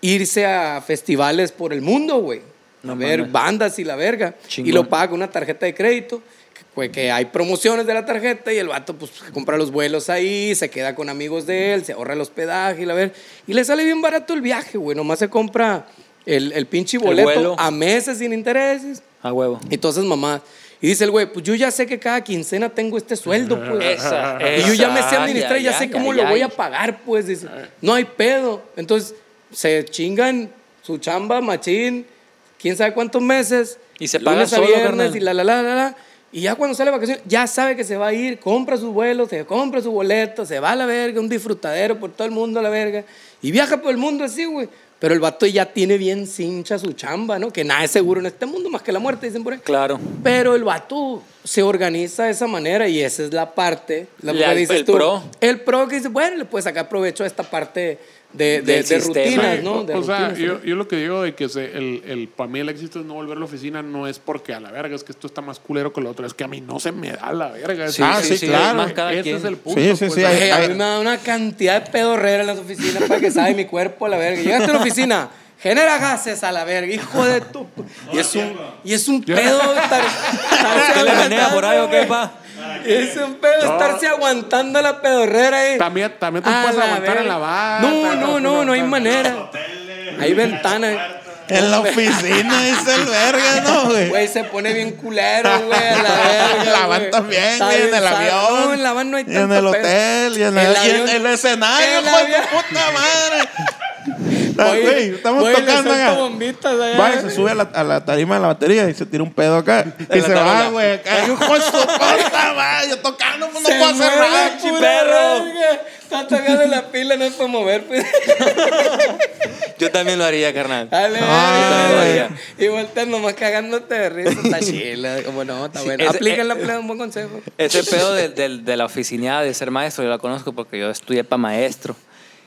[SPEAKER 5] irse a festivales por el mundo, güey.
[SPEAKER 4] No
[SPEAKER 5] a ver
[SPEAKER 4] mames.
[SPEAKER 5] bandas y la verga.
[SPEAKER 4] Chingón.
[SPEAKER 5] Y lo paga con una tarjeta de crédito, que, pues, que hay promociones de la tarjeta y el vato pues compra los vuelos ahí, se queda con amigos de él, se ahorra el hospedaje y la verga. Y le sale bien barato el viaje, güey. Nomás se compra el, el pinche
[SPEAKER 4] El
[SPEAKER 5] boleto
[SPEAKER 4] vuelo.
[SPEAKER 5] a meses sin intereses.
[SPEAKER 4] A huevo.
[SPEAKER 5] Entonces, mamá, Y dice el güey, pues yo ya sé que cada quincena tengo este sueldo, pues.
[SPEAKER 4] Esa,
[SPEAKER 5] y yo ya me sé
[SPEAKER 4] esa,
[SPEAKER 5] administrar, ya,
[SPEAKER 4] ya,
[SPEAKER 5] sé
[SPEAKER 4] ya,
[SPEAKER 5] cómo
[SPEAKER 4] ya,
[SPEAKER 5] lo voy
[SPEAKER 4] ya.
[SPEAKER 5] a pagar, pues. Dice, no hay pedo. Entonces, se chingan su chamba, machín, quién sabe cuántos meses.
[SPEAKER 4] Y se
[SPEAKER 5] lunes
[SPEAKER 4] pagan
[SPEAKER 5] a
[SPEAKER 4] solo,
[SPEAKER 5] viernes,
[SPEAKER 4] carnal.
[SPEAKER 5] Y la, la, la, la, la. Y ya cuando sale de vacaciones, ya sabe que se va a ir, compra sus vuelos, se compra su boleto, se va a la verga, un disfrutadero por todo el mundo a la verga. Y viaja por el mundo así, güey. Pero el vato ya tiene bien cincha su chamba, ¿no? Que nada es seguro en este mundo más que la muerte, dicen por ahí.
[SPEAKER 4] Claro.
[SPEAKER 5] Pero el vato se organiza de esa manera y esa es la parte, la
[SPEAKER 4] Le-
[SPEAKER 5] que
[SPEAKER 4] el-
[SPEAKER 5] dices
[SPEAKER 4] el
[SPEAKER 5] tú.
[SPEAKER 4] pro.
[SPEAKER 5] El pro que dice, bueno, le puedes sacar provecho a esta parte de, de,
[SPEAKER 4] Del
[SPEAKER 5] de
[SPEAKER 4] sistema.
[SPEAKER 5] rutinas,
[SPEAKER 2] Sí,
[SPEAKER 5] ¿no?
[SPEAKER 2] o-
[SPEAKER 5] De
[SPEAKER 2] Pues, o sea,
[SPEAKER 5] rutinas, ¿eh?
[SPEAKER 2] yo,
[SPEAKER 5] ¿no?
[SPEAKER 2] yo lo que digo de que se- el, el para mí el éxito es no volver a la oficina no es porque a la verga, es que esto está más culero que lo otro, es que a mí no se me da la verga.
[SPEAKER 4] Sí,
[SPEAKER 3] Ah, sí, sí, claro.
[SPEAKER 4] más cada
[SPEAKER 2] Ese
[SPEAKER 4] quien.
[SPEAKER 2] es el punto. pues,
[SPEAKER 3] Sí, sí, sí, hay-
[SPEAKER 5] Ey,
[SPEAKER 3] hay-
[SPEAKER 5] a mí me da una cantidad de pedorrera en las oficinas para que sabe mi cuerpo a la verga. Llegaste a la oficina, genera gases a la verga, hijo de tu. pu- Y es un, y es un pedo estar. estarse
[SPEAKER 4] ¿Qué le menea
[SPEAKER 5] aguantando,
[SPEAKER 4] por ahí o qué,
[SPEAKER 5] güey.
[SPEAKER 4] pa?
[SPEAKER 5] Es un pedo estarse aguantando la pedorrera ahí.
[SPEAKER 2] También, también te
[SPEAKER 5] A
[SPEAKER 2] puedes
[SPEAKER 5] la
[SPEAKER 2] aguantar en
[SPEAKER 5] verga.
[SPEAKER 2] la barra.
[SPEAKER 5] No, no, no, no hay manera. Hay ventanas.
[SPEAKER 3] En la oficina dice el verga, ¿no, güey?
[SPEAKER 5] Güey, se pone bien culero, güey, a la verga.
[SPEAKER 3] En la van
[SPEAKER 5] güey.
[SPEAKER 3] también,
[SPEAKER 5] Está
[SPEAKER 3] güey, en
[SPEAKER 5] bien
[SPEAKER 3] el
[SPEAKER 5] sad-
[SPEAKER 3] avión.
[SPEAKER 5] No, en la van no hay
[SPEAKER 3] Y
[SPEAKER 5] tanto
[SPEAKER 3] en el
[SPEAKER 5] pedo.
[SPEAKER 3] hotel, y en el,
[SPEAKER 5] El
[SPEAKER 3] y en
[SPEAKER 5] avión-
[SPEAKER 3] el escenario,
[SPEAKER 5] El
[SPEAKER 3] hijo de
[SPEAKER 5] avión.
[SPEAKER 3] tu puta madre. La-
[SPEAKER 5] Oye,
[SPEAKER 3] güey, estamos
[SPEAKER 5] güey, le
[SPEAKER 3] tocando
[SPEAKER 5] suelto
[SPEAKER 3] acá.
[SPEAKER 5] bombitas allá.
[SPEAKER 3] Va y se sube a la, a la tarima de la batería y se tira un pedo acá. Y
[SPEAKER 4] la
[SPEAKER 3] se va,
[SPEAKER 4] tarola.
[SPEAKER 3] güey. acá. Hijo de su puta madre. Yo tocando, pues no
[SPEAKER 5] Se
[SPEAKER 3] puedo hacer
[SPEAKER 5] mueve
[SPEAKER 3] nada.
[SPEAKER 5] la
[SPEAKER 3] chico.
[SPEAKER 5] pura verga. Está tocando la pila, no es para mover. pues.
[SPEAKER 4] Yo también lo haría, carnal.
[SPEAKER 5] Dale,
[SPEAKER 3] Ah,
[SPEAKER 5] dale,
[SPEAKER 4] güey.
[SPEAKER 5] dale. Y volteas nomás cagándote de risa. Está chila. Como no, está bueno.
[SPEAKER 4] ese-
[SPEAKER 5] Aplíquenla, plena, un buen consejo.
[SPEAKER 4] Ese pedo de, de- de la oficina de ser maestro, yo la conozco porque yo estudié para maestro.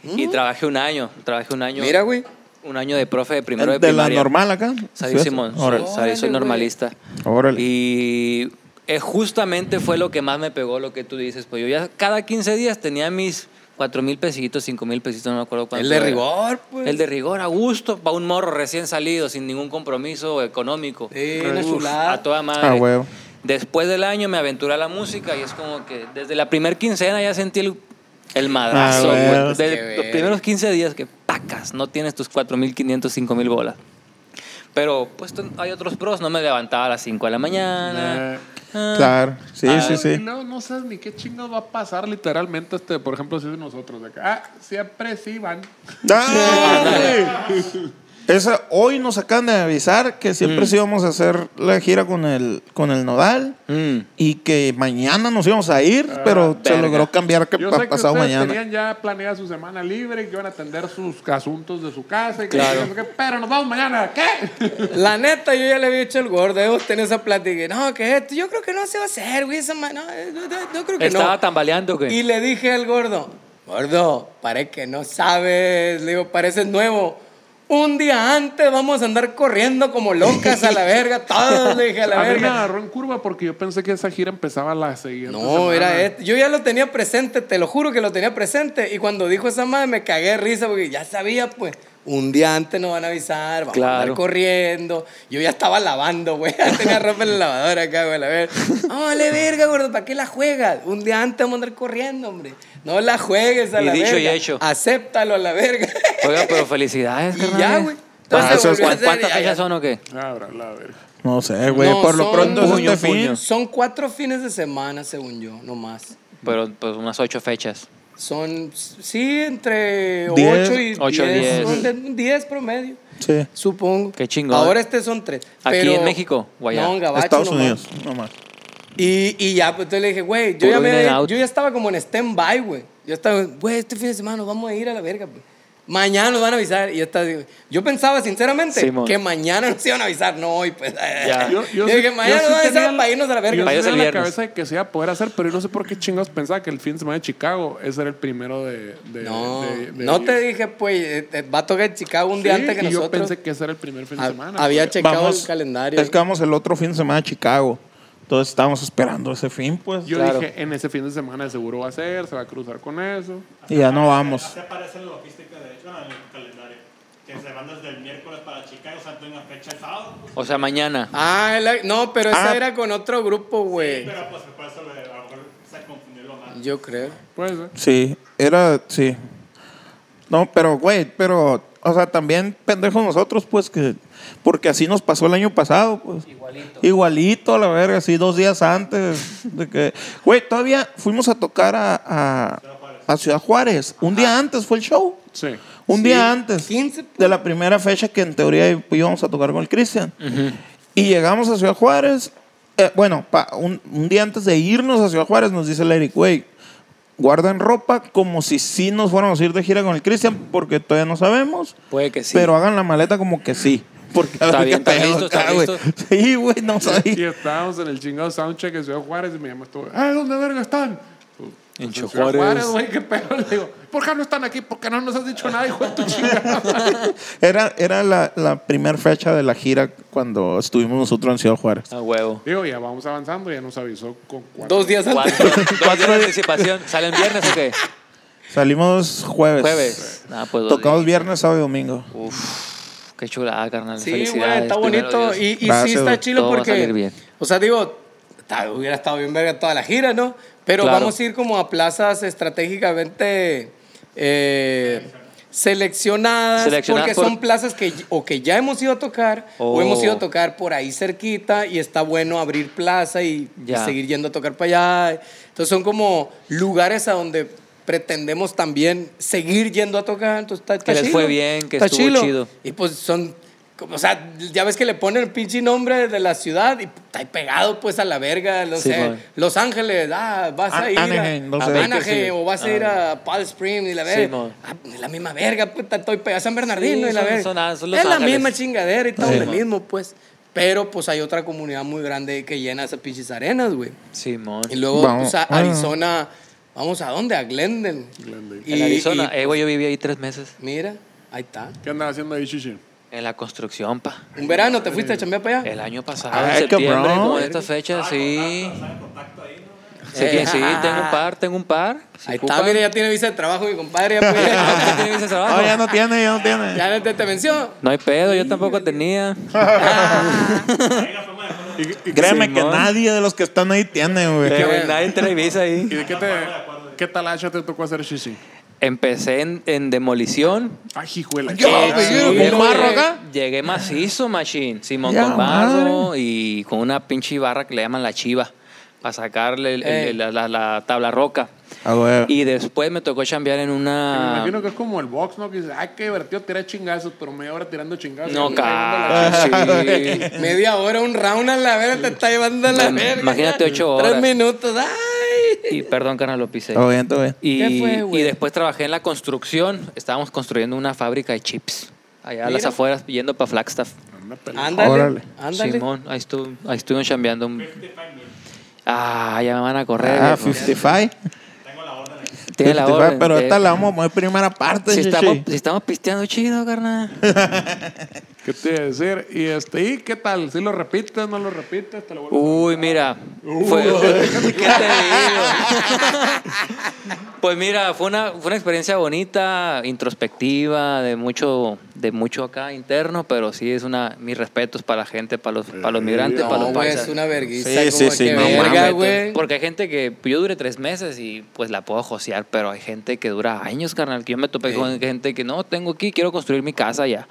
[SPEAKER 4] Y trabajé un año, trabajé un año.
[SPEAKER 5] Mm. Mira, güey.
[SPEAKER 4] Un año de profe de primero de,
[SPEAKER 3] de la
[SPEAKER 4] primaria.
[SPEAKER 3] normal acá.
[SPEAKER 4] Sadie Simón, soy-
[SPEAKER 3] Órale.
[SPEAKER 4] Sadie, soy
[SPEAKER 5] Órale, güey.
[SPEAKER 4] normalista.
[SPEAKER 3] Órale.
[SPEAKER 4] Y eh, justamente fue lo que más me pegó lo que tú dices. Pues yo ya cada 15 días tenía mis 4 mil pesitos, 5 mil pesitos, no me acuerdo cuánto.
[SPEAKER 5] El de
[SPEAKER 4] era.
[SPEAKER 5] rigor, pues.
[SPEAKER 4] El de rigor, a gusto, para un morro recién salido, sin ningún compromiso económico.
[SPEAKER 5] Sí, una
[SPEAKER 4] Uf,
[SPEAKER 5] chulada.
[SPEAKER 4] A toda madre.
[SPEAKER 3] Ah, huevo.
[SPEAKER 4] Después del año me aventuré a la música y es como que desde la primer quincena ya sentí el, el madrazo.
[SPEAKER 3] Ah,
[SPEAKER 4] güey.
[SPEAKER 3] huevo.
[SPEAKER 4] Desde
[SPEAKER 5] Qué
[SPEAKER 4] los
[SPEAKER 5] verga.
[SPEAKER 4] primeros 15 días que pacas, no tienes tus 4.500, 5.000 bolas. Pero pues ten- hay otros pros, no me levantaba a las 5 de la mañana. Ah,
[SPEAKER 3] Claro. Sí,
[SPEAKER 4] Ah,
[SPEAKER 3] sí, sí.
[SPEAKER 2] No, no sabes ni qué chingo va a pasar literalmente, este, por ejemplo, si es de nosotros. De acá. Ah, siempre sí van.
[SPEAKER 3] ¡Ah! Esa, hoy nos acaban de avisar que siempre sí íbamos a hacer la gira con el, con el Nodal
[SPEAKER 4] mm.
[SPEAKER 3] y que mañana nos íbamos a ir, pero se
[SPEAKER 4] verga.
[SPEAKER 3] logró cambiar que
[SPEAKER 2] Yo
[SPEAKER 3] pa-
[SPEAKER 2] sé que
[SPEAKER 3] pasado
[SPEAKER 2] ustedes
[SPEAKER 3] mañana.
[SPEAKER 2] tenían ya planeada su semana libre y que iban a atender sus asuntos de su casa. Y que
[SPEAKER 4] Claro.
[SPEAKER 2] no sé qué, pero nos vamos mañana. ¿Qué?
[SPEAKER 5] La neta, yo ya le había dicho al gordo, hemos tenido esa plática. y, No, que esto, yo creo que no se va a hacer, güey. Esa ma- no, eh, no, no, no creo que
[SPEAKER 4] Estaba
[SPEAKER 5] no.
[SPEAKER 4] tambaleando que...
[SPEAKER 5] Y le dije al gordo, gordo, parece que no sabes. Le digo, pareces nuevo. Un día antes vamos a andar corriendo como locas a la verga, todos, le dije a la
[SPEAKER 2] A mí me
[SPEAKER 5] verga.
[SPEAKER 2] agarró en curva porque yo pensé que esa gira empezaba la siguiente
[SPEAKER 5] No, era
[SPEAKER 2] esto.
[SPEAKER 5] esto. Yo ya lo tenía presente, te lo juro que lo tenía presente. Y cuando dijo esa madre me cagué de risa porque ya sabía, pues, un día antes nos van a avisar, vamos a andar
[SPEAKER 4] Claro.
[SPEAKER 5] corriendo. Yo ya estaba lavando, güey. Ya tenía ropa en la lavadora acá, güey. A ver, no, vale verga, gordo, ¿para qué la juegas? Un día antes vamos a andar corriendo, hombre. No la juegues a
[SPEAKER 4] Y
[SPEAKER 5] la
[SPEAKER 4] dicho y
[SPEAKER 5] verga.
[SPEAKER 4] hecho.
[SPEAKER 5] Acéptalo a la verga.
[SPEAKER 4] Oiga, pero felicidades,
[SPEAKER 5] y
[SPEAKER 4] carnal.
[SPEAKER 5] ya, güey.
[SPEAKER 4] Ah,
[SPEAKER 5] Entonces,
[SPEAKER 4] ¿cu-
[SPEAKER 5] volvió a hacer y
[SPEAKER 4] ¿Cuántas
[SPEAKER 5] ya,
[SPEAKER 4] fechas
[SPEAKER 5] ya.
[SPEAKER 4] son o qué?
[SPEAKER 2] Ahora, la verga.
[SPEAKER 3] No sé, güey.
[SPEAKER 5] No,
[SPEAKER 3] por lo
[SPEAKER 5] son
[SPEAKER 3] pronto es
[SPEAKER 4] puño,
[SPEAKER 3] este fin.
[SPEAKER 4] puño.
[SPEAKER 5] Son cuatro fines de semana, según yo, no más.
[SPEAKER 4] Pero pues unas ocho fechas.
[SPEAKER 5] Son, sí, entre
[SPEAKER 3] Diez.
[SPEAKER 5] 8 y
[SPEAKER 4] Ocho,
[SPEAKER 5] 10.
[SPEAKER 4] diez.
[SPEAKER 5] son de- Un 10 promedio,
[SPEAKER 3] Sí.
[SPEAKER 5] supongo.
[SPEAKER 4] Qué chingón.
[SPEAKER 5] Ahora este son 3.
[SPEAKER 4] ¿Aquí en México o allá?
[SPEAKER 5] No, en Gabacho
[SPEAKER 3] Estados
[SPEAKER 5] nomás.
[SPEAKER 3] Unidos. Nomás.
[SPEAKER 5] Y, y ya, pues entonces le dije, güey, yo,
[SPEAKER 4] Puro
[SPEAKER 5] ya me
[SPEAKER 4] in and
[SPEAKER 5] había-
[SPEAKER 4] out.
[SPEAKER 5] yo ya estaba como en stand-by, güey. Yo estaba, güey, este fin de semana nos vamos a ir a la verga, güey. Mañana nos van a avisar. Y yo, estaba, así, yo pensaba, sinceramente,
[SPEAKER 4] Simón.
[SPEAKER 5] que mañana nos iban a avisar. No, hoy, pues.
[SPEAKER 4] Ya.
[SPEAKER 5] Yo,
[SPEAKER 2] sí-
[SPEAKER 5] dije, mañana
[SPEAKER 2] sí
[SPEAKER 5] nos van
[SPEAKER 2] tenía
[SPEAKER 5] a avisar para irnos a la
[SPEAKER 2] yo
[SPEAKER 5] verga.
[SPEAKER 2] sí
[SPEAKER 4] Para irnos
[SPEAKER 2] tenía
[SPEAKER 4] el
[SPEAKER 2] en la
[SPEAKER 4] viernes.
[SPEAKER 2] cabeza de que se iba a poder hacer, pero yo no sé por qué chingados pensaba que el fin de semana de Chicago ese era el primero de. de-
[SPEAKER 5] No,
[SPEAKER 2] de- de-
[SPEAKER 5] no te dije, pues, eh, eh, va a tocar Chicago un día
[SPEAKER 2] Sí,
[SPEAKER 5] antes que
[SPEAKER 2] y Yo
[SPEAKER 5] nosotros.
[SPEAKER 2] pensé que ese era el primer fin de
[SPEAKER 5] Ha-
[SPEAKER 2] semana.
[SPEAKER 5] Ah,
[SPEAKER 2] pues.
[SPEAKER 5] había
[SPEAKER 2] porque-
[SPEAKER 5] checado el calendario.
[SPEAKER 3] Es que vamos el otro fin de semana a Chicago. Entonces estábamos esperando ese fin, pues.
[SPEAKER 2] Yo
[SPEAKER 4] Claro.
[SPEAKER 2] dije, en ese fin de semana de seguro va a ser, se va a cruzar con eso.
[SPEAKER 3] y ya no vamos.
[SPEAKER 6] Se aparece en la logística, de hecho, en el calendario. Que se van desde el miércoles para Chicago, o sea, en una fecha el sábado.
[SPEAKER 4] O sea, mañana.
[SPEAKER 5] Ah, el- no, pero esa
[SPEAKER 3] Ah.
[SPEAKER 5] era con otro grupo, güey.
[SPEAKER 6] Pero pues por eso le- a lo mejor se confundió lo más.
[SPEAKER 5] Yo creo.
[SPEAKER 2] Pues, eh.
[SPEAKER 3] Sí, era, sí. No, pero, güey, pero, o sea, también pendejos nosotros, pues, que, porque así nos pasó el año pasado, pues. Igualito. Igualito, a la verga, así dos días antes de que, güey, todavía fuimos a tocar a, a, a Ciudad Juárez. Un día antes fue el show.
[SPEAKER 2] Sí.
[SPEAKER 3] Un
[SPEAKER 5] Sí,
[SPEAKER 3] día antes
[SPEAKER 5] 15, pues.
[SPEAKER 3] de la primera fecha que en teoría íbamos a tocar con el Cristian. Y llegamos a Ciudad Juárez. eh, bueno, pa- un, un día antes de irnos a Ciudad Juárez nos dice el Eric, güey, guardan ropa como si sí nos fuéramos a ir de gira con el Cristian porque todavía no sabemos.
[SPEAKER 4] Puede que sí.
[SPEAKER 3] Pero hagan la maleta como que sí. Porque a
[SPEAKER 4] Está
[SPEAKER 3] ver
[SPEAKER 4] bien,
[SPEAKER 3] qué
[SPEAKER 4] está
[SPEAKER 3] pedo
[SPEAKER 4] listo, está
[SPEAKER 3] acá, güey.
[SPEAKER 4] listo.
[SPEAKER 3] Sí, güey, no sabía.
[SPEAKER 2] Y estábamos en el chingado soundcheck en Ciudad Juárez y me llamó esto. ¡Ah, dónde verga están!
[SPEAKER 4] En
[SPEAKER 2] Ciudad
[SPEAKER 4] Chojuárez.
[SPEAKER 2] güey, qué pedo. Le digo, ¿por qué no están aquí? ¿Por qué no nos has dicho nada, hijo de tu chingada?
[SPEAKER 3] Era, era la, la primera fecha de la gira cuando estuvimos nosotros en Ciudad Juárez.
[SPEAKER 4] A huevo.
[SPEAKER 2] Digo, ya vamos avanzando, ya nos avisó con cuatro.
[SPEAKER 5] Dos días antes.
[SPEAKER 4] ¿Cuánto? ¿Dos días de anticipación? ¿Salen viernes o qué?
[SPEAKER 3] Salimos jueves.
[SPEAKER 4] Jueves. Ah, pues dos
[SPEAKER 3] Tocamos viernes, sábado y domingo.
[SPEAKER 4] Uf, qué chulada, carnal.
[SPEAKER 5] Sí, güey,
[SPEAKER 4] Felicidades.
[SPEAKER 5] está
[SPEAKER 4] primero
[SPEAKER 5] bonito.
[SPEAKER 4] Dios.
[SPEAKER 5] Y, y sí
[SPEAKER 3] Gracias,
[SPEAKER 5] está
[SPEAKER 3] güey.
[SPEAKER 5] chilo
[SPEAKER 4] Todo va a
[SPEAKER 5] porque.
[SPEAKER 4] salir bien.
[SPEAKER 5] O sea, digo, ta- hubiera estado bien verga toda la gira, ¿no? Pero
[SPEAKER 4] Claro.
[SPEAKER 5] vamos a ir como a plazas estratégicamente eh, seleccionadas,
[SPEAKER 4] Seleccionadas
[SPEAKER 5] porque
[SPEAKER 4] por-
[SPEAKER 5] son plazas que y- o que ya hemos ido a tocar o
[SPEAKER 4] Oh.
[SPEAKER 5] hemos ido a tocar por ahí cerquita y está bueno abrir plaza y, y
[SPEAKER 4] Ya.
[SPEAKER 5] seguir yendo a tocar para allá. Entonces son como lugares a donde pretendemos también seguir yendo a tocar. Entonces está, está
[SPEAKER 4] les
[SPEAKER 5] chilo.
[SPEAKER 4] fue bien, que estuvo chido.
[SPEAKER 5] Y pues son, como, o sea, ya ves que le ponen el pinche nombre de la ciudad y está ahí pegado pues a la verga, no
[SPEAKER 4] Sí,
[SPEAKER 5] sé,
[SPEAKER 4] man.
[SPEAKER 5] Los Ángeles, ah, vas
[SPEAKER 3] An-
[SPEAKER 5] a ir
[SPEAKER 3] Anaheim,
[SPEAKER 5] a,
[SPEAKER 3] no
[SPEAKER 5] a
[SPEAKER 3] sé.
[SPEAKER 5] Anaheim, o vas a ir a Palm Springs y la
[SPEAKER 4] Ah. Sí,
[SPEAKER 5] verga.
[SPEAKER 4] man.
[SPEAKER 5] Ah, la misma verga, puta, estoy pegado a San Bernardino
[SPEAKER 4] Sí,
[SPEAKER 5] y la
[SPEAKER 4] son-
[SPEAKER 5] verga.
[SPEAKER 4] son- ah, son Los
[SPEAKER 5] es la
[SPEAKER 4] Ángeles.
[SPEAKER 5] misma chingadera y todo
[SPEAKER 4] Sí,
[SPEAKER 5] lo
[SPEAKER 4] man.
[SPEAKER 5] mismo, pues. Pero pues hay otra comunidad muy grande que llena esas pinches arenas, güey.
[SPEAKER 4] Simón.
[SPEAKER 5] Y luego
[SPEAKER 3] Vamos.
[SPEAKER 5] pues, a
[SPEAKER 3] Ah.
[SPEAKER 5] Arizona, vamos a dónde? A Glendale. Y-
[SPEAKER 4] en Arizona.
[SPEAKER 5] y,
[SPEAKER 4] eh, güey, yo viví ahí tres meses.
[SPEAKER 5] mira, ahí está.
[SPEAKER 2] ¿Qué andas haciendo ahí, Chichi?
[SPEAKER 4] En la construcción, pa.
[SPEAKER 5] ¿Un verano te fuiste a chambear para allá?
[SPEAKER 4] El año pasado, en
[SPEAKER 3] Ay,
[SPEAKER 4] septiembre,
[SPEAKER 3] cabrón.
[SPEAKER 4] como en esta fecha, sí. Sí,
[SPEAKER 5] Eh,
[SPEAKER 4] que sí,
[SPEAKER 5] ah.
[SPEAKER 4] tengo un par, tengo un par. Si
[SPEAKER 5] Ahí está,
[SPEAKER 4] ocupan.
[SPEAKER 5] mire, ya tiene visa de trabajo mi compadre. Ya, pues.
[SPEAKER 4] Ah, ¿usted tiene visa de trabajo?
[SPEAKER 3] No, ya no tiene, ya no tiene.
[SPEAKER 5] Ya no te, te venció.
[SPEAKER 4] No hay pedo, yo tampoco tenía.
[SPEAKER 3] Créeme que
[SPEAKER 4] Simón.
[SPEAKER 3] nadie de los que están ahí tiene, güey.
[SPEAKER 4] Eh, güey, Nadie trae visa ahí.
[SPEAKER 2] ¿Y de qué, te, qué tal hacha te tocó hacer, Chichi?
[SPEAKER 4] Empecé en, en demolición.
[SPEAKER 2] Ay, hijuela.
[SPEAKER 3] Yo,
[SPEAKER 2] Ah,
[SPEAKER 3] güey, yo-
[SPEAKER 4] Llegué-
[SPEAKER 3] ¿Con barro acá?
[SPEAKER 4] Llegué macizo, machine. Simón
[SPEAKER 3] Ya,
[SPEAKER 4] con barro y con una pinche barra que le llaman la chiva. Para sacarle el- el-
[SPEAKER 5] Ey.
[SPEAKER 4] la, la- la tabla roca.
[SPEAKER 3] Ah, güey.
[SPEAKER 4] Y después me tocó chambear en
[SPEAKER 2] Me
[SPEAKER 4] una.
[SPEAKER 2] imagino que es como el box, ¿no? Que dices, ay, qué divertido tirar chingazos, pero media hora tirando chingazos.
[SPEAKER 4] No,
[SPEAKER 2] Y
[SPEAKER 4] cara. sí.
[SPEAKER 5] Media hora, un round a la verga, te está llevando a la
[SPEAKER 4] Im-
[SPEAKER 5] verga.
[SPEAKER 4] imagínate ocho
[SPEAKER 5] Tres
[SPEAKER 4] horas.
[SPEAKER 5] minutos, ay.
[SPEAKER 4] Y perdón, carnal, lo pisé.
[SPEAKER 3] Todo bien, todo bien.
[SPEAKER 4] Y,
[SPEAKER 5] ¿Qué fue, güey?
[SPEAKER 4] y después trabajé en la construcción. Estábamos construyendo una fábrica de chips. Allá a las
[SPEAKER 5] Mira.
[SPEAKER 4] afueras, yendo para Flagstaff.
[SPEAKER 5] Ándale,
[SPEAKER 3] Órale.
[SPEAKER 5] ándale.
[SPEAKER 4] Simón, ahí, estuve ahí estuvimos chambeando. un- Ah, ya me van a correr.
[SPEAKER 3] Ah,
[SPEAKER 4] viejo.
[SPEAKER 3] 55.
[SPEAKER 4] Tiene la
[SPEAKER 3] 55,
[SPEAKER 4] orden.
[SPEAKER 3] pero
[SPEAKER 4] de-
[SPEAKER 3] esta la vamos a poner primera parte.
[SPEAKER 4] si
[SPEAKER 3] chichi.
[SPEAKER 4] estamos, si estamos pisteando chido, carnal.
[SPEAKER 2] ¿Qué te iba a decir? ¿Y, este, ¿y qué tal? ¿Sí lo repites, no lo repites? ¿Te lo vuelvo
[SPEAKER 4] Uy, mira. Fue, ¿Qué te digo? pues mira, fue una, fue una experiencia bonita, introspectiva, de mucho, de mucho acá interno, pero sí es una. Mis respetos para la gente, para los, para los migrantes, para
[SPEAKER 5] Eh, No,
[SPEAKER 4] los
[SPEAKER 5] güey,
[SPEAKER 4] paisas.
[SPEAKER 5] es una verguisa.
[SPEAKER 3] Sí,
[SPEAKER 5] como
[SPEAKER 3] sí, sí,
[SPEAKER 5] que
[SPEAKER 3] no
[SPEAKER 5] verga,
[SPEAKER 4] mames,
[SPEAKER 5] güey.
[SPEAKER 4] Porque hay gente que pues, yo duré tres meses y pues la puedo josear, pero hay gente que dura años, carnal. Que yo me topé con gente que no, tengo aquí, quiero construir mi casa ya.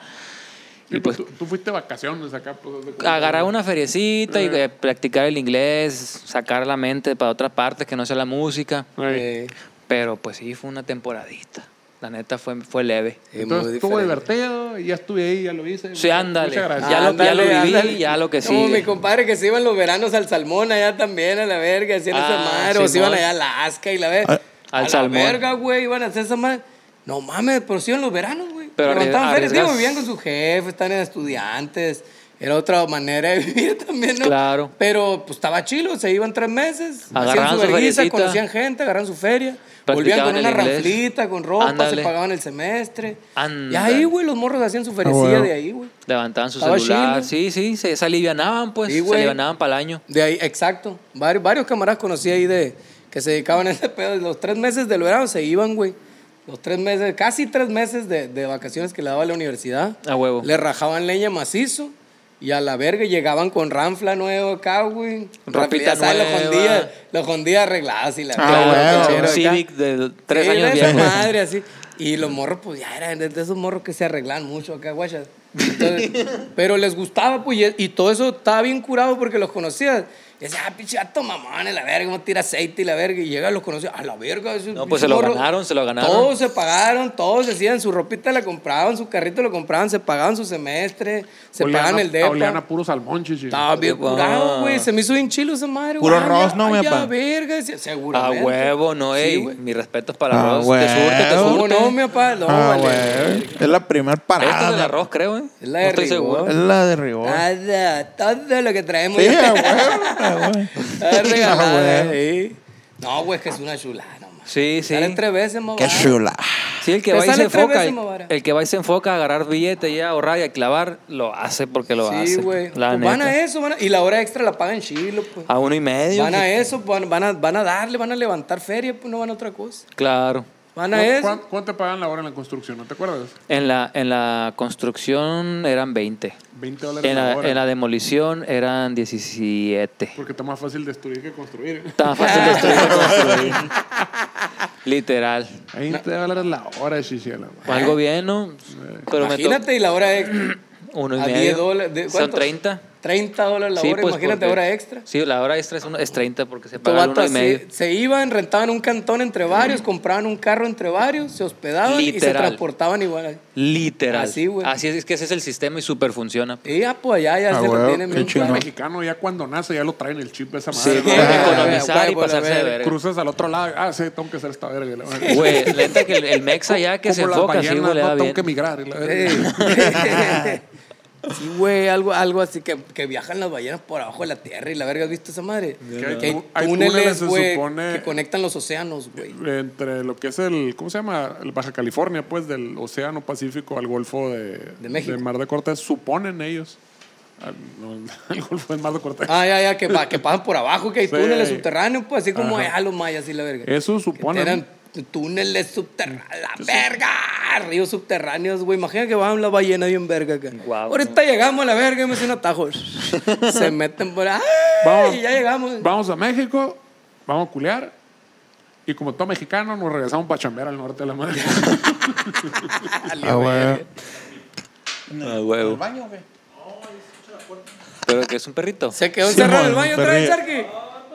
[SPEAKER 2] Sí,
[SPEAKER 4] Y
[SPEAKER 2] pues,
[SPEAKER 4] pues
[SPEAKER 2] tú, tú fuiste de vacaciones acá. Pues, de-
[SPEAKER 4] agarrar una feriecita y eh, practicar el inglés, sacar la mente para otras partes que no sea la música.
[SPEAKER 2] Ay.
[SPEAKER 5] Eh,
[SPEAKER 4] Pero pues sí, fue una temporadita. La neta fue, fue leve.
[SPEAKER 5] sí,
[SPEAKER 2] Entonces
[SPEAKER 5] muy
[SPEAKER 2] estuvo
[SPEAKER 5] diferente.
[SPEAKER 2] divertido, ya estuve ahí, ya lo hice.
[SPEAKER 4] Sí, ándale.
[SPEAKER 2] Muchas gracias.
[SPEAKER 4] Ya lo- ya lo viví,
[SPEAKER 5] ándale.
[SPEAKER 4] ya lo que
[SPEAKER 5] Como
[SPEAKER 4] sigue.
[SPEAKER 5] mi compadre que se iba en los veranos al Salmón allá también, a la verga, haciendo esa
[SPEAKER 4] Ah,
[SPEAKER 5] madre. O se
[SPEAKER 4] Simón.
[SPEAKER 5] iban allá a Alaska y la verga.
[SPEAKER 3] Ah,
[SPEAKER 4] al
[SPEAKER 5] a
[SPEAKER 4] Salmón.
[SPEAKER 5] la verga, güey, iban a hacer esa madre. No mames, pero sí en los veranos, güey.
[SPEAKER 4] Pero
[SPEAKER 5] Levantaban
[SPEAKER 4] arriesgas-
[SPEAKER 5] ferias, digo,
[SPEAKER 4] arriesgas.
[SPEAKER 5] vivían con su jefe, estaban en estudiantes. Era otra manera de vivir también, ¿no?
[SPEAKER 4] Claro.
[SPEAKER 5] Pero pues estaba chilo, se iban tres meses.
[SPEAKER 4] Agarraban
[SPEAKER 5] hacían su
[SPEAKER 4] su
[SPEAKER 5] vergüenza,
[SPEAKER 4] feriecita.
[SPEAKER 5] conocían gente, agarraban su feria. Volvían
[SPEAKER 4] Practicaban
[SPEAKER 5] con una
[SPEAKER 4] el inglés.
[SPEAKER 5] ranflita, con ropa, se
[SPEAKER 4] Ándale.
[SPEAKER 5] pagaban el semestre. Y
[SPEAKER 4] Ándale.
[SPEAKER 5] ahí, güey, los morros hacían su feriecilla
[SPEAKER 3] Ah, bueno.
[SPEAKER 5] de ahí, güey.
[SPEAKER 4] Levantaban su
[SPEAKER 5] Estaba
[SPEAKER 4] celular.
[SPEAKER 5] chido.
[SPEAKER 4] Sí, sí, se, se alivianaban, pues.
[SPEAKER 5] Sí,
[SPEAKER 4] se
[SPEAKER 5] güey.
[SPEAKER 4] alivianaban para el año.
[SPEAKER 5] De ahí, exacto. Varios, varios camaradas conocí ahí de, que se dedicaban a ese pedo. Los tres meses del verano se iban, güey. Los tres meses, casi tres meses de, de vacaciones que le daba la universidad.
[SPEAKER 4] A huevo.
[SPEAKER 5] Le rajaban leña macizo. Y a la verga llegaban con ranfla nuevo acá, güey.
[SPEAKER 4] Ropita
[SPEAKER 5] Rapita sal,
[SPEAKER 4] nueva.
[SPEAKER 5] hondía, la hondía arreglada así la
[SPEAKER 3] Ah,
[SPEAKER 5] verga,
[SPEAKER 3] bueno.
[SPEAKER 5] ranchero
[SPEAKER 4] un
[SPEAKER 5] acá.
[SPEAKER 4] Civic de tres
[SPEAKER 5] Era
[SPEAKER 4] años
[SPEAKER 5] esa
[SPEAKER 4] viejo.
[SPEAKER 5] madre así. Y los morros, pues ya eran de de esos morros que se arreglan mucho acá, guachas. Entonces, pero les gustaba, pues, y, y todo eso estaba bien curado porque los conocías. Y decía, ah, pinche gato mamón, a la verga, cómo tira aceite y la verga. Y llega, los conocía, a la verga. esos
[SPEAKER 4] No, pues,
[SPEAKER 5] pinches
[SPEAKER 4] se lo
[SPEAKER 5] morros".
[SPEAKER 4] ganaron, se lo ganaron.
[SPEAKER 5] Todos se pagaron, todos se hacían su ropita, la compraban, su carrito lo compraban, se pagaban su semestre, se
[SPEAKER 2] Oleana-
[SPEAKER 5] pagaban el
[SPEAKER 2] a
[SPEAKER 5] depa.
[SPEAKER 2] Oleana puro salmón, chichi.
[SPEAKER 5] Estaba bien
[SPEAKER 4] Guau.
[SPEAKER 5] curado, güey. Se me hizo bien chilo esa madre,
[SPEAKER 3] Puro
[SPEAKER 5] güey. Ah,
[SPEAKER 3] arroz, ¿no,
[SPEAKER 5] ay,
[SPEAKER 3] mi
[SPEAKER 5] ya,
[SPEAKER 3] apa?
[SPEAKER 5] verga, se-
[SPEAKER 4] A
[SPEAKER 5] seguramente.
[SPEAKER 4] huevo, no,
[SPEAKER 5] Sí,
[SPEAKER 4] ey.
[SPEAKER 5] güey.
[SPEAKER 4] mis respetos para
[SPEAKER 3] Ah,
[SPEAKER 4] arroz. Te surte, te
[SPEAKER 3] huevo.
[SPEAKER 5] ¿Cómo
[SPEAKER 4] surte.
[SPEAKER 5] Oh, no, mi papá? No,
[SPEAKER 3] Ah,
[SPEAKER 5] vale.
[SPEAKER 3] güey. Es la primer
[SPEAKER 4] Esta es del
[SPEAKER 3] parada.
[SPEAKER 4] arroz, creo, ¿eh?
[SPEAKER 5] Es la
[SPEAKER 4] no
[SPEAKER 5] de
[SPEAKER 4] estoy
[SPEAKER 5] rigor.
[SPEAKER 4] seguro.
[SPEAKER 3] Es la de rigor.
[SPEAKER 5] Todo, todo lo que traemos.
[SPEAKER 3] Sí, ah, a huevo, a huevo.
[SPEAKER 5] Está regalada,
[SPEAKER 3] Ah, güey.
[SPEAKER 5] eh. No, güey, es que es una chulada, no más.
[SPEAKER 4] Sí, sí.
[SPEAKER 5] Salen tres veces, más
[SPEAKER 3] Qué
[SPEAKER 5] barato.
[SPEAKER 3] chula.
[SPEAKER 4] Sí, el que
[SPEAKER 5] Te
[SPEAKER 4] va y se
[SPEAKER 5] sale tres
[SPEAKER 4] enfoca.
[SPEAKER 5] veces
[SPEAKER 4] El,
[SPEAKER 5] más barato.
[SPEAKER 4] el que va y se enfoca a agarrar billete y a ahorrar y a clavar, lo hace porque lo hace.
[SPEAKER 5] Sí, güey.
[SPEAKER 4] La
[SPEAKER 5] Pues van
[SPEAKER 4] neta. Ah,
[SPEAKER 5] a eso, van a- y la hora extra la pagan chilo, pues.
[SPEAKER 4] A uno y medio.
[SPEAKER 5] Van a eso, pues, van, van a, van a darle, van a levantar feria, pues no van a otra cosa.
[SPEAKER 4] Claro.
[SPEAKER 5] Van a
[SPEAKER 2] ¿Cuán-
[SPEAKER 5] eso.
[SPEAKER 2] cuán- ¿Cuánto te pagan la hora en la construcción? ¿No te acuerdas?
[SPEAKER 4] En la, en la construcción eran 20.
[SPEAKER 2] 20 dólares
[SPEAKER 4] En la,
[SPEAKER 2] la hora.
[SPEAKER 4] en la demolición eran 17.
[SPEAKER 2] Porque está más fácil destruir que construir.
[SPEAKER 4] Tan fácil de estudiar y construir. Literal.
[SPEAKER 2] 20 dólares la hora, chichi. a la madre.
[SPEAKER 4] Algo bien, ¿no? Pero me to-
[SPEAKER 5] Imagínate, y la hora extra.
[SPEAKER 4] uno y
[SPEAKER 5] a 10
[SPEAKER 4] medio.
[SPEAKER 5] dólares. de-
[SPEAKER 4] Son
[SPEAKER 5] ¿cuánto?
[SPEAKER 4] 30.
[SPEAKER 5] 30 dólares la
[SPEAKER 4] Sí,
[SPEAKER 5] hora,
[SPEAKER 4] pues,
[SPEAKER 5] imagínate,
[SPEAKER 4] porque-
[SPEAKER 5] hora extra.
[SPEAKER 4] Sí, la hora extra es, uno- es 30 porque se
[SPEAKER 5] Estos
[SPEAKER 4] paga el uno
[SPEAKER 5] vatos
[SPEAKER 4] y medio.
[SPEAKER 5] se, se iban, rentaban un cantón entre varios, compraban un carro entre varios, se hospedaban y se
[SPEAKER 4] Literal.
[SPEAKER 5] transportaban igual.
[SPEAKER 4] Literal.
[SPEAKER 5] Así, güey.
[SPEAKER 4] Así es, es que ese es el sistema y super funciona.
[SPEAKER 5] Y ya, pues allá ya
[SPEAKER 3] Ah,
[SPEAKER 5] se
[SPEAKER 3] huevo,
[SPEAKER 5] lo tienen
[SPEAKER 3] qué
[SPEAKER 5] bien
[SPEAKER 2] El
[SPEAKER 3] chingón.
[SPEAKER 5] claro.
[SPEAKER 2] mexicano ya cuando nace ya lo traen el chip de esa
[SPEAKER 4] Sí,
[SPEAKER 2] madre. ¿no?
[SPEAKER 4] güey,
[SPEAKER 5] Ah,
[SPEAKER 4] economizar
[SPEAKER 5] güey,
[SPEAKER 4] y pasarse de
[SPEAKER 5] güey,
[SPEAKER 4] verga.
[SPEAKER 2] Cruzas al otro lado. Ah, sí, tengo que hacer esta verga. y la madre.
[SPEAKER 4] Güey, la neta que el, el mexa ya que se
[SPEAKER 2] Como las
[SPEAKER 4] enfoca, sí,
[SPEAKER 2] ballenas,
[SPEAKER 4] güey, le
[SPEAKER 2] no
[SPEAKER 4] da
[SPEAKER 2] tengo
[SPEAKER 4] bien.
[SPEAKER 2] que migrar. y la verga.
[SPEAKER 5] Sí. Sí, güey, algo, algo así que, que viajan las ballenas por abajo de la tierra y la verga, ¿has visto esa madre?
[SPEAKER 2] Que hay
[SPEAKER 5] Que hay
[SPEAKER 2] tu- hay túneles,
[SPEAKER 5] túneles,
[SPEAKER 2] se
[SPEAKER 5] güey,
[SPEAKER 2] supone-
[SPEAKER 5] que conectan los océanos, güey.
[SPEAKER 2] Entre lo que es el, ¿cómo se llama? El Baja California, pues, del Océano Pacífico al Golfo de,
[SPEAKER 5] De México.
[SPEAKER 2] del Mar de Cortés, suponen ellos. Al- no, el Golfo del Mar de Cortés.
[SPEAKER 5] Ah, ya, ya, que, pa- que pasan por abajo, que hay
[SPEAKER 2] Sí.
[SPEAKER 5] túneles subterráneos, pues así como allá los mayas y la verga.
[SPEAKER 2] Eso
[SPEAKER 5] Que
[SPEAKER 2] suponen.
[SPEAKER 5] Eran t- túneles subterráneos, la verga, ríos subterráneos, güey. Imagina que bajan la ballena bien verga acá.
[SPEAKER 4] Guau,
[SPEAKER 5] Ahorita llegamos a la verga y me hacen atajos. Se meten por ahí
[SPEAKER 2] Vamos.
[SPEAKER 5] y ya llegamos.
[SPEAKER 2] Vamos a México, vamos a culear. Y como todo mexicano, nos regresamos para chambear al norte de la madre.
[SPEAKER 3] A huevo.
[SPEAKER 4] Ah, huevo. Pero que es un perrito.
[SPEAKER 5] Se quedó
[SPEAKER 3] Sí,
[SPEAKER 5] encerrado en el
[SPEAKER 3] mon,
[SPEAKER 5] baño otra vez,
[SPEAKER 3] perrillo.
[SPEAKER 5] Charqui.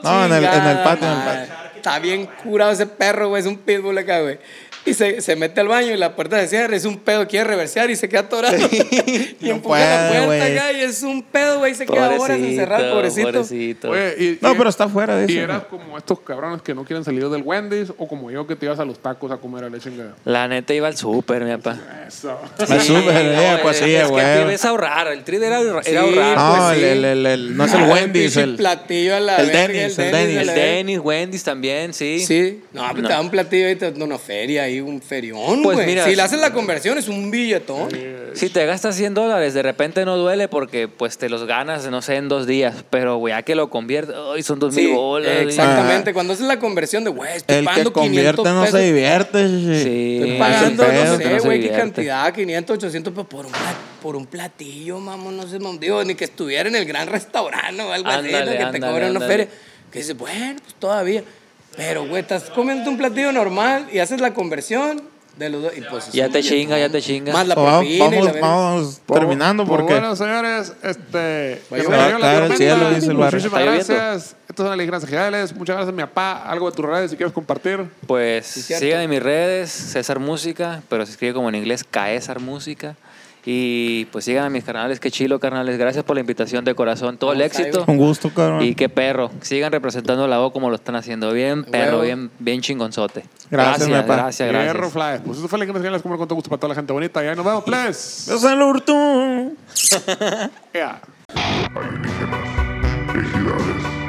[SPEAKER 3] No, en el- en el
[SPEAKER 5] Chingada
[SPEAKER 3] patio, en el
[SPEAKER 5] madre. Está bien curado ese perro, güey. Es un pitbull acá, güey. Y se, se mete al baño y la puerta se cierra. Es un pedo, quiere reversear y se queda atorado. y
[SPEAKER 3] No
[SPEAKER 5] empuja la
[SPEAKER 3] puede,
[SPEAKER 5] puerta
[SPEAKER 3] güey.
[SPEAKER 5] acá y es un pedo, güey. Se queda horas encerrado, pobrecito.
[SPEAKER 4] pobrecito.
[SPEAKER 2] Oye, y-
[SPEAKER 3] No,
[SPEAKER 2] y-
[SPEAKER 3] pero está fuera de
[SPEAKER 2] Y
[SPEAKER 3] eso.
[SPEAKER 2] eras como estos cabrones que no quieren salir del Wendy's o como yo que te ibas a los tacos a comer a la chingada.
[SPEAKER 4] La neta iba al súper, mi papá.
[SPEAKER 2] Eso.
[SPEAKER 3] Me
[SPEAKER 4] Sí,
[SPEAKER 3] sube,
[SPEAKER 4] no,
[SPEAKER 3] eh, pues
[SPEAKER 4] es-
[SPEAKER 3] sí,
[SPEAKER 4] es que el
[SPEAKER 3] güey.
[SPEAKER 4] trip es ahorrar. El trip era, era
[SPEAKER 5] Sí,
[SPEAKER 4] ahorrar.
[SPEAKER 5] pues
[SPEAKER 3] No, el-
[SPEAKER 5] sí.
[SPEAKER 3] el- el- el- no es el
[SPEAKER 5] Ah,
[SPEAKER 3] Wendy's,
[SPEAKER 5] pinche
[SPEAKER 3] el-
[SPEAKER 5] platillo a la
[SPEAKER 3] el
[SPEAKER 5] verga,
[SPEAKER 3] Denny's, el
[SPEAKER 5] a
[SPEAKER 4] El
[SPEAKER 5] la verga.
[SPEAKER 4] Dennis, Wendy's también, sí.
[SPEAKER 5] Sí, no, pero
[SPEAKER 4] No.
[SPEAKER 5] te da un platillo ahí, te da una feria ahí, un ferión,
[SPEAKER 4] Pues
[SPEAKER 5] güey.
[SPEAKER 4] mira-
[SPEAKER 5] si le haces la conversión, es un billetón.
[SPEAKER 4] Si te gastas 100 dólares, de repente no duele porque pues te los ganas, no sé, en dos días. Pero, güey, a que lo conviertes, ay, son
[SPEAKER 3] pues
[SPEAKER 4] dos
[SPEAKER 5] Sí,
[SPEAKER 4] mil bolas.
[SPEAKER 5] exactamente. Cuando haces la conversión de, güey, estoy
[SPEAKER 3] El que
[SPEAKER 5] pagando 500
[SPEAKER 3] convierte no
[SPEAKER 5] pesos.
[SPEAKER 3] se divierte.
[SPEAKER 4] Sí.
[SPEAKER 5] Estoy
[SPEAKER 4] Es
[SPEAKER 5] pagando,
[SPEAKER 4] el pedo,
[SPEAKER 5] no
[SPEAKER 4] que no
[SPEAKER 5] sé,
[SPEAKER 4] se
[SPEAKER 5] güey, qué
[SPEAKER 4] divierte.
[SPEAKER 5] cantidad, 500, 800 pesos por un, pla- por un platillo, mamón, no sé, mamón. Digo, ni que estuviera en el gran restaurante o algo así, ¿no?
[SPEAKER 4] Ándale,
[SPEAKER 5] que te
[SPEAKER 4] ándale,
[SPEAKER 5] cobran una
[SPEAKER 4] ándale.
[SPEAKER 5] feria. Que dices, bueno, pues todavía. Pero, güey, estás comiendo un platillo normal y haces la conversión de los dos. Y pues, es
[SPEAKER 4] Ya
[SPEAKER 5] un
[SPEAKER 4] te
[SPEAKER 5] billetón.
[SPEAKER 4] chinga, ya te chinga.
[SPEAKER 5] Más la
[SPEAKER 3] Pues vamos,
[SPEAKER 5] propina y la
[SPEAKER 3] vamos,
[SPEAKER 5] verga.
[SPEAKER 3] vamos
[SPEAKER 2] Por-
[SPEAKER 3] terminando
[SPEAKER 2] por
[SPEAKER 3] porque
[SPEAKER 2] Bueno, señores, este. que
[SPEAKER 5] Vaya,
[SPEAKER 2] se
[SPEAKER 5] vaya,
[SPEAKER 2] cayó la
[SPEAKER 3] claro, el
[SPEAKER 2] tormenta.
[SPEAKER 3] cielo, dice el barrio.
[SPEAKER 2] Muchísimas
[SPEAKER 4] Está lloviendo.
[SPEAKER 2] gracias. Estas son las ligeras generales. Muchas gracias, mi papá. Algo de tus redes si quieres compartir.
[SPEAKER 4] Pues
[SPEAKER 5] cierto.
[SPEAKER 4] síganme en mis redes, César Música, pero se escribe como en inglés, Caesar Música. Y pues síganme en mis canales, que chilo, carnales. Gracias por la invitación de corazón, todo el
[SPEAKER 5] Vamos, ahí,
[SPEAKER 4] éxito.
[SPEAKER 3] un gusto, cabrón.
[SPEAKER 4] Y qué perro, sigan representando la O como lo están haciendo. Bien, perro,
[SPEAKER 5] huevo.
[SPEAKER 4] bien, bien chingonzote.
[SPEAKER 3] Gracias, mi
[SPEAKER 4] gracias,
[SPEAKER 3] papá.
[SPEAKER 4] gracias, gracias.
[SPEAKER 2] Hierro Fly. Pues eso fue las ligeras generales. Como con todo gusto para toda la gente bonita. Ya nos vemos, pues. please.
[SPEAKER 3] Yo soy el Urtún.
[SPEAKER 2] Yeah.
[SPEAKER 7] Ejidales.